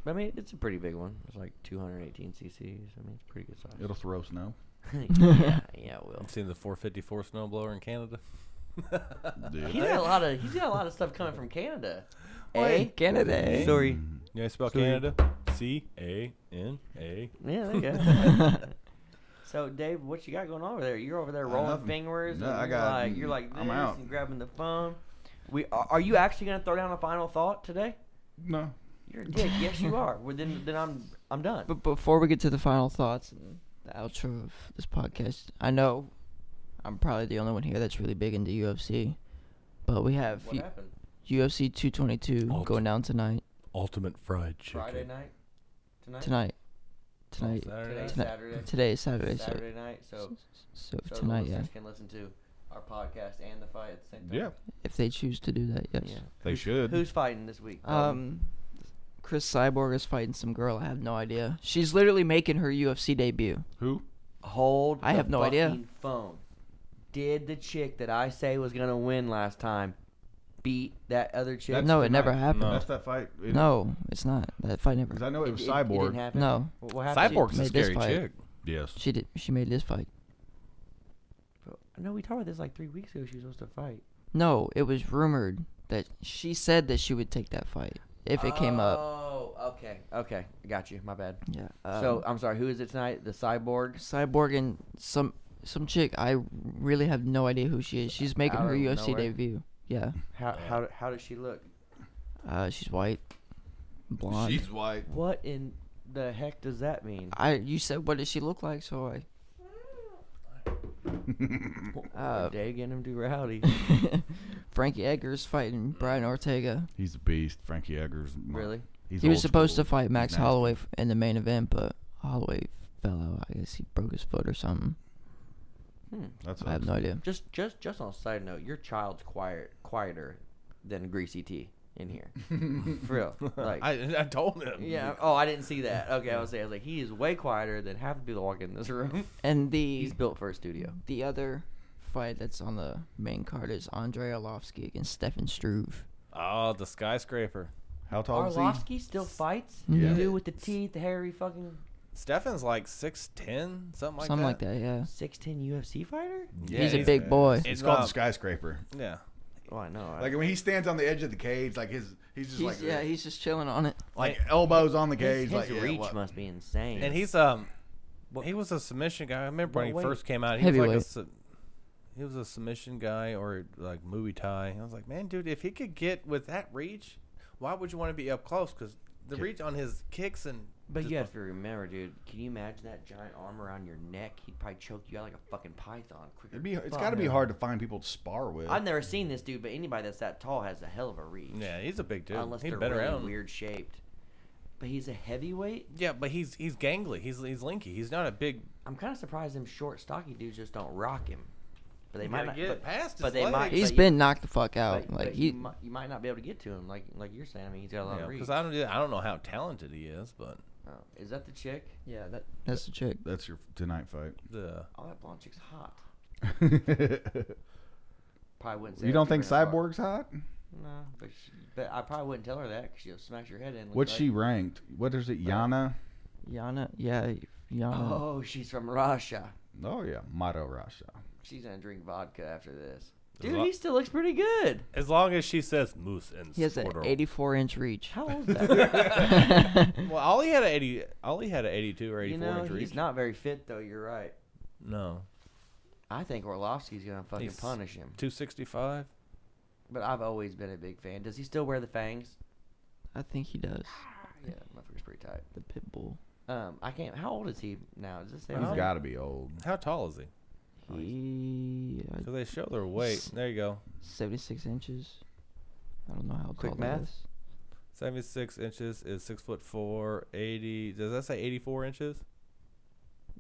[SPEAKER 5] But I mean, it's a pretty big one. It's like 218 cc's. I mean, it's pretty good size.
[SPEAKER 3] It'll throw snow.
[SPEAKER 5] yeah, yeah, it will.
[SPEAKER 4] You seen the 454 snowblower in Canada?
[SPEAKER 5] He's got a lot of he's got a lot of stuff coming from Canada. Eh?
[SPEAKER 1] Hey,
[SPEAKER 3] eh?
[SPEAKER 1] Canada.
[SPEAKER 5] Sorry.
[SPEAKER 4] You know how to spell
[SPEAKER 5] Sorry.
[SPEAKER 4] Canada? C A N A.
[SPEAKER 5] Yeah, there you go. so, Dave, what you got going on over there? You're over there
[SPEAKER 3] Uh,
[SPEAKER 5] rolling
[SPEAKER 3] nothing.
[SPEAKER 5] fingers.
[SPEAKER 3] No,
[SPEAKER 5] and
[SPEAKER 3] I
[SPEAKER 5] you're
[SPEAKER 3] got-
[SPEAKER 5] Like, you're like this
[SPEAKER 3] I'm out.
[SPEAKER 5] and grabbing the phone. We are, are you actually gonna throw down a final thought today?
[SPEAKER 3] No.
[SPEAKER 5] You're a dick. yes, you are. Well, then, then I'm I'm done.
[SPEAKER 1] But before we get to the final thoughts and the outro of this podcast, I know I'm probably the only one here that's really big into UFC, but we have
[SPEAKER 5] what
[SPEAKER 1] U-
[SPEAKER 5] happened?
[SPEAKER 1] UFC 222
[SPEAKER 4] Oh,
[SPEAKER 1] going down tonight.
[SPEAKER 4] Ultimate fried chicken.
[SPEAKER 5] Friday night. Tonight.
[SPEAKER 1] Tonight. Tonight.
[SPEAKER 4] Saturday.
[SPEAKER 5] Tonight.
[SPEAKER 1] Tonight.
[SPEAKER 5] Saturday.
[SPEAKER 1] Today is Saturday, so,
[SPEAKER 5] Oh, Saturday night. So,
[SPEAKER 1] so
[SPEAKER 5] so the
[SPEAKER 1] tonight, yeah.
[SPEAKER 5] listeners can listen to our podcast and the fight at the same time.
[SPEAKER 3] Yeah,
[SPEAKER 1] If they choose to do that, yes.
[SPEAKER 5] Yeah.
[SPEAKER 3] they should.
[SPEAKER 5] Who's fighting this week?
[SPEAKER 1] Um, Chris Cyborg is fighting some girl. I have no idea. She's literally making her UFC debut.
[SPEAKER 3] Who?
[SPEAKER 5] Hold.
[SPEAKER 1] I
[SPEAKER 5] the
[SPEAKER 1] have no idea.
[SPEAKER 5] fucking Phone. Did the chick that I say was gonna win last time beat that other chick?
[SPEAKER 3] That's
[SPEAKER 1] no, it never
[SPEAKER 3] tonight.
[SPEAKER 1] happened.
[SPEAKER 4] No.
[SPEAKER 3] That's that fight. It-
[SPEAKER 1] No, it's not. That fight never.
[SPEAKER 3] Because I know it,
[SPEAKER 5] Oh. It-
[SPEAKER 3] was
[SPEAKER 5] it- it
[SPEAKER 3] Cyborg.
[SPEAKER 5] didn't happen.
[SPEAKER 1] No,
[SPEAKER 5] Wh- What happened?
[SPEAKER 4] Cyborg's a
[SPEAKER 1] Made this
[SPEAKER 4] scary
[SPEAKER 1] fight.
[SPEAKER 4] chick.
[SPEAKER 3] yes.
[SPEAKER 1] she did. She made this fight.
[SPEAKER 5] No, we talked about this like three weeks ago. She was supposed to fight.
[SPEAKER 1] No, it was rumored that she said that she would take that fight if it came up.
[SPEAKER 5] Oh, okay, okay, I got you. My bad.
[SPEAKER 1] Yeah. Um,
[SPEAKER 5] so I'm sorry. Who is it tonight? The cyborg.
[SPEAKER 1] Cyborg and some some chick. I really have no idea who she is. She's making
[SPEAKER 5] Out
[SPEAKER 1] her
[SPEAKER 5] of
[SPEAKER 1] UFC
[SPEAKER 5] nowhere?
[SPEAKER 1] debut. Yeah.
[SPEAKER 5] How how how does she look?
[SPEAKER 1] Uh, she's white, blonde.
[SPEAKER 3] white.
[SPEAKER 5] What in the heck does that mean?
[SPEAKER 1] I you said what does she look like? So I. Uh,
[SPEAKER 5] Day getting him too rowdy.
[SPEAKER 1] Frankie Edgar's fighting Brian Ortega.
[SPEAKER 3] He's a beast. Frankie Edgar's. my-
[SPEAKER 5] really?
[SPEAKER 3] He's
[SPEAKER 1] he was
[SPEAKER 3] old
[SPEAKER 1] supposed
[SPEAKER 3] school.
[SPEAKER 1] to fight Max
[SPEAKER 3] nasty.
[SPEAKER 1] Holloway f- in the main event, but Holloway fell out. I guess he broke his foot or something.
[SPEAKER 5] Hmm.
[SPEAKER 3] That's
[SPEAKER 1] I have no idea.
[SPEAKER 5] Just just just on a side note, your child's quiet quieter than Greasy T in here. For real. Like
[SPEAKER 4] I, I told him.
[SPEAKER 5] Yeah. Oh, I didn't see that. Okay, I was saying I was like, he is way quieter than half the people that walk in this room.
[SPEAKER 1] And the
[SPEAKER 5] He's built for a studio.
[SPEAKER 1] the other fight that's on the main card is Andre Arlovsky against Stefan Struve.
[SPEAKER 4] Oh, the skyscraper.
[SPEAKER 3] How tall is he?
[SPEAKER 5] Arlovsky still fights?
[SPEAKER 1] Yeah.
[SPEAKER 5] Dude with the teeth, the hairy fucking
[SPEAKER 4] Stefan's like 6'10, something like
[SPEAKER 1] Something
[SPEAKER 4] that.
[SPEAKER 1] like that, yeah.
[SPEAKER 5] six ten UFC fighter?
[SPEAKER 4] Yeah,
[SPEAKER 1] he's a big boy.
[SPEAKER 3] It's
[SPEAKER 4] He's
[SPEAKER 3] called the
[SPEAKER 4] not-
[SPEAKER 3] skyscraper.
[SPEAKER 4] Yeah.
[SPEAKER 5] Oh I know. I-
[SPEAKER 3] Like when he stands on the edge of the cage, like his he's just
[SPEAKER 1] He's,
[SPEAKER 3] like
[SPEAKER 1] yeah, he's just chilling on it.
[SPEAKER 3] like elbows on the
[SPEAKER 5] his,
[SPEAKER 3] cage,
[SPEAKER 5] his
[SPEAKER 3] like yeah,
[SPEAKER 5] reach
[SPEAKER 3] what-
[SPEAKER 5] must be insane.
[SPEAKER 4] And he's um, he was a submission guy. I remember when he
[SPEAKER 5] Well, wait.
[SPEAKER 4] first came out. He was like a,
[SPEAKER 1] Heavyweight.
[SPEAKER 4] su- he was a submission guy or like Muay Thai. I was like, man, dude, if he could get with that reach, why would you want to be up close? Because the
[SPEAKER 3] Kick.
[SPEAKER 4] reach on his kicks and
[SPEAKER 5] but
[SPEAKER 4] just
[SPEAKER 5] you have
[SPEAKER 4] the-
[SPEAKER 5] to remember, dude, can you imagine that giant arm around your neck? He'd probably choke you out like a fucking python quicker.
[SPEAKER 3] It'd be,
[SPEAKER 5] than
[SPEAKER 3] it's
[SPEAKER 5] fuck.
[SPEAKER 3] got to be hard to find people to spar with.
[SPEAKER 5] I've never seen this dude, but anybody that's that tall has a hell of a reach.
[SPEAKER 4] yeah, he's a big dude.
[SPEAKER 5] Unless
[SPEAKER 4] he's
[SPEAKER 5] they're
[SPEAKER 4] been
[SPEAKER 5] really
[SPEAKER 4] around.
[SPEAKER 5] weird shaped. But he's a heavyweight.
[SPEAKER 4] Yeah, but he's he's gangly. He's he's linky. He's not a big.
[SPEAKER 5] I'm kind of surprised them short, stocky dudes just don't rock him. But they might
[SPEAKER 4] gotta
[SPEAKER 5] not.
[SPEAKER 4] get
[SPEAKER 5] but,
[SPEAKER 4] past his
[SPEAKER 5] but they might.
[SPEAKER 4] legs.
[SPEAKER 1] He's
[SPEAKER 5] but you-
[SPEAKER 1] been knocked the fuck
[SPEAKER 5] but-
[SPEAKER 1] out.
[SPEAKER 5] but
[SPEAKER 1] like he,
[SPEAKER 5] you, might, you might not be able to get to him, like like you're saying. I mean, he's got a lot of reach.
[SPEAKER 4] Because I don't I don't know how talented he is, but
[SPEAKER 5] Oh, is that the chick?
[SPEAKER 1] yeah, that that's the chick.
[SPEAKER 3] That's your tonight
[SPEAKER 4] the
[SPEAKER 5] Oh, that blonde chick's hot.
[SPEAKER 3] fight.
[SPEAKER 5] Probably wouldn't. Say
[SPEAKER 3] you
[SPEAKER 5] that
[SPEAKER 3] don't
[SPEAKER 5] to
[SPEAKER 3] think
[SPEAKER 5] her in a bar.
[SPEAKER 3] Cyborg's hot?
[SPEAKER 5] No, but she, but I probably wouldn't tell her that because she'll smash your head in. look
[SPEAKER 3] What's
[SPEAKER 5] like-
[SPEAKER 3] she ranked? What is it, Yana?
[SPEAKER 1] Yana, yeah,
[SPEAKER 3] uh,
[SPEAKER 1] Yana.
[SPEAKER 5] Oh, she's from Russia.
[SPEAKER 3] Oh yeah, Mato Rasha.
[SPEAKER 5] She's gonna drink vodka after this.
[SPEAKER 4] There's
[SPEAKER 5] Dude,
[SPEAKER 4] a lot-
[SPEAKER 5] he still looks pretty good.
[SPEAKER 4] as long as she says moose and
[SPEAKER 1] He has an 84 inch reach.
[SPEAKER 5] How old is that?
[SPEAKER 4] Well, Ollie had a eighty. Ollie had an eighty-two or
[SPEAKER 5] you
[SPEAKER 4] eighty-four
[SPEAKER 5] know,
[SPEAKER 4] inch reach.
[SPEAKER 5] he's not very fit though. You're right.
[SPEAKER 4] no,
[SPEAKER 5] I think Orlovsky's gonna fucking
[SPEAKER 4] He's-
[SPEAKER 5] punish him.
[SPEAKER 4] two sixty-five.
[SPEAKER 5] But I've always been a big fan. Does he still wear the fangs?
[SPEAKER 1] I think he does.
[SPEAKER 5] Yeah, that motherfucker's pretty tight.
[SPEAKER 1] The pit bull.
[SPEAKER 5] Um, I can't. How old is he now? Is this him?
[SPEAKER 3] He's
[SPEAKER 4] Well,
[SPEAKER 3] got to be old.
[SPEAKER 4] How tall is he?
[SPEAKER 5] Oh,
[SPEAKER 1] He, uh,
[SPEAKER 4] So they show their weight. There you go.
[SPEAKER 1] 76 inches. I don't know how
[SPEAKER 5] Quick
[SPEAKER 1] tall
[SPEAKER 5] math.
[SPEAKER 1] that is.
[SPEAKER 4] 76 inches is 6 foot 4, 80. Does that say 84 inches?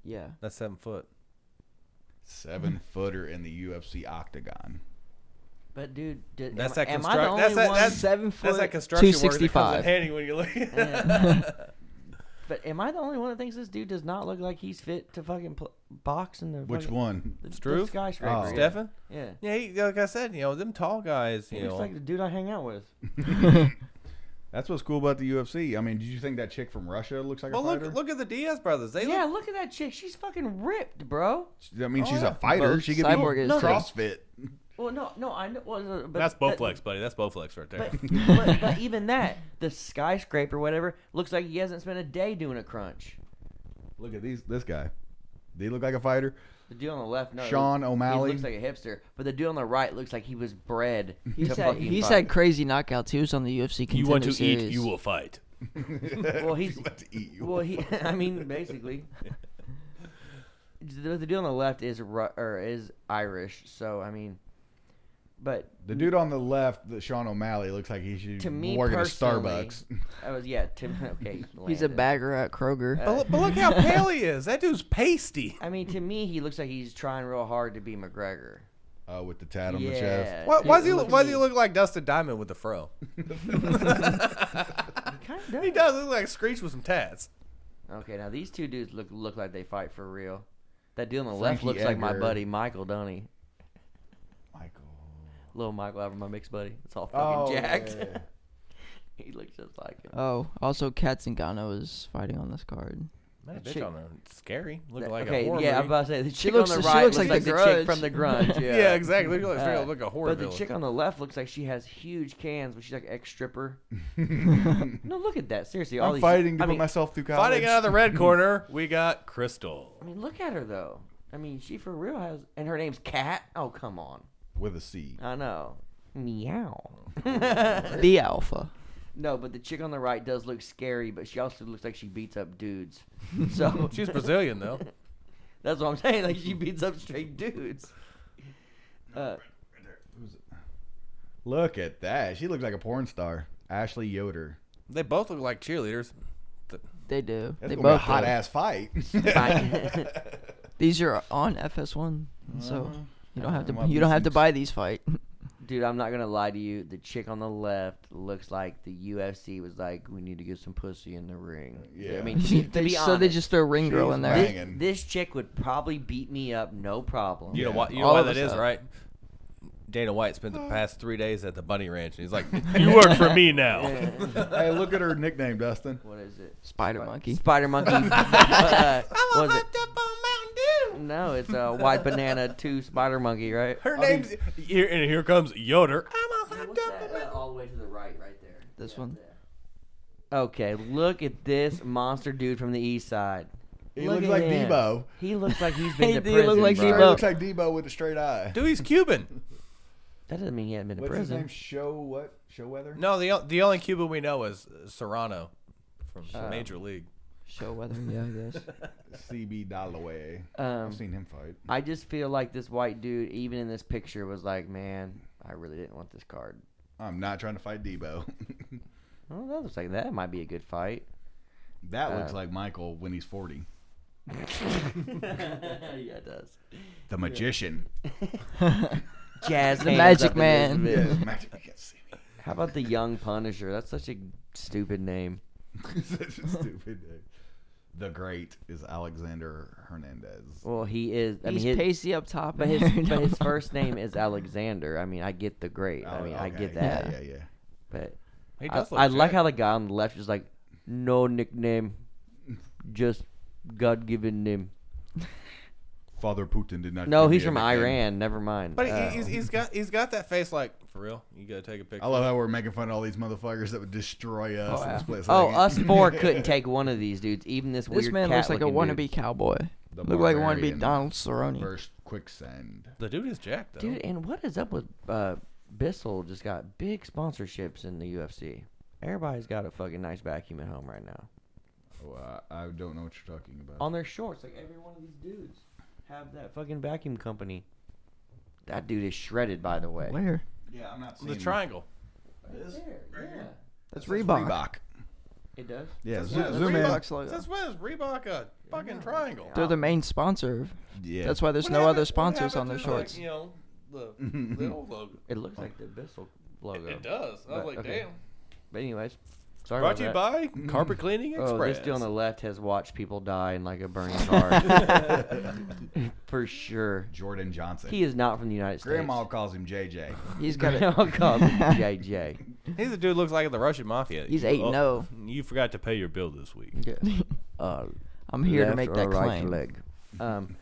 [SPEAKER 1] Yeah.
[SPEAKER 4] That's 7 foot.
[SPEAKER 3] Seven footer in the UFC octagon.
[SPEAKER 5] But dude, did,
[SPEAKER 4] That's
[SPEAKER 5] am,
[SPEAKER 4] that
[SPEAKER 5] am I the
[SPEAKER 4] construct-
[SPEAKER 5] only
[SPEAKER 4] that's that-
[SPEAKER 5] one?
[SPEAKER 4] that's-
[SPEAKER 1] Seven
[SPEAKER 4] That's
[SPEAKER 1] foot.
[SPEAKER 4] that construction work that comes in
[SPEAKER 1] 265.
[SPEAKER 4] handy when you look.
[SPEAKER 5] Yeah. But am I the only one that thinks this dude does not look like he's fit to fucking pl- box in the
[SPEAKER 3] Which
[SPEAKER 5] fucking,
[SPEAKER 3] one?
[SPEAKER 5] The, the
[SPEAKER 4] Struve?
[SPEAKER 5] skyscraper.
[SPEAKER 3] Oh.
[SPEAKER 5] yeah.
[SPEAKER 4] Stefan?
[SPEAKER 5] Yeah.
[SPEAKER 4] Yeah, he, like I said, you know, them tall guys,
[SPEAKER 5] He
[SPEAKER 4] you
[SPEAKER 5] looks
[SPEAKER 4] know.
[SPEAKER 5] like the dude I hang out with.
[SPEAKER 3] That's what's cool about the UFC. I mean, did you think that chick from Russia looks like
[SPEAKER 4] well,
[SPEAKER 3] a fighter?
[SPEAKER 4] look, look at the Diaz brothers. They
[SPEAKER 5] yeah,
[SPEAKER 4] look.
[SPEAKER 5] look at that chick. She's fucking ripped, bro.
[SPEAKER 3] I mean,
[SPEAKER 4] Oh,
[SPEAKER 3] she's
[SPEAKER 4] yeah.
[SPEAKER 3] a fighter.
[SPEAKER 1] Both
[SPEAKER 3] She could
[SPEAKER 1] Cyborg
[SPEAKER 3] be
[SPEAKER 1] is too.
[SPEAKER 3] CrossFit.
[SPEAKER 5] Well, no, no, I know. Well, uh, but,
[SPEAKER 4] That's
[SPEAKER 5] but-
[SPEAKER 4] Bowflex, buddy. That's Bowflex right there.
[SPEAKER 5] But, but, but even that, the skyscraper, whatever, looks like he hasn't spent a day doing a crunch.
[SPEAKER 3] Look at these. This guy. Did he look like a fighter?
[SPEAKER 5] The dude on the left, no,
[SPEAKER 3] Sean
[SPEAKER 5] he-
[SPEAKER 3] O'Malley.
[SPEAKER 5] he looks like a hipster. But the dude on the right looks like he was bred
[SPEAKER 1] He
[SPEAKER 5] to
[SPEAKER 1] said
[SPEAKER 5] fucking.
[SPEAKER 1] he
[SPEAKER 5] fight.
[SPEAKER 1] said crazy knockouts. He was on the UFC contender series.
[SPEAKER 4] fight.
[SPEAKER 5] Well, he's-
[SPEAKER 3] He wants to eat you.
[SPEAKER 5] Well, he, I mean, basically, the, the dude on the left is Ru- or is Irish. So I mean, but
[SPEAKER 3] the dude on the left, the Sean O'Malley, looks like he should
[SPEAKER 5] To me
[SPEAKER 3] work at a
[SPEAKER 5] personally-
[SPEAKER 3] Starbucks.
[SPEAKER 5] I was yeah. Tim, okay,
[SPEAKER 1] He's a
[SPEAKER 5] Landon.
[SPEAKER 1] bagger at Kroger.
[SPEAKER 5] Uh,
[SPEAKER 4] But, Oh, look- but look how pale he is. That dude's pasty.
[SPEAKER 5] I mean, to me, he looks like he's trying real hard to be McGregor.
[SPEAKER 3] Uh, with the tat on
[SPEAKER 5] yeah.
[SPEAKER 3] the chest.
[SPEAKER 4] Why, why, does he,
[SPEAKER 5] Dude,
[SPEAKER 4] look-
[SPEAKER 5] at
[SPEAKER 4] why does he
[SPEAKER 5] me.
[SPEAKER 4] look like Dustin Diamond with the fro?
[SPEAKER 5] He kinda
[SPEAKER 4] he does look like Screech with some tats.
[SPEAKER 5] Okay, now these two dudes look look like they fight for real. That dude on the left
[SPEAKER 3] Frankie
[SPEAKER 5] looks like my
[SPEAKER 3] Edgar.
[SPEAKER 5] buddy Michael, don't he?
[SPEAKER 3] Michael.
[SPEAKER 5] Little Michael over my mixed buddy. It's all
[SPEAKER 3] Oh,
[SPEAKER 5] fucking jacked.
[SPEAKER 3] yeah.
[SPEAKER 5] he looks just like him.
[SPEAKER 1] Oh, also Katzengano is fighting on this card.
[SPEAKER 4] Man,
[SPEAKER 5] That
[SPEAKER 4] bitch
[SPEAKER 5] chick-
[SPEAKER 4] on there. Scary. Look
[SPEAKER 5] That-
[SPEAKER 4] like
[SPEAKER 5] okay,
[SPEAKER 4] a horror
[SPEAKER 5] yeah, I'm
[SPEAKER 4] movie.
[SPEAKER 5] about to say the chick
[SPEAKER 1] looks-
[SPEAKER 5] on the
[SPEAKER 1] she
[SPEAKER 5] right
[SPEAKER 1] looks like
[SPEAKER 5] looks, like,
[SPEAKER 1] the
[SPEAKER 5] the,
[SPEAKER 1] Grudge.
[SPEAKER 5] chick from the grunge. Yeah,
[SPEAKER 4] yeah. exactly. Look like, straight up
[SPEAKER 5] Uh,
[SPEAKER 4] like a horror
[SPEAKER 5] But the
[SPEAKER 4] villain.
[SPEAKER 5] chick on the left looks like she has huge cans, but she's like ex stripper. no, look at that. Seriously, all
[SPEAKER 3] I'm
[SPEAKER 5] these.
[SPEAKER 3] fighting to
[SPEAKER 5] I
[SPEAKER 3] put
[SPEAKER 5] mean,
[SPEAKER 3] myself through college.
[SPEAKER 4] Fighting out of the red corner, we got Crystal.
[SPEAKER 5] I mean, look at her though. I mean, she for real has, and her name's Cat. Oh, come on.
[SPEAKER 3] with a C.
[SPEAKER 5] I know. Meow.
[SPEAKER 1] The Alpha.
[SPEAKER 5] No, but the chick on the right does look scary, but she also looks like she beats up dudes. So
[SPEAKER 4] She's Brazilian though.
[SPEAKER 5] that's what I'm saying. Like she beats up straight dudes. Uh,
[SPEAKER 3] Look at that. She looks like a porn star. Ashley Yoder.
[SPEAKER 4] They both look like cheerleaders.
[SPEAKER 1] They do.
[SPEAKER 3] That's
[SPEAKER 1] they
[SPEAKER 3] gonna be a
[SPEAKER 1] both
[SPEAKER 3] hot
[SPEAKER 1] do.
[SPEAKER 3] ass fight.
[SPEAKER 1] These are on FS1, so you don't have
[SPEAKER 3] Uh,
[SPEAKER 1] to
[SPEAKER 3] well,
[SPEAKER 1] you don't
[SPEAKER 3] these
[SPEAKER 1] have to
[SPEAKER 3] things-
[SPEAKER 1] buy these fight.
[SPEAKER 5] dude, I'm not gonna lie to you. The chick on the left looks like the UFC was like, we need to get some pussy in the ring.
[SPEAKER 3] Yeah.
[SPEAKER 5] I mean, to be, to
[SPEAKER 1] They-
[SPEAKER 5] be
[SPEAKER 1] so they
[SPEAKER 5] honest,
[SPEAKER 1] just throw Ring Girl
[SPEAKER 3] She's
[SPEAKER 1] in
[SPEAKER 5] thi-
[SPEAKER 1] there.
[SPEAKER 3] banging.
[SPEAKER 5] this, chick would probably beat me up, no problem.
[SPEAKER 4] You know
[SPEAKER 3] Yeah.
[SPEAKER 4] what? You know
[SPEAKER 1] All
[SPEAKER 4] why
[SPEAKER 1] of
[SPEAKER 4] that
[SPEAKER 1] us
[SPEAKER 4] is,
[SPEAKER 1] are.
[SPEAKER 4] right? Dana White spent the past three days at the Bunny Ranch, and he's like, "You work for me now."
[SPEAKER 3] hey, look at her nickname, Dustin.
[SPEAKER 5] What is it?
[SPEAKER 1] Spider Monkey.
[SPEAKER 5] Spider monkey. uh,
[SPEAKER 4] I'm
[SPEAKER 5] was it?
[SPEAKER 4] hopped up on Mountain Dew.
[SPEAKER 5] No, it's a uh, white banana two spider monkey, right?
[SPEAKER 4] Her name's here, and here comes Yoder. I'm a hopped
[SPEAKER 5] What's
[SPEAKER 4] up.
[SPEAKER 5] that, uh, all the way to the right, right there.
[SPEAKER 1] This one?
[SPEAKER 5] Okay, look at this monster dude from the east side.
[SPEAKER 3] He
[SPEAKER 5] Look
[SPEAKER 3] looks
[SPEAKER 5] at
[SPEAKER 3] like
[SPEAKER 5] him.
[SPEAKER 3] Debo.
[SPEAKER 5] He looks like he's been to
[SPEAKER 1] He
[SPEAKER 5] prison.
[SPEAKER 1] look like
[SPEAKER 5] bro.
[SPEAKER 3] He
[SPEAKER 1] Debo.
[SPEAKER 3] looks like Debo with a straight eye.
[SPEAKER 4] Dude, he's Cuban.
[SPEAKER 5] That doesn't mean he hasn't been to
[SPEAKER 3] What's his name?
[SPEAKER 5] prison.
[SPEAKER 3] Show what? Show weather?
[SPEAKER 4] No, the o- the only Cuban we know is uh, Serrano from Major League.
[SPEAKER 1] Show weather. Yeah, I guess.
[SPEAKER 3] CB Dalloway.
[SPEAKER 5] Um,
[SPEAKER 3] I've seen him fight.
[SPEAKER 5] I just feel like this white dude, even in this picture, was like, man, I really didn't want this card.
[SPEAKER 3] I'm not trying to fight Debo.
[SPEAKER 5] Oh, that looks like that might be a good fight.
[SPEAKER 3] that
[SPEAKER 5] Uh,
[SPEAKER 3] looks like Michael when he's 40.
[SPEAKER 5] yeah, it does.
[SPEAKER 3] The magician.
[SPEAKER 5] Jazz
[SPEAKER 1] The
[SPEAKER 5] hands
[SPEAKER 1] Magic
[SPEAKER 5] up in this
[SPEAKER 1] Man.
[SPEAKER 5] bit.
[SPEAKER 3] Yeah, the magic. You can't see me.
[SPEAKER 5] How about the Young Punisher? That's such a stupid name.
[SPEAKER 3] Such a stupid day. The great is Alexander Hernandez.
[SPEAKER 5] Well, he is. I
[SPEAKER 1] He's
[SPEAKER 5] mean, his,
[SPEAKER 1] pasty up top,
[SPEAKER 5] but his
[SPEAKER 1] and-
[SPEAKER 5] but his first name is Alexander. I mean, I get the great.
[SPEAKER 4] Oh,
[SPEAKER 5] I mean, I
[SPEAKER 3] Okay,
[SPEAKER 5] get
[SPEAKER 3] yeah,
[SPEAKER 5] that.
[SPEAKER 3] Yeah, yeah.
[SPEAKER 5] But
[SPEAKER 4] He
[SPEAKER 5] I,
[SPEAKER 4] does look
[SPEAKER 5] I like
[SPEAKER 4] jacked.
[SPEAKER 5] how the guy on the left is like, no nickname, just God given name.
[SPEAKER 3] Father Putin did not.
[SPEAKER 5] No,
[SPEAKER 3] give me
[SPEAKER 5] he's
[SPEAKER 3] a
[SPEAKER 5] from
[SPEAKER 3] nickname.
[SPEAKER 5] Iran. Never mind.
[SPEAKER 4] But he-
[SPEAKER 5] Uh,
[SPEAKER 4] he's, he's got he's got that face like for real. You gotta take a picture.
[SPEAKER 3] I love how we're making fun of all these motherfuckers that would destroy us.
[SPEAKER 1] Oh,
[SPEAKER 3] in
[SPEAKER 1] yeah.
[SPEAKER 3] a split
[SPEAKER 5] oh,
[SPEAKER 3] second.
[SPEAKER 5] us four couldn't take one of these dudes. Even this,
[SPEAKER 1] This
[SPEAKER 5] weird
[SPEAKER 1] man looks like a
[SPEAKER 5] cat-looking
[SPEAKER 1] wannabe
[SPEAKER 5] dude.
[SPEAKER 1] cowboy.
[SPEAKER 3] The
[SPEAKER 1] Look like a wannabe
[SPEAKER 3] barbarian
[SPEAKER 1] Donald Cerrone.
[SPEAKER 3] First quicksand.
[SPEAKER 4] the dude is Jack though.
[SPEAKER 5] dude. And what is up with uh, Bissell? Just got big sponsorships in the UFC. Everybody's got a fucking nice vacuum at home right now.
[SPEAKER 3] Oh, I, I don't know what you're talking about.
[SPEAKER 5] on their shorts. Like every one of these dudes have that fucking vacuum company. That dude is shredded, by the way.
[SPEAKER 1] Where?
[SPEAKER 3] yeah, I'm not
[SPEAKER 4] the triangle.
[SPEAKER 5] yeah.
[SPEAKER 1] That's Reebok.
[SPEAKER 5] It does.
[SPEAKER 3] Yeah,
[SPEAKER 4] That's
[SPEAKER 3] zo-
[SPEAKER 4] what-
[SPEAKER 3] zoom in.
[SPEAKER 1] Reebok's logo.
[SPEAKER 4] Since when is Reebok a fucking triangle?
[SPEAKER 1] They're the main sponsor. of-
[SPEAKER 3] Yeah,
[SPEAKER 1] That's why there's
[SPEAKER 4] What
[SPEAKER 1] no
[SPEAKER 4] happened-
[SPEAKER 1] other
[SPEAKER 4] what
[SPEAKER 1] sponsors
[SPEAKER 4] happened
[SPEAKER 1] on their
[SPEAKER 4] to, like,
[SPEAKER 1] shorts.
[SPEAKER 4] you know, the, the old logo.
[SPEAKER 5] It looks like the Bissell logo.
[SPEAKER 4] It does. I was
[SPEAKER 5] But-
[SPEAKER 4] like,
[SPEAKER 5] okay.
[SPEAKER 4] damn.
[SPEAKER 5] But anyways, Sorry
[SPEAKER 4] Brought
[SPEAKER 5] about
[SPEAKER 4] to you
[SPEAKER 5] that.
[SPEAKER 4] by Carpet Cleaning Express.
[SPEAKER 5] Oh, this dude on the left has watched people die in like a burning car. For sure.
[SPEAKER 3] Jordan Johnson.
[SPEAKER 5] He is not from the United States.
[SPEAKER 3] Grandma calls him JJ.
[SPEAKER 1] He's got a,
[SPEAKER 5] Grandma calls him JJ.
[SPEAKER 4] He's a dude who looks like the Russian mafia.
[SPEAKER 1] He's
[SPEAKER 4] You-
[SPEAKER 1] eight and
[SPEAKER 4] oh,
[SPEAKER 1] oh.
[SPEAKER 4] You forgot to pay your bill this week.
[SPEAKER 5] Uh,
[SPEAKER 1] I'm here to
[SPEAKER 5] left
[SPEAKER 1] make
[SPEAKER 5] or
[SPEAKER 1] that
[SPEAKER 5] right
[SPEAKER 1] claim.
[SPEAKER 5] Leg. Um,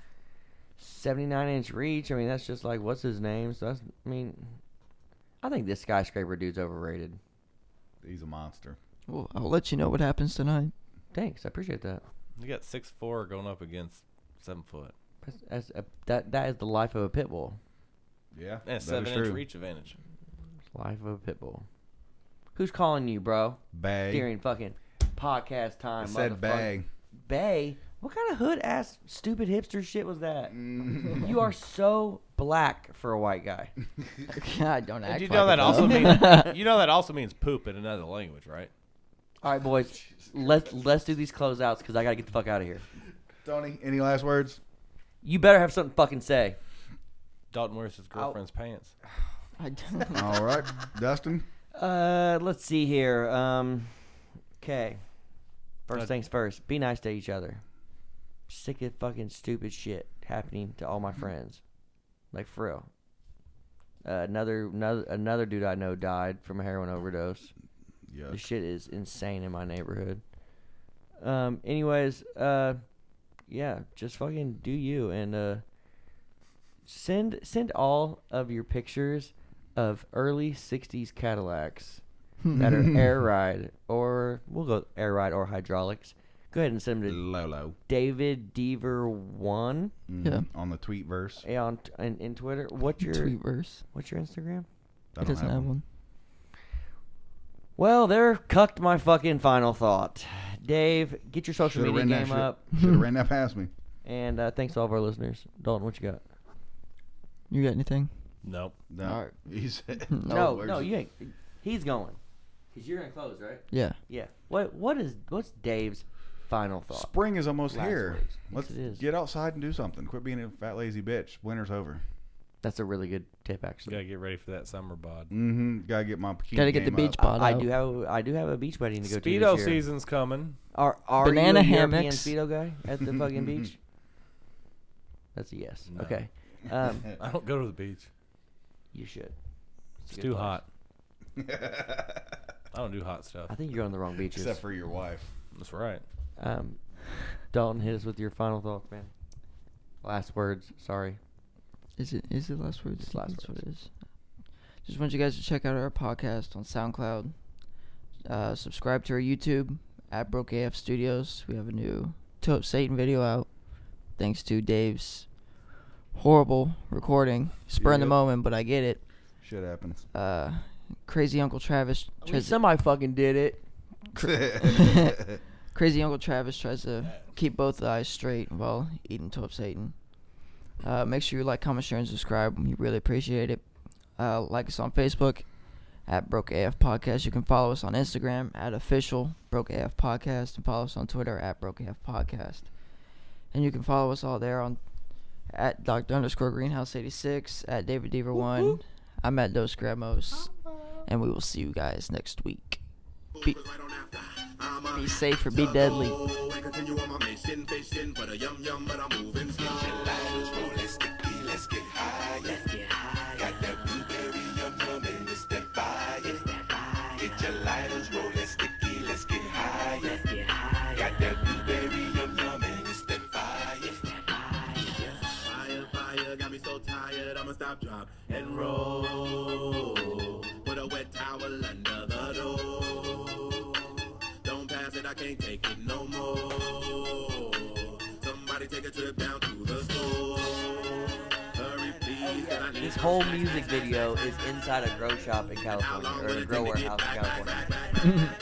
[SPEAKER 5] 79 inch reach. I mean, that's just like, what's his name? So that's, I mean, I think this skyscraper dude's overrated.
[SPEAKER 3] He's a monster.
[SPEAKER 1] Well, I'll let you know what happens tonight.
[SPEAKER 5] Thanks. I appreciate that.
[SPEAKER 4] You got six four going up against seven foot
[SPEAKER 5] That's, that's a, that, that is the life of a pit bull.
[SPEAKER 3] Yeah.
[SPEAKER 4] and a
[SPEAKER 3] that
[SPEAKER 4] seven
[SPEAKER 3] is
[SPEAKER 4] inch
[SPEAKER 3] true.
[SPEAKER 4] reach advantage.
[SPEAKER 5] Life of a pit bull. Who's calling you, bro?
[SPEAKER 3] Bag.
[SPEAKER 5] During fucking podcast time.
[SPEAKER 3] I said
[SPEAKER 5] motherfuck-
[SPEAKER 3] bag.
[SPEAKER 5] Bay. What kind of hood ass stupid hipster shit was that? you are so black for a white guy.
[SPEAKER 1] God, don't act
[SPEAKER 4] And you
[SPEAKER 1] like
[SPEAKER 4] know
[SPEAKER 1] it,
[SPEAKER 4] that
[SPEAKER 1] though.
[SPEAKER 4] also means you know that also means poop in another language, right?
[SPEAKER 5] All right, boys. Let's let's do these closeouts because I gotta get the fuck out of here.
[SPEAKER 3] Tony, any last words?
[SPEAKER 5] You better have something to fucking say.
[SPEAKER 4] Dalton wears his girlfriend's pants.
[SPEAKER 1] I don't-
[SPEAKER 3] All right. Dustin?
[SPEAKER 5] Uh, let's see here. Um, okay. First
[SPEAKER 4] Uh,
[SPEAKER 5] things first. Be nice to each other. Sick of fucking stupid shit happening to all my friends. Like for real. Uh, another another another dude I know died from a heroin overdose.
[SPEAKER 3] Yeah.
[SPEAKER 5] The shit is insane in my neighborhood. Um. Anyways, uh, yeah, just fucking do you and uh, send send all of your pictures of early '60s Cadillacs that are air ride or we'll go air ride or hydraulics. Go ahead and send them to
[SPEAKER 3] Lolo. Mm-hmm.
[SPEAKER 5] David Deaver one
[SPEAKER 1] Yeah.
[SPEAKER 3] On the tweet verse.
[SPEAKER 5] on in, in Twitter. What's your
[SPEAKER 1] Tweet verse.
[SPEAKER 5] what's your Instagram?
[SPEAKER 3] I
[SPEAKER 1] It doesn't have one.
[SPEAKER 5] Well, there cucked my fucking final thought. Dave, get your social
[SPEAKER 3] Should have ran, that
[SPEAKER 5] media game
[SPEAKER 3] shit-
[SPEAKER 5] up.
[SPEAKER 3] shoulda ran that past me.
[SPEAKER 5] And uh, thanks to all of our listeners. Dalton, what you got?
[SPEAKER 1] You got anything?
[SPEAKER 4] Nope.
[SPEAKER 3] No.
[SPEAKER 1] All right.
[SPEAKER 3] He said,
[SPEAKER 5] No, no,
[SPEAKER 3] words.
[SPEAKER 5] you ain't. He's going. Cause you're gonna close, right?
[SPEAKER 1] Yeah.
[SPEAKER 5] Yeah. What? What is? What's Dave's final thought?
[SPEAKER 3] Spring is almost
[SPEAKER 5] Last
[SPEAKER 3] here.
[SPEAKER 5] words.
[SPEAKER 3] Let's
[SPEAKER 5] Yes, it is.
[SPEAKER 3] get outside and do something. Quit being a fat lazy bitch. Winter's over.
[SPEAKER 5] That's a really good tip, actually.
[SPEAKER 4] Gotta get ready for that summer bod.
[SPEAKER 3] Mm-hmm. Gotta get my bikini
[SPEAKER 1] Gotta get the
[SPEAKER 3] game
[SPEAKER 1] beach
[SPEAKER 3] up.
[SPEAKER 1] bod
[SPEAKER 5] I, I
[SPEAKER 1] out.
[SPEAKER 5] do have. I do have a beach wedding to go to.
[SPEAKER 4] Speedo
[SPEAKER 5] this year.
[SPEAKER 4] season's coming.
[SPEAKER 5] Are are
[SPEAKER 1] Banana
[SPEAKER 5] you a European
[SPEAKER 1] hammocks.
[SPEAKER 5] speedo guy at the fucking beach? That's a yes.
[SPEAKER 4] No.
[SPEAKER 5] Okay. Um,
[SPEAKER 4] I don't go to the beach.
[SPEAKER 5] you should. a
[SPEAKER 4] It's
[SPEAKER 5] good
[SPEAKER 4] too
[SPEAKER 5] place.
[SPEAKER 4] hot. I don't do hot stuff.
[SPEAKER 5] I think you're on the wrong beaches.
[SPEAKER 3] Except for your wife.
[SPEAKER 4] That's right.
[SPEAKER 5] um, Dalton, hit us with your final thoughts, man. Last words. Sorry.
[SPEAKER 1] Is it is it last words?
[SPEAKER 5] It's
[SPEAKER 1] I
[SPEAKER 5] last
[SPEAKER 1] think that's
[SPEAKER 5] words.
[SPEAKER 1] what it is. Just want you guys to check out our podcast on SoundCloud. Uh, subscribe to our YouTube at Broke AF Studios. We have a new Tote Satan video out, thanks to Dave's horrible recording. Spur in the
[SPEAKER 3] Yep.
[SPEAKER 1] moment, but I get it.
[SPEAKER 3] Shit happens.
[SPEAKER 1] Uh, crazy Uncle Travis.
[SPEAKER 5] At
[SPEAKER 1] tries
[SPEAKER 5] least
[SPEAKER 1] to-
[SPEAKER 5] somebody fucking did it.
[SPEAKER 1] Crazy Uncle Travis tries to keep both eyes straight while eating Top Satan. Uh, make sure you like, comment, share, and subscribe. We really appreciate it. Uh, like us on Facebook at Broke AF Podcast. You can follow us on Instagram at official Broke AF Podcast and follow us on Twitter at Broke AF Podcast. And you can follow us all there on at Dr. Underscore Greenhouse 86, at David Deaver 1. I'm at Dos Gramos. And we will see you guys next week. Be- be safe or be deadly.
[SPEAKER 2] Let's roll, let's sticky, let's get high. Let's get high. Got that blueberry yum yum and it's that fire. It's that fire. Get your lighters, roll, let's sticky, let's get high. Let's get high. Got that blueberry yum yum and it's that fire. It's that fire. Fire, fire, got me so tired. I'ma stop, drop, and roll. Put a wet towel under the door. Don't pass it, I can't take it no more. Somebody take a trip down to the store. Hurry, please, 'cause I need
[SPEAKER 5] This
[SPEAKER 2] some
[SPEAKER 5] whole
[SPEAKER 2] snacks,
[SPEAKER 5] music
[SPEAKER 2] snacks,
[SPEAKER 5] video
[SPEAKER 2] snacks,
[SPEAKER 5] is inside a grow shop in California, or a grow warehouse in California.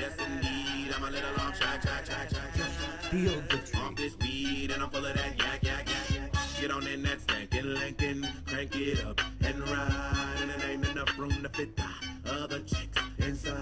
[SPEAKER 2] Yes, indeed, I'm a little off track, track, track, track, track.
[SPEAKER 5] Feel the
[SPEAKER 2] Off
[SPEAKER 5] tree.
[SPEAKER 2] this weed and I'm full of that yak, yak, yak, yak. Get on in that stankin' Lincoln, crank it up and ride. And it ain't enough room to fit the other chicks inside.